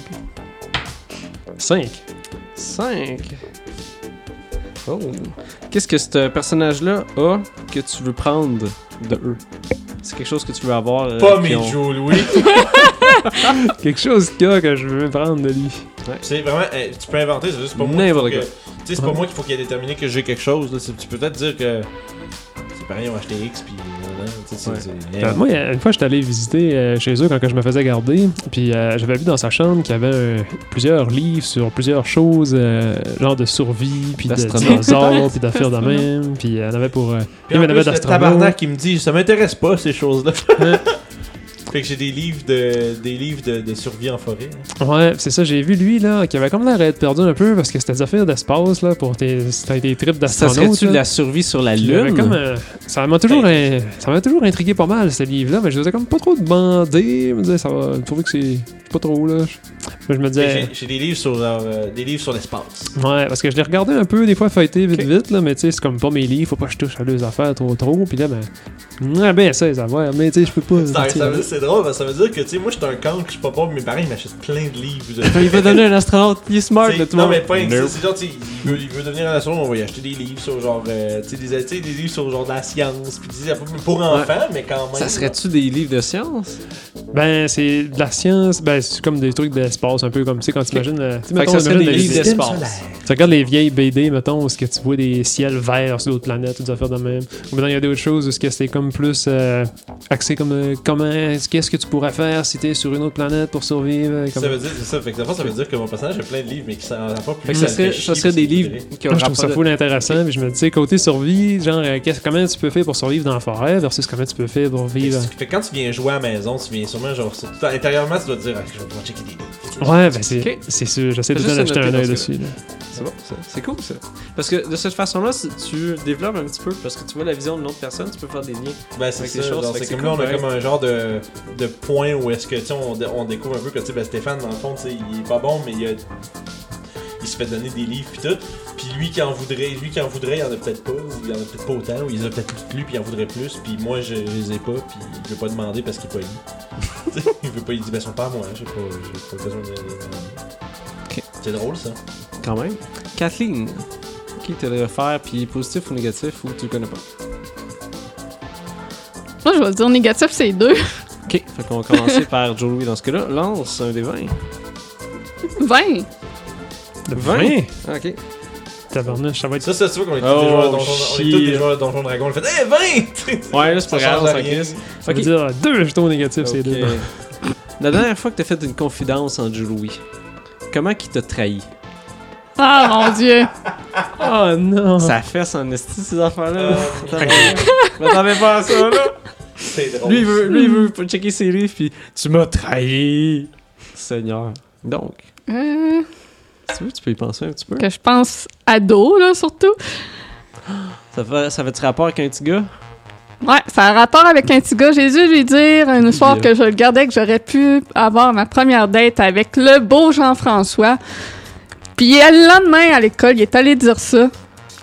5. 5. Oh. Qu'est-ce que ce personnage-là a que tu veux prendre de eux? C'est quelque chose que tu veux avoir. euh, Pas qu'ils mes ont. Joe Louis. Quelque chose qu'il y a que je veux prendre de lui. C'est vraiment, euh, tu peux inventer, c'est juste pas moi. qu'il faut N'importe que- quoi. Tu sais, c'est pas moi qu'il faut qu'il ait déterminé que j'ai quelque chose. Là. C'est- Tu peux peut-être dire que. C'est pareil, on a acheté X, puis. euh, là. Tu sais, Ouais. c'est- Euh, moi, euh, une fois, j'étais allé visiter euh, chez eux quand que je me faisais garder. Puis euh, j'avais vu dans sa chambre qu'il y avait euh, plusieurs livres sur plusieurs choses, euh, genre de survie, puis de D'astronautes. dinosaures, puis d'affaires de même. Puis euh, il y en avait pour. euh, Puis en il y en avait plus, le d'astronautes. tabarnak qui me dit ça m'intéresse pas ces choses-là. fait que j'ai des livres de des livres de, de survie en forêt. hein. Ouais, c'est ça, j'ai vu lui, là, qui avait comme l'air d'être perdu un peu parce que c'était des affaires d'espace, là, pour tes, c'était des trips Ça d'astronautes. serait-tu là. de la survie sur la Puis il y avait Lune? comme, euh, ça m'a toujours, euh, ça m'a toujours intrigué pas mal ce livre-là, mais je faisais comme pas trop demander, je me disais ça va, je trouvais que c'est pas trop là. Je, je me disais, Fait que Ben, J'ai j'ai des livres sur leur, euh, des livres sur l'espace. ouais, parce que je l'ai regardé un peu des fois feuilleté vite Ok. vite là, mais tu sais c'est comme pas mes livres, faut pas que je touche à leurs affaires trop trop, puis là ben, ah ben ça, ça va, mais tu sais je peux pas. Ça, tu sais, ça veut dire- c'est drôle, parce que ça veut dire que, tu sais, moi, je suis un con, que je suis pas pauvre, mes parents, ils m'achètent plein de livres. de- Il va donner un astronaute, il est smart, T'sais, là, tout le non, monde. mais pas Nope. c'est- c'est genre, tu sais, il veut, il veut devenir un astronaute, on va y acheter des livres sur genre, euh, tu sais, des, tu sais, des livres sur genre de la science, puis des affaires pour enfants, mais quand même. Ça serait-tu des livres de science? Ben c'est de la science, ben c'est comme des trucs d'espace un peu comme tu sais quand t'imagines, euh, tu sais, Fait que mettons, ça serait imagine des le- livres système d'espace. Tu regardes les vieilles BD, mettons, où ce que tu vois des ciels verts sur d'autres planètes, ou des affaires de même. Ou maintenant, il y a d'autres choses où ce que c'est comme plus euh, axé comme euh, comment, est-ce- qu'est-ce que tu pourrais faire si t'es sur une autre planète pour survivre. euh, comme- Ça veut dire, c'est ça. Fait que d'abord, ça veut dire que mon personnage a plein de livres, mais qui s'en rend pas plus. Fait que ça serait, ça serait des livres qui ont Moi, je trouve ça rapport full intéressant, puis je me dis, tu sais, côté survie, genre, euh, qu'est-ce- comment tu peux faire pour survivre dans la forêt versus comment tu peux faire pour vivre. Fait que quand tu viens jouer à la maison, tu viens sûrement genre. c'est- tout- Intérieurement, tu dois te dire, ah, je vais pouvoir checker des livres. Ouais, ben c'est Ok. c'est sûr, j'essaie Fais déjà juste d'acheter le un noter œil dans ce dessus. là. C'est bon, ça. C'est cool, ça. Parce que de cette façon-là, si tu développes un petit peu, parce que tu vois la vision de l'autre personne, tu peux faire des liens. Ben, c'est Avec ça, les choses, genre, fait que c'est c'est comme là, on a cool, comme un genre de, de point où est-ce que, tu sais, on, dé- on découvre un peu que, tu sais, ben, Stéphane, dans le fond, tu sais, il est pas bon, mais il, a- il se fait donner des livres pis tout. Puis lui qui en voudrait, lui qui en voudrait, il en a peut-être pas, ou il en a peut-être pas autant, ou il les a peut-être tous lus pis il en voudrait plus, puis moi, je, je les ai pas, puis il veut pas demander parce qu'il est pas lu. Tu sais, il veut pas, il dit, ben, ils sont pas à moi, j'ai pas, j'ai pas besoin de les demander. Ok. C'est drôle, ça. Quand même. Kathleen, qui te le faire, puis positif ou négatif, ou tu le connais pas? Moi, je vais dire négatif, c'est deux. Ok, fait qu'on va commencer par Joe Louis dans ce cas-là. Lance un des 20. 20. De Vingt? vingt? Ok. Tabarnouche, ça va être. Ça, c'est sûr qu'on est tous Oh, des joueurs de Donjon- on est tous shit. des joueurs de Donjon Dragon, on fait, eh, 20! Ouais, là, c'est pas Ça grave, change ça rien. glisse. Ça veut Ok. dire euh, deux jetons négatifs, c'est Ok. deux. La dernière fois que t'as fait une confidence en Joe Louis, comment qu'il t'a trahi? Ah, mon Dieu. Oh non! Ça fesse en esti, ces affaires-là. Euh, Je m'attendais pas à ça, là. C'est drôle. Lui, il veut, lui, il veut pas checker ses livres, puis tu m'as trahi. Seigneur. Donc, Euh, si tu veux, tu peux y penser un petit peu. que je pense ado, là, surtout. Ça fait, ça fait du rapport avec un petit gars? Ouais, ça a rapport avec un petit gars. J'ai dû lui dire un soir Yeah. que je le gardais, que j'aurais pu avoir ma première date avec le beau Jean-François. Puis euh, le lendemain, à l'école, il est allé dire ça.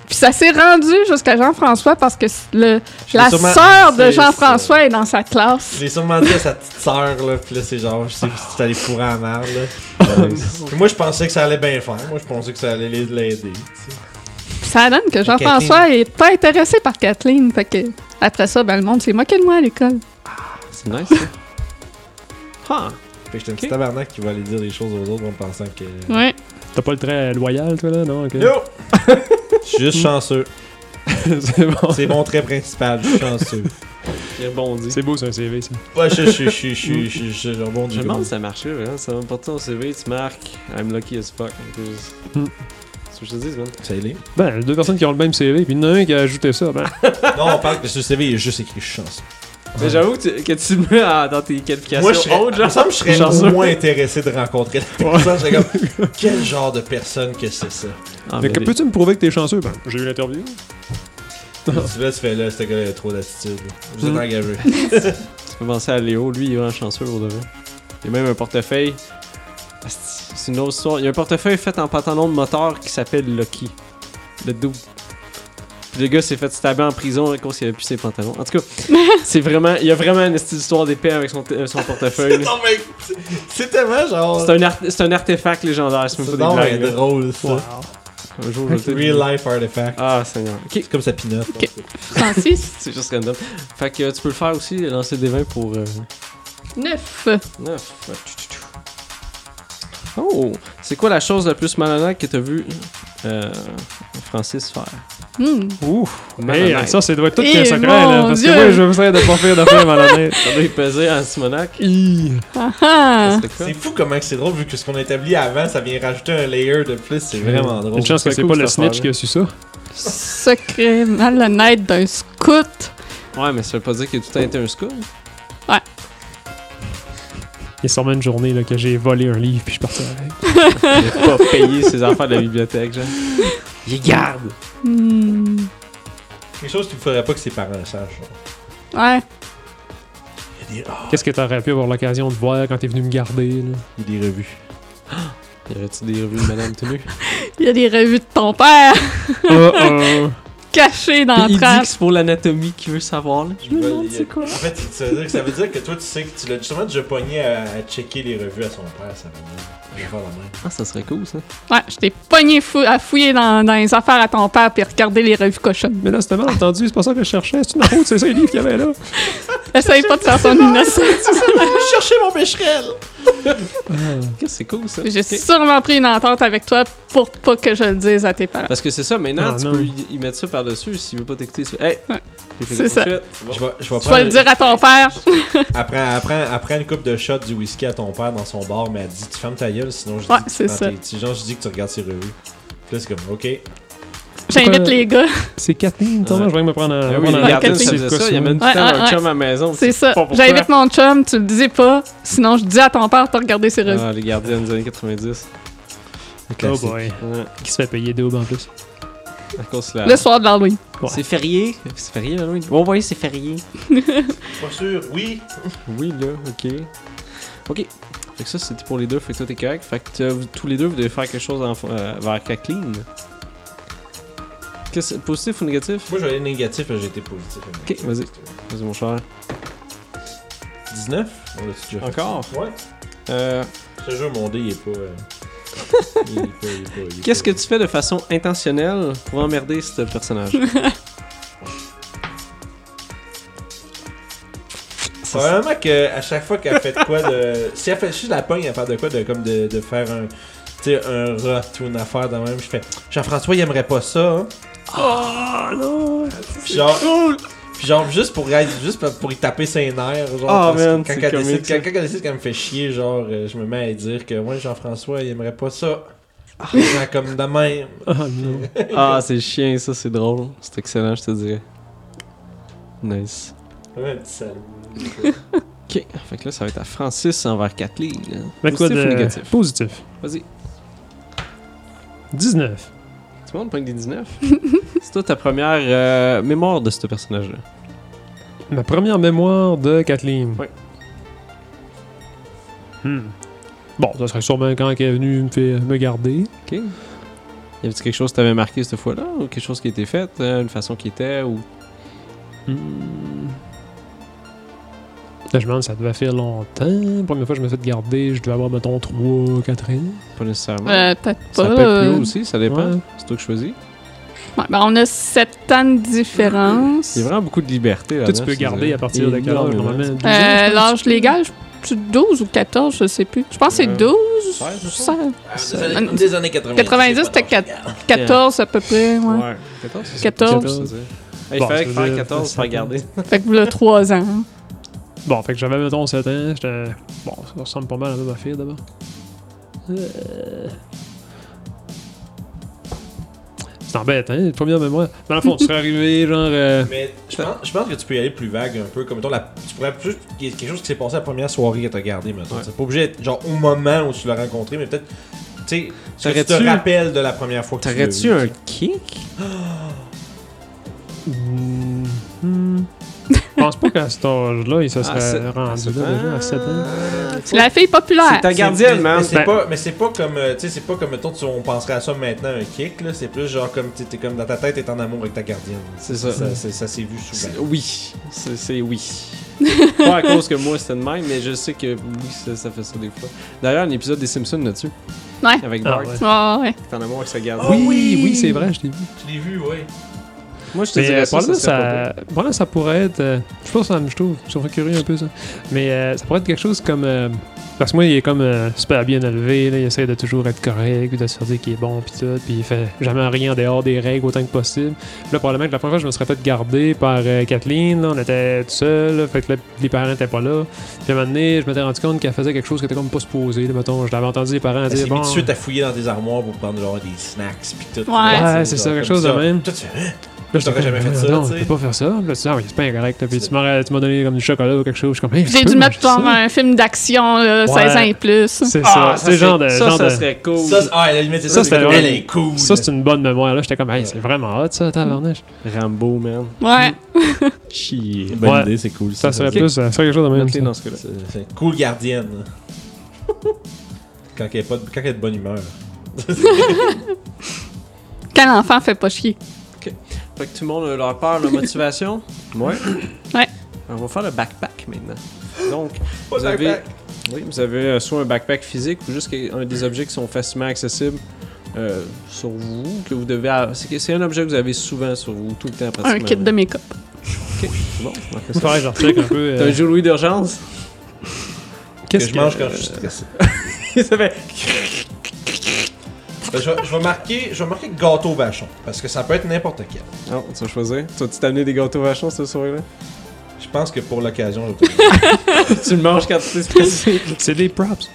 Puis ça s'est rendu jusqu'à Jean-François parce que le, Je l'ai la sûrement- sœur de c'est- Jean-François est dans sa classe. Je l'ai sûrement dit à sa petite sœur, là, pis là, c'est genre, je sais que tu allé fourrer à la merde, là. Puis moi, je pensais que ça allait bien faire. Moi, je pensais que ça allait les- l'aider, tu sais. Puis ça donne que Jean-François est pas intéressé par Kathleen. Fait que après ça, ben, le monde s'est moqué de moi à l'école. C'est nice, ça. Ah! Fait que j'étais un Ok. petit tabarnak qui va aller dire des choses aux autres en pensant que. Ouais. T'as pas le trait loyal, toi là? Non? ok. Yo! Je suis juste chanceux. c'est bon. C'est mon trait principal, je suis chanceux. Il rebondit. C'est beau, c'est un CV, ça. Ouais, je suis, je suis, je suis, je suis, je suis, genre bon Je du me demande si ça marchait, vraiment. Ça va me porter ton CV, tu marques I'm lucky as fuck. en plus. Hmm. C'est ce que je te dis, man. Ça y est. Ben, deux personnes qui ont le même CV, puis il y en a un qui a ajouté ça. Ben, Non, on parle que ce CV, il est juste écrit, je suis chanceux. Mais j'avoue que tu, que tu le mets à- dans tes qualifications Moi, je serais, autres, il me genre. semble que je serais Chanceux. moins intéressé de rencontrer la personne. J'étais comme, quel genre de personne que c'est ça? Ah, fait mais que peux-tu me prouver que t'es chanceux? Ben, j'ai eu l'interview. tu là, tu fais là, ce gars-là, il a trop d'attitude. Vous êtes Hmm. engagé. tu peux penser à Léo, lui, il est vraiment chanceux pour de vrai. Il y a même un portefeuille. Asti, C'est une autre histoire. Il y a un portefeuille fait en pantalon de moteur qui s'appelle Lucky. Le double. Puis le gars s'est fait stabber en prison à cause qu'il avait plus ses pantalons. En tout cas, c'est vraiment. Il y a vraiment une esti d'histoire d'épée avec son, euh, son portefeuille. Non, mais c'est- c'est tellement genre. C'est un, art- c'est un artefact légendaire, c'est même C'est pas des non, mais blagues. là. drôle ça. Un jour, je vais peut-être- Real life artifact. Ah, Seigneur. Ok, C'est comme sa pinotte. Francis, c'est juste random. Fait que euh, tu peux le faire aussi, lancer des vins pour. euh, 9. 9. Oh! C'est quoi la chose la plus malhonnête que t'as vu euh, Francis faire? Hmm. Ouf! Malhonnête. Hey, ça, c'est doit être tout Eh, qu'un mon secret, là. Parce Dieu. que moi, je vous de pas faire d'affaires malhonnêtes. T'as des pesées en Simonac? Ah, ah. C'était quoi? C'est fou comment que c'est drôle vu que ce qu'on a établi avant, ça vient rajouter un layer de plus, c'est vraiment drôle. Une chance que C'est c'est cool, pas le cette snitch affaire-là. qui a su ça. Secret malhonnête d'un scout. Ouais, mais ça veut pas dire qu'il a tout le temps été un scoop. Il y a sûrement une journée là, que j'ai volé un livre puis je suis parti avec. Il a pas payé ses affaires de la bibliothèque, genre. Il garde! Hmm. Quelque chose qu'il ne faudrait pas que ses parents sachent. hein, genre. Ouais. Il y a des, ah, Qu'est-ce que t'aurais pu avoir l'occasion de voir quand t'es venu me garder? Là? il y a des revues. Y aurait-tu des revues de Madame Tenue? Il y a des revues de ton père Oh, oh. cachées dans Il dit le que trash. c'est pour l'anatomie qu'il veut savoir, là. Ils veulent- demande il y a- c'est quoi. En fait, ça veut, dire, que- ça veut dire que toi, tu sais que tu l'as justement déjà pogné à, à checker les revues à son père, ça veut dire. Je vais faire la même. Ah, ça serait cool, ça. Ouais, je t'ai pogné fou- à fouiller dans, dans les affaires à ton père puis regarder les revues cochonnes. Mais là, c'était mal entendu, c'est pas ça que je cherchais. C'est une route, c'est ça le livre qu'il y avait là. Essaye pas de faire son innocent. Je cherchais mon pécherel! Qu'est-ce que c'est cool, ça? J'ai Ok. sûrement pris une entente avec toi pour pas que je le dise à tes parents. Parce que c'est ça, maintenant, Ah, tu non. peux y- y mettre ça par-dessus s'il veut pas t'écouter. c'est- Hey! Ouais. J'ai fait C'est ça ça. tout de Je suite. vais, je vais Tu vas le dire à ton père. Apprends, apprends, apprends une coupe de shot du whisky à ton père dans son bar, mais elle dit Tu fermes ta gueule, sinon je Ouais, dis que tu c'est prends ça. tes- tu- genre, je dis que tu regardes ses revues. Puis Là, c'est comme, ok. J'invite les gars. C'est Catherine, Ouais. je vais me prendre un. Ah je vais oui, prendre un- les gardiens, Catherine, ça c'est faisait quoi ça. Il amène tout le Ouais, temps ouais, leur ouais. chum à la maison. C'est ça. pas pourquoi. J'invite mon chum, tu le disais pas. Sinon, je dis à ton père de pas regarder ses revues. Ah, les gardiens des années 90. Oh classique. boy. Ouais, Qui se fait payer double en plus. à cause de la... Eh, Le soir de l'Halloween. Ouais. C'est férié. C'est férié, Halloween? Oh. Bon, voyez, c'est férié. Pas sûr, oui. Oui, là, ok. Ok. Fait que ça, c'était pour les deux. Fait que toi, t'es correct. Fait que euh, vous- tous les deux, vous devez faire quelque chose en, euh, vers Kathleen. Qu'est-ce positif ou négatif? Moi, je vais aller négatif, parce que j'étais positif. Ok, vas-y. Vas-y, mon cher. 19 On l'a déjà fait Encore? ça? Ouais. Euh, Ce jeu, mon dé, il est pas. euh, il est pas- il est pas- il est Qu'est-ce que pas- tu fais de façon intentionnelle pour emmerder ce personnage? Probablement que à chaque fois qu'elle fait de quoi de. si elle fait si je la pogne, elle fait de quoi de comme de, de faire un. Tu sais, un rot ou une affaire de même. Je fais Jean-François, il aimerait pas ça, hein. oh non! Puis genre. Puis genre, juste pour, juste pour- pour y taper ses nerfs. Genre, Ah, parce que man, quand, c'est elle comique, décide, ça. quand- quand elle décide qu'elle me fait chier, genre, euh, je me mets à lui dire que, ouais, Jean-François, il aimerait pas ça. Genre, comme de même. Ah non. Ah, c'est chien, ça, c'est drôle. C'est excellent, je te dirais. Nice. Ouais, un petit salaud. Ok, fait que là, ça va être à Francis envers Kathleen. là. Mais quoi Positif de ou négatif? Positif. Vas-y. 19. Tout le monde pogne des 19. c'est toi ta première euh, mémoire de ce personnage-là. Ma première mémoire de Kathleen. Ouais. Hmm. Bon, ça serait sûrement quand elle est venue me, faire- me garder. Ok. Y avait-tu quelque chose que t'avais marqué cette fois-là Ou quelque chose qui a été fait euh, Une façon qui était Ou. Hmm. Là, je me demande, ça devait faire longtemps. Première fois que je me suis fait garder, je devais avoir, mettons, 3, 4 ans. Pas nécessairement. Euh, Peut-être pas. ça peut être plus euh, haut aussi, ça dépend. Ouais. C'est toi qui choisis. ouais, ben, on a sept ans de différence. Il y a vraiment beaucoup de liberté là Toi, tu peux garder à partir de quel âge, normalement? 12 Euh, ans, je pense. L'âge légal, je- c'est 12 ou 14, je sais plus. Je pense que c'est Euh, 12. ouais, c'est ça. ça, Ah, Ça- des années- Des années 90. 90, c'est pas c'était drôle. 14 à peu près. Ouais. Ouais. 14, c'est ça. 14. 14. Hey, Bon, il fallait que ça veut faire dire- 14 pour garder. Fait que là, 3 ans. Bon, fait que j'avais, mettons, 7 ans. J'étais. Bon, ça ressemble pas mal à ma fille d'abord. Euh. C'est embêtant, hein, première mémoire. Dans le fond, tu serais arrivé, genre. euh, Mais je pense, je pense que tu peux y aller plus vague un peu, comme mettons, la, tu pourrais plus qu'il y ait quelque chose qui s'est passé la première soirée que t'as gardé, mettons. Ouais. C'est pas obligé d'être genre au moment où tu l'as rencontré, mais peut-être, tu sais, ce que tu T'aurais-tu- te rappelles de la première fois que tu l'as T'aurais-tu vu. un kick hmm, hmm. Je pense pas qu'à cet âge-là, Ah, il se serait rendu là, déjà à 7 ans. C'est la fille C'est populaire. ta C'est- gardienne, mais- man. Mais c'est Ben- pas, mais c'est pas comme, euh, tu sais, c'est pas comme, mettons, tu- on penserait à ça maintenant, un kick, là. C'est plus genre comme, tu- t'es comme dans ta tête, t'es en amour avec ta gardienne. C'est ça. Mm. Ça, c'est- ça s'est vu souvent. C'est- Oui, c'est c'est oui. pas à cause que moi c'était de même, mais je sais que oui, ça, ça fait ça des fois. D'ailleurs, un épisode des Simpsons là-dessus. Ouais. Avec Ah Bart, ouais. Ah ouais. qui est en amour avec sa Ah gardienne. Oui, oui! oui, c'est vrai, je t'ai vu. Je l'ai vu, ouais. Moi, je te Mais dirais euh, ça, probablement, ça, serait pas ça, probablement, ça pourrait être. euh, je pense que ça me je trouve, je serais curieux un peu ça. Mais euh, ça pourrait être quelque chose comme. euh, parce que moi, il est comme euh, super bien élevé, là, il essaie de toujours être correct, puis de se faire dire qu'il est bon, puis tout, puis il fait jamais rien en dehors des règles autant que possible. Puis là, probablement que la première fois, je me serais fait garder par euh, Kathleen, là, on était tout seul, là, fait que là, les parents n'étaient pas là. Puis à un moment donné, je m'étais rendu compte qu'elle faisait quelque chose qui était comme pas supposé, là, mettons, je l'avais entendu les parents Elle s'est dire mis bon. tout Ben, de suite à fouiller dans des armoires pour prendre genre des snacks pis tout. Ouais. Ouais, c'est ça, quelque chose de même. Tout de suite. Là, j'étais J'aurais comme, jamais fait ça, Non, tu je sais. peux pas faire ça. Là, tu dis, ah, oui, c'est pas incorrect. là. Puis tu m'aurais- tu m'as donné comme du chocolat ou quelque chose. Je suis comme, hey, je J'ai peux dû mettre manger genre ça. un film d'action, là, 16 ans et plus. C'est Ah, ça. C'est le genre de. Ça, genre ça de- serait cool. Ça, c'est- ah, à la limite, c'est Ça, ça, c'est c'était comme, vraiment- elle est cool. Ça, c'est une bonne mémoire. Là, j'étais comme, hey, c'est vraiment hot, ça, tabarnouche. Rambo, man. Ouais. Chier. Bonne Ouais. idée, c'est cool. Ça serait ça. plus. Ça serait quelque chose de même. Mettez ça. dans ce cas-là. C'est- c'est une cool gardienne. quand, elle est pas de, quand elle est de bonne humeur. Quand l'enfant fait pas chier. Fait que tout le monde a leur peur, leur motivation. ouais. Ouais. On va faire le backpack maintenant. Donc, Pas vous de avez, backpack. oui, vous avez euh, soit un backpack physique ou juste un des objets qui sont facilement accessibles euh, sur vous, que vous devez. avoir- C'est que- c'est un objet que vous avez souvent sur vous, tout le temps Un pratiquement. kit de make-up. Bon, on va faire Il ça. faudrait que je recheck un peu. euh, T'as un jouet d'urgence Que Qu'est-ce je mange quand je suis stressé. Ça fait- Ben, je, vais- je vais marquer, je vais marquer gâteau vachon. Parce que ça peut être n'importe quel. Non, tu vas choisir. Tu vas-tu t'amener des gâteaux vachons ce soir-là Je pense que pour l'occasion, je vais peut-être- Tu le manges quand tu sais C'est des props.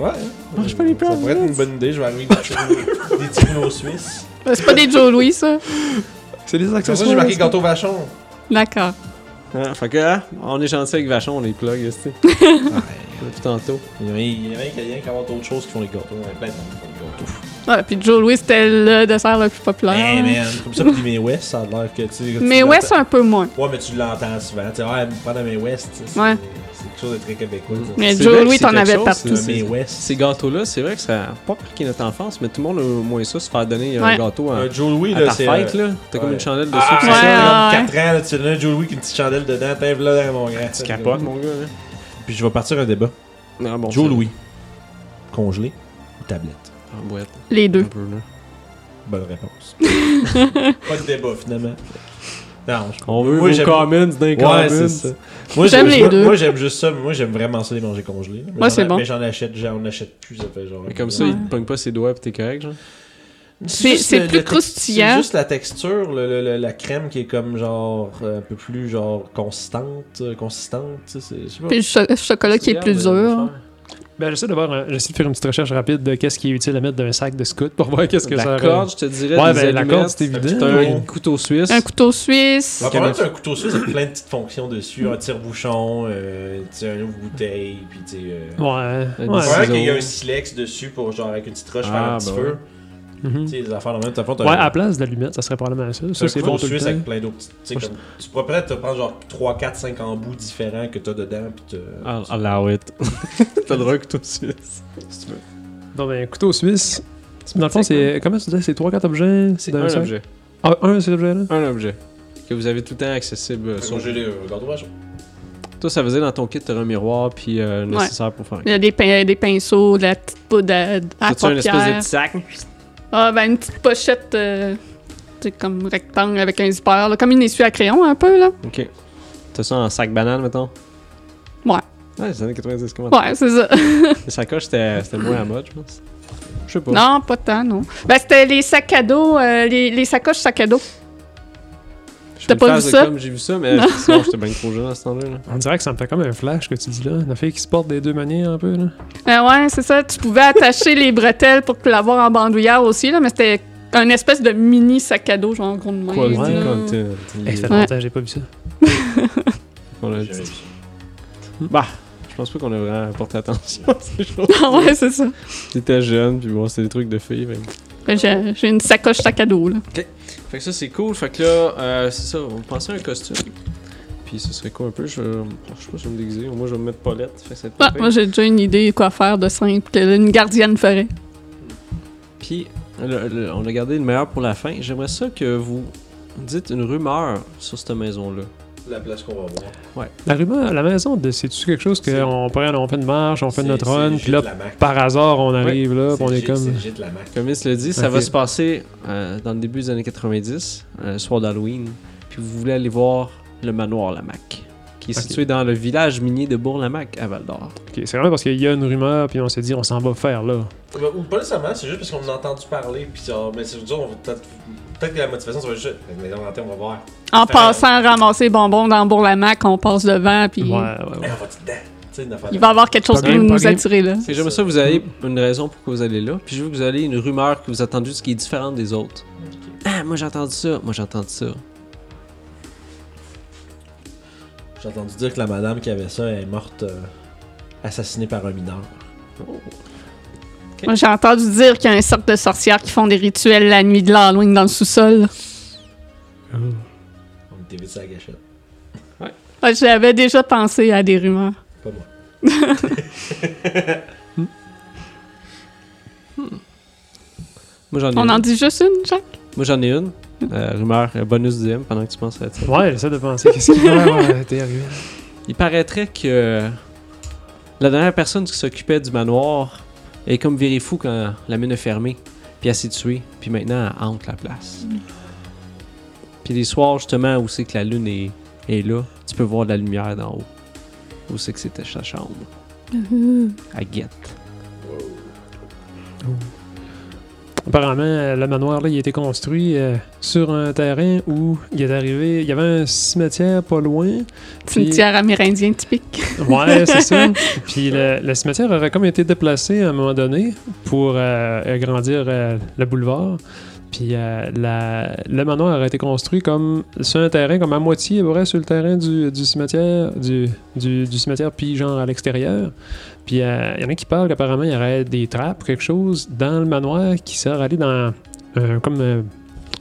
Ouais. Mange pas les plats. Ça pourrait être une bonne idée. Je vais arriver des- des Tino suisses. Euh, C'est pas des Joe Louis, ça? C'est des C'est pour ça que j'ai marqué gâteau vachon. D'accord. ah, Fait que, hein, on est gentil avec vachon, on les plug, tu sais. Depuis tantôt. Il y en a- Il y en a qui rien qu'avoir d'autres choses qui font les gâteaux. Il y en a plein de monde qui font les gâteaux. Ouais, puis Joe Louis, c'était le dessert le plus Ah. populaire. Hey, man. Comme ça, pour les May West, ça a l'air que tu sais. que Eh, tu Mais ouais, c'est l'entends- un peu moins. Ouais, mais tu l'entends souvent. Tu sais, ah, elle me prend dans May West. tu sais, c'est- Ouais. C'est quelque chose de très québécois. ça. Mais C'est Joe vrai que Louis, c'est t'en quelque avais chose, partout. c'est- May West. Ces gâteaux-là, c'est vrai que ça n'a pas marqué notre enfance, mais tout le monde a au moins ça, se faire donner Ouais. un gâteau à, Un Joe Louis, à ta là, c'est. fête. euh, là. T'as comme ouais. une chandelle dessus. Ah, pis c'est ça Ouais, sert. ça, ouais, comme 4 ans, là, tu donnes un Joe Louis avec une petite chandelle dedans, t'es là, hein, mon grand. Tu capotes, ah. mon gars. Hein. Puis je vais partir un débat. Non, bon, Joe ça- Louis, congelé ou tablette En boîte, Les Ah, un deux. peu, là. Bonne réponse. Pas de débat, finalement. Non, je On veut Moi, vos j'aime- comments dans les Ouais, comments. c'est ça. Moi, J'aime j'aime- les moi- deux. Moi, j'aime juste ça. mais Moi, j'aime vraiment ça les manger congelés. Mais Moi, j'en- c'est bon. Mais j'en achète, j'en achète plus. Ça fait genre. Mais comme ça, Ouais. il te pogne pas ses doigts pis t'es correct, genre. C'est- juste c'est le- plus le tex- croustillant. C'est juste la texture, le- le- le- la crème qui est comme genre euh, un peu plus genre consistante, euh, consistante. tu sais, c'est- Je sais pas. Puis le cho- chocolat qui est plus dur. Ben, j'essaie de voir. euh, J'essaie de faire une petite recherche rapide de qu'est-ce qui est utile à mettre d'un sac de scout pour voir qu'est-ce que La ça. aurait- corde, je te dirais, Ouais, des ben, la allumettes, corde, c'est évident. T'as Ouais. un couteau suisse. Un couteau suisse. Ah, probablement, c'est un couteau suisse avec plein de petites fonctions dessus, un tire-bouchon, euh, tu sais, un ouvre-bouteille, puis tu sais. euh, Ouais. Un Ouais. C'est vrai ciseau. qu'il y a un silex dessus pour genre avec une petite roche faire Ah, un petit bah feu. ouais. Mhm. Tu sais, les affaires dans le même temps. Ouais, à place de l'allumette, ça serait probablement ça. Ça, c'est bon tout le suisse avec temps. plein d'autres. petites- Tu sais, comme- tu pourrais peut-être te prendre genre 3, 4, 5 embouts différents que t'as dedans. Puis te... I'll Ah, allow it. T'as le droit à un couteau suisse. Si tu veux. Non, mais couteau suisse. Dans le fond, c'est. Comment tu dis C'est 3-4 objets C'est dans un le sac? objet. Ah, un, ces objets-là Un objet. Que vous avez tout le temps accessible euh, sur Sur vous. gelé, euh, gâteau vachon. Toi, ça faisait dans ton kit, t'aurais un miroir puis euh, nécessaire pour faire un Il y a des, pin- des pinceaux, de la petite poudre à, à T'as-tu un espèce de paupières. petit sac? Ah, ben, une petite pochette, euh, tu sais, comme rectangle avec un zipper, là, comme une essuie à crayon, un peu, là. Ok. T'as ça en sac banane, mettons? Ouais. Ouais, les années 90, comment? Ouais, c'est ça. Les sacoches, c'était c'était moins à mode, je pense. Je sais pas. Non, pas tant, non. Ben, c'était les sacs à dos, euh, les, les sacoches sacs à dos. Je fais t'as pas une phase vu de ça? com, J'ai vu ça, mais sinon, j'étais bien trop jeune à ce temps-là. là. On dirait que ça me fait comme un flash que tu dis là. La fille qui se porte des deux manières un peu là. Euh, ouais, c'est ça. Tu pouvais attacher les bretelles pour l'avoir en bandoulière aussi, là, mais c'était un espèce de mini sac à dos, genre gros de main. Quality ouais. là. content. Hey, ça fait Ouais. longtemps que j'ai pas vu ça. On l'a J'ai dit. jamais vu ça. Bah, je pense pas qu'on a vraiment porté attention à ces choses. Ah ouais, c'est ça. T'étais jeune, puis bon, c'était des trucs de filles. fait que- Ben, J'ai j'ai une sacoche sac à dos, là. Fait que ça, c'est cool. Fait que là, euh, c'est ça, on pensait à un costume. Puis ce serait quoi un peu? Je, je sais pas si je vais me déguiser. Moi, je vais me mettre Paulette. Fait que ça va être Ah, parfait. moi, j'ai déjà une idée quoi faire de simple qu'une gardienne ferait. Puis le- le- on a gardé le meilleur pour la fin. J'aimerais ça que vous dites une rumeur sur cette maison-là. la place qu'on va voir. La, rumeur- la maison, de- c'est-tu quelque chose C'est- qu'on prend, on fait une marche, on fait C'est- notre c'est run, le puis jet là, de la Mac. par hasard, on arrive là, C'est puis on le est jet- comme. C'est le jet de la Mac. Comme il se le dit, ça Ok. va se passer euh, dans le début des années 90, euh, soir d'Halloween. Puis vous voulez aller voir le manoir Lamac, qui est Ok. situé dans le village minier de Bourg-Lamac à Val d'Or. Ok, c'est vraiment parce qu'il y a une rumeur, puis on s'est dit, on s'en va faire là. Bah, ou pas nécessairement, c'est juste parce qu'on en a entendu parler, puis genre, mais c'est je veux dire, on va peut-être peut-être que la motivation, ça va juste. Mais on va voir. En Fait- passant, ramasser les bonbons dans Bourlamac, on passe devant, puis Ouais, ouais, Eh, ouais. on va dedans. Tu sais, une affaire il de- va y avoir quelque chose Pas qui va game, pas nous game. attirer là. Fait que J'aimerais ça que vous ayez une raison pourquoi vous allez là. Puis je veux que vous ayez une rumeur que vous attendez ce qui est différente des autres. Ok. Ah, moi j'ai entendu ça, moi j'ai entendu ça. J'ai entendu dire que la madame qui avait ça elle est morte euh, assassinée par un mineur. Moi, j'ai entendu dire qu'il y a un cercle de sorcières qui font des rituels la nuit de l'Halloween dans le sous-sol. On était vite sur la gâchette. Ouais, J'avais déjà pensé à des rumeurs. Pas moi. Moi j'en ai Mm. On une. en dit juste une, Jacques? Moi j'en ai une. Euh, rumeur euh, bonus DM pendant que tu penses à ça. Ouais, j'essaie de penser, qu'est-ce qui va avoir été arrivé? Il paraîtrait que la dernière personne qui s'occupait du manoir est comme virée fou quand la mine a fermé, puis elle s'est tuée, puis maintenant elle hante la place. Puis les soirs justement où c'est que la lune est, est là, tu peux voir de la lumière d'en haut. Où c'est que c'était sa chambre. Mm-hmm. À guette. Apparemment, euh, le manoir, là, il a été construit euh, sur un terrain où il est arrivé. Il y avait un cimetière pas loin. Puis- Cimetière amérindien typique. Ouais, c'est ça. Puis le, le cimetière aurait comme été déplacé à un moment donné pour euh, agrandir euh, le boulevard. Puis euh, la- le manoir aurait été construit comme sur un terrain, comme à moitié, à peu près, sur le terrain du, du cimetière, du, du- du cimetière, puis genre à l'extérieur. Puis euh, il y en a qui parlent qu'apparemment il y aurait des trappes ou quelque chose dans le manoir qui sert à aller dans un, comme un,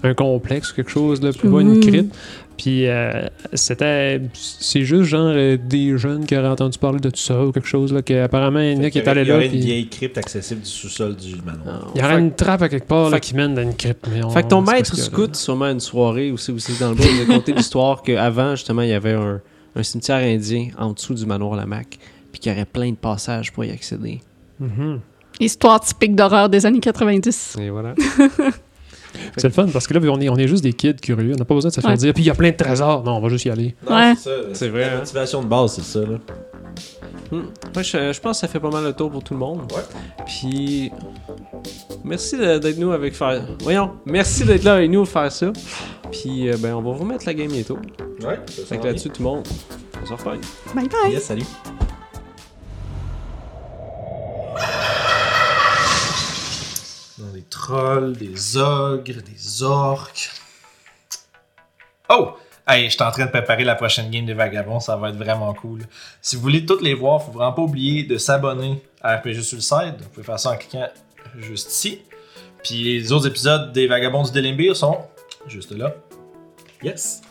un complexe ou quelque chose, là, plus bas, une Mhm. crypte. Puis euh, c'était. C'est juste genre euh, des jeunes qui auraient entendu parler de tout ça ou quelque chose, là, qu'apparemment il y en a qui est allé Il y là. aurait une puis- vieille crypte accessible du sous-sol du manoir. Ah. Il y aurait une trappe à quelque part là, Fait- qui mène dans une crypte. Mais on- Ah, Fait que ton on sait pas maître ce qu'il y a, là. scout sûrement une soirée aussi, aussi dans le bas, il a conté l'histoire qu'avant, justement, il y avait un, un cimetière indien en dessous du manoir Lamac, puis qu'il y aurait plein de passages pour y accéder. Mhm. Histoire typique d'horreur des années 90. Et voilà. C'est le fun parce que là, on est, on est juste des kids curieux. On n'a pas besoin de se faire Ouais. dire. Puis il y a plein de trésors. Non, on va juste y aller. Non, Ouais. c'est ça. C'est vrai, La hein. motivation de base, c'est ça, là. Hmm. Ouais, je, je pense que ça fait pas mal le tour pour tout le monde. Ouais. Puis, merci de- d'être nous avec faire. Voyons, merci d'être là avec nous pour faire ça. Puis, euh, ben, on va vous mettre la game bientôt. Ouais, ça Fait s'en que là-dessus, tout le monde, on se reparle. Bye vient. bye! Yes, salut. Dans des trolls, des ogres, des orques. Oh! Hey, je suis en train de préparer la prochaine game des Vagabonds, ça va être vraiment cool. Si vous voulez toutes les voir, faut vraiment pas oublier de s'abonner à RPG Suicide. Vous pouvez faire ça en cliquant juste ici. Puis les autres épisodes des Vagabonds du Delimbir sont juste là. Yes!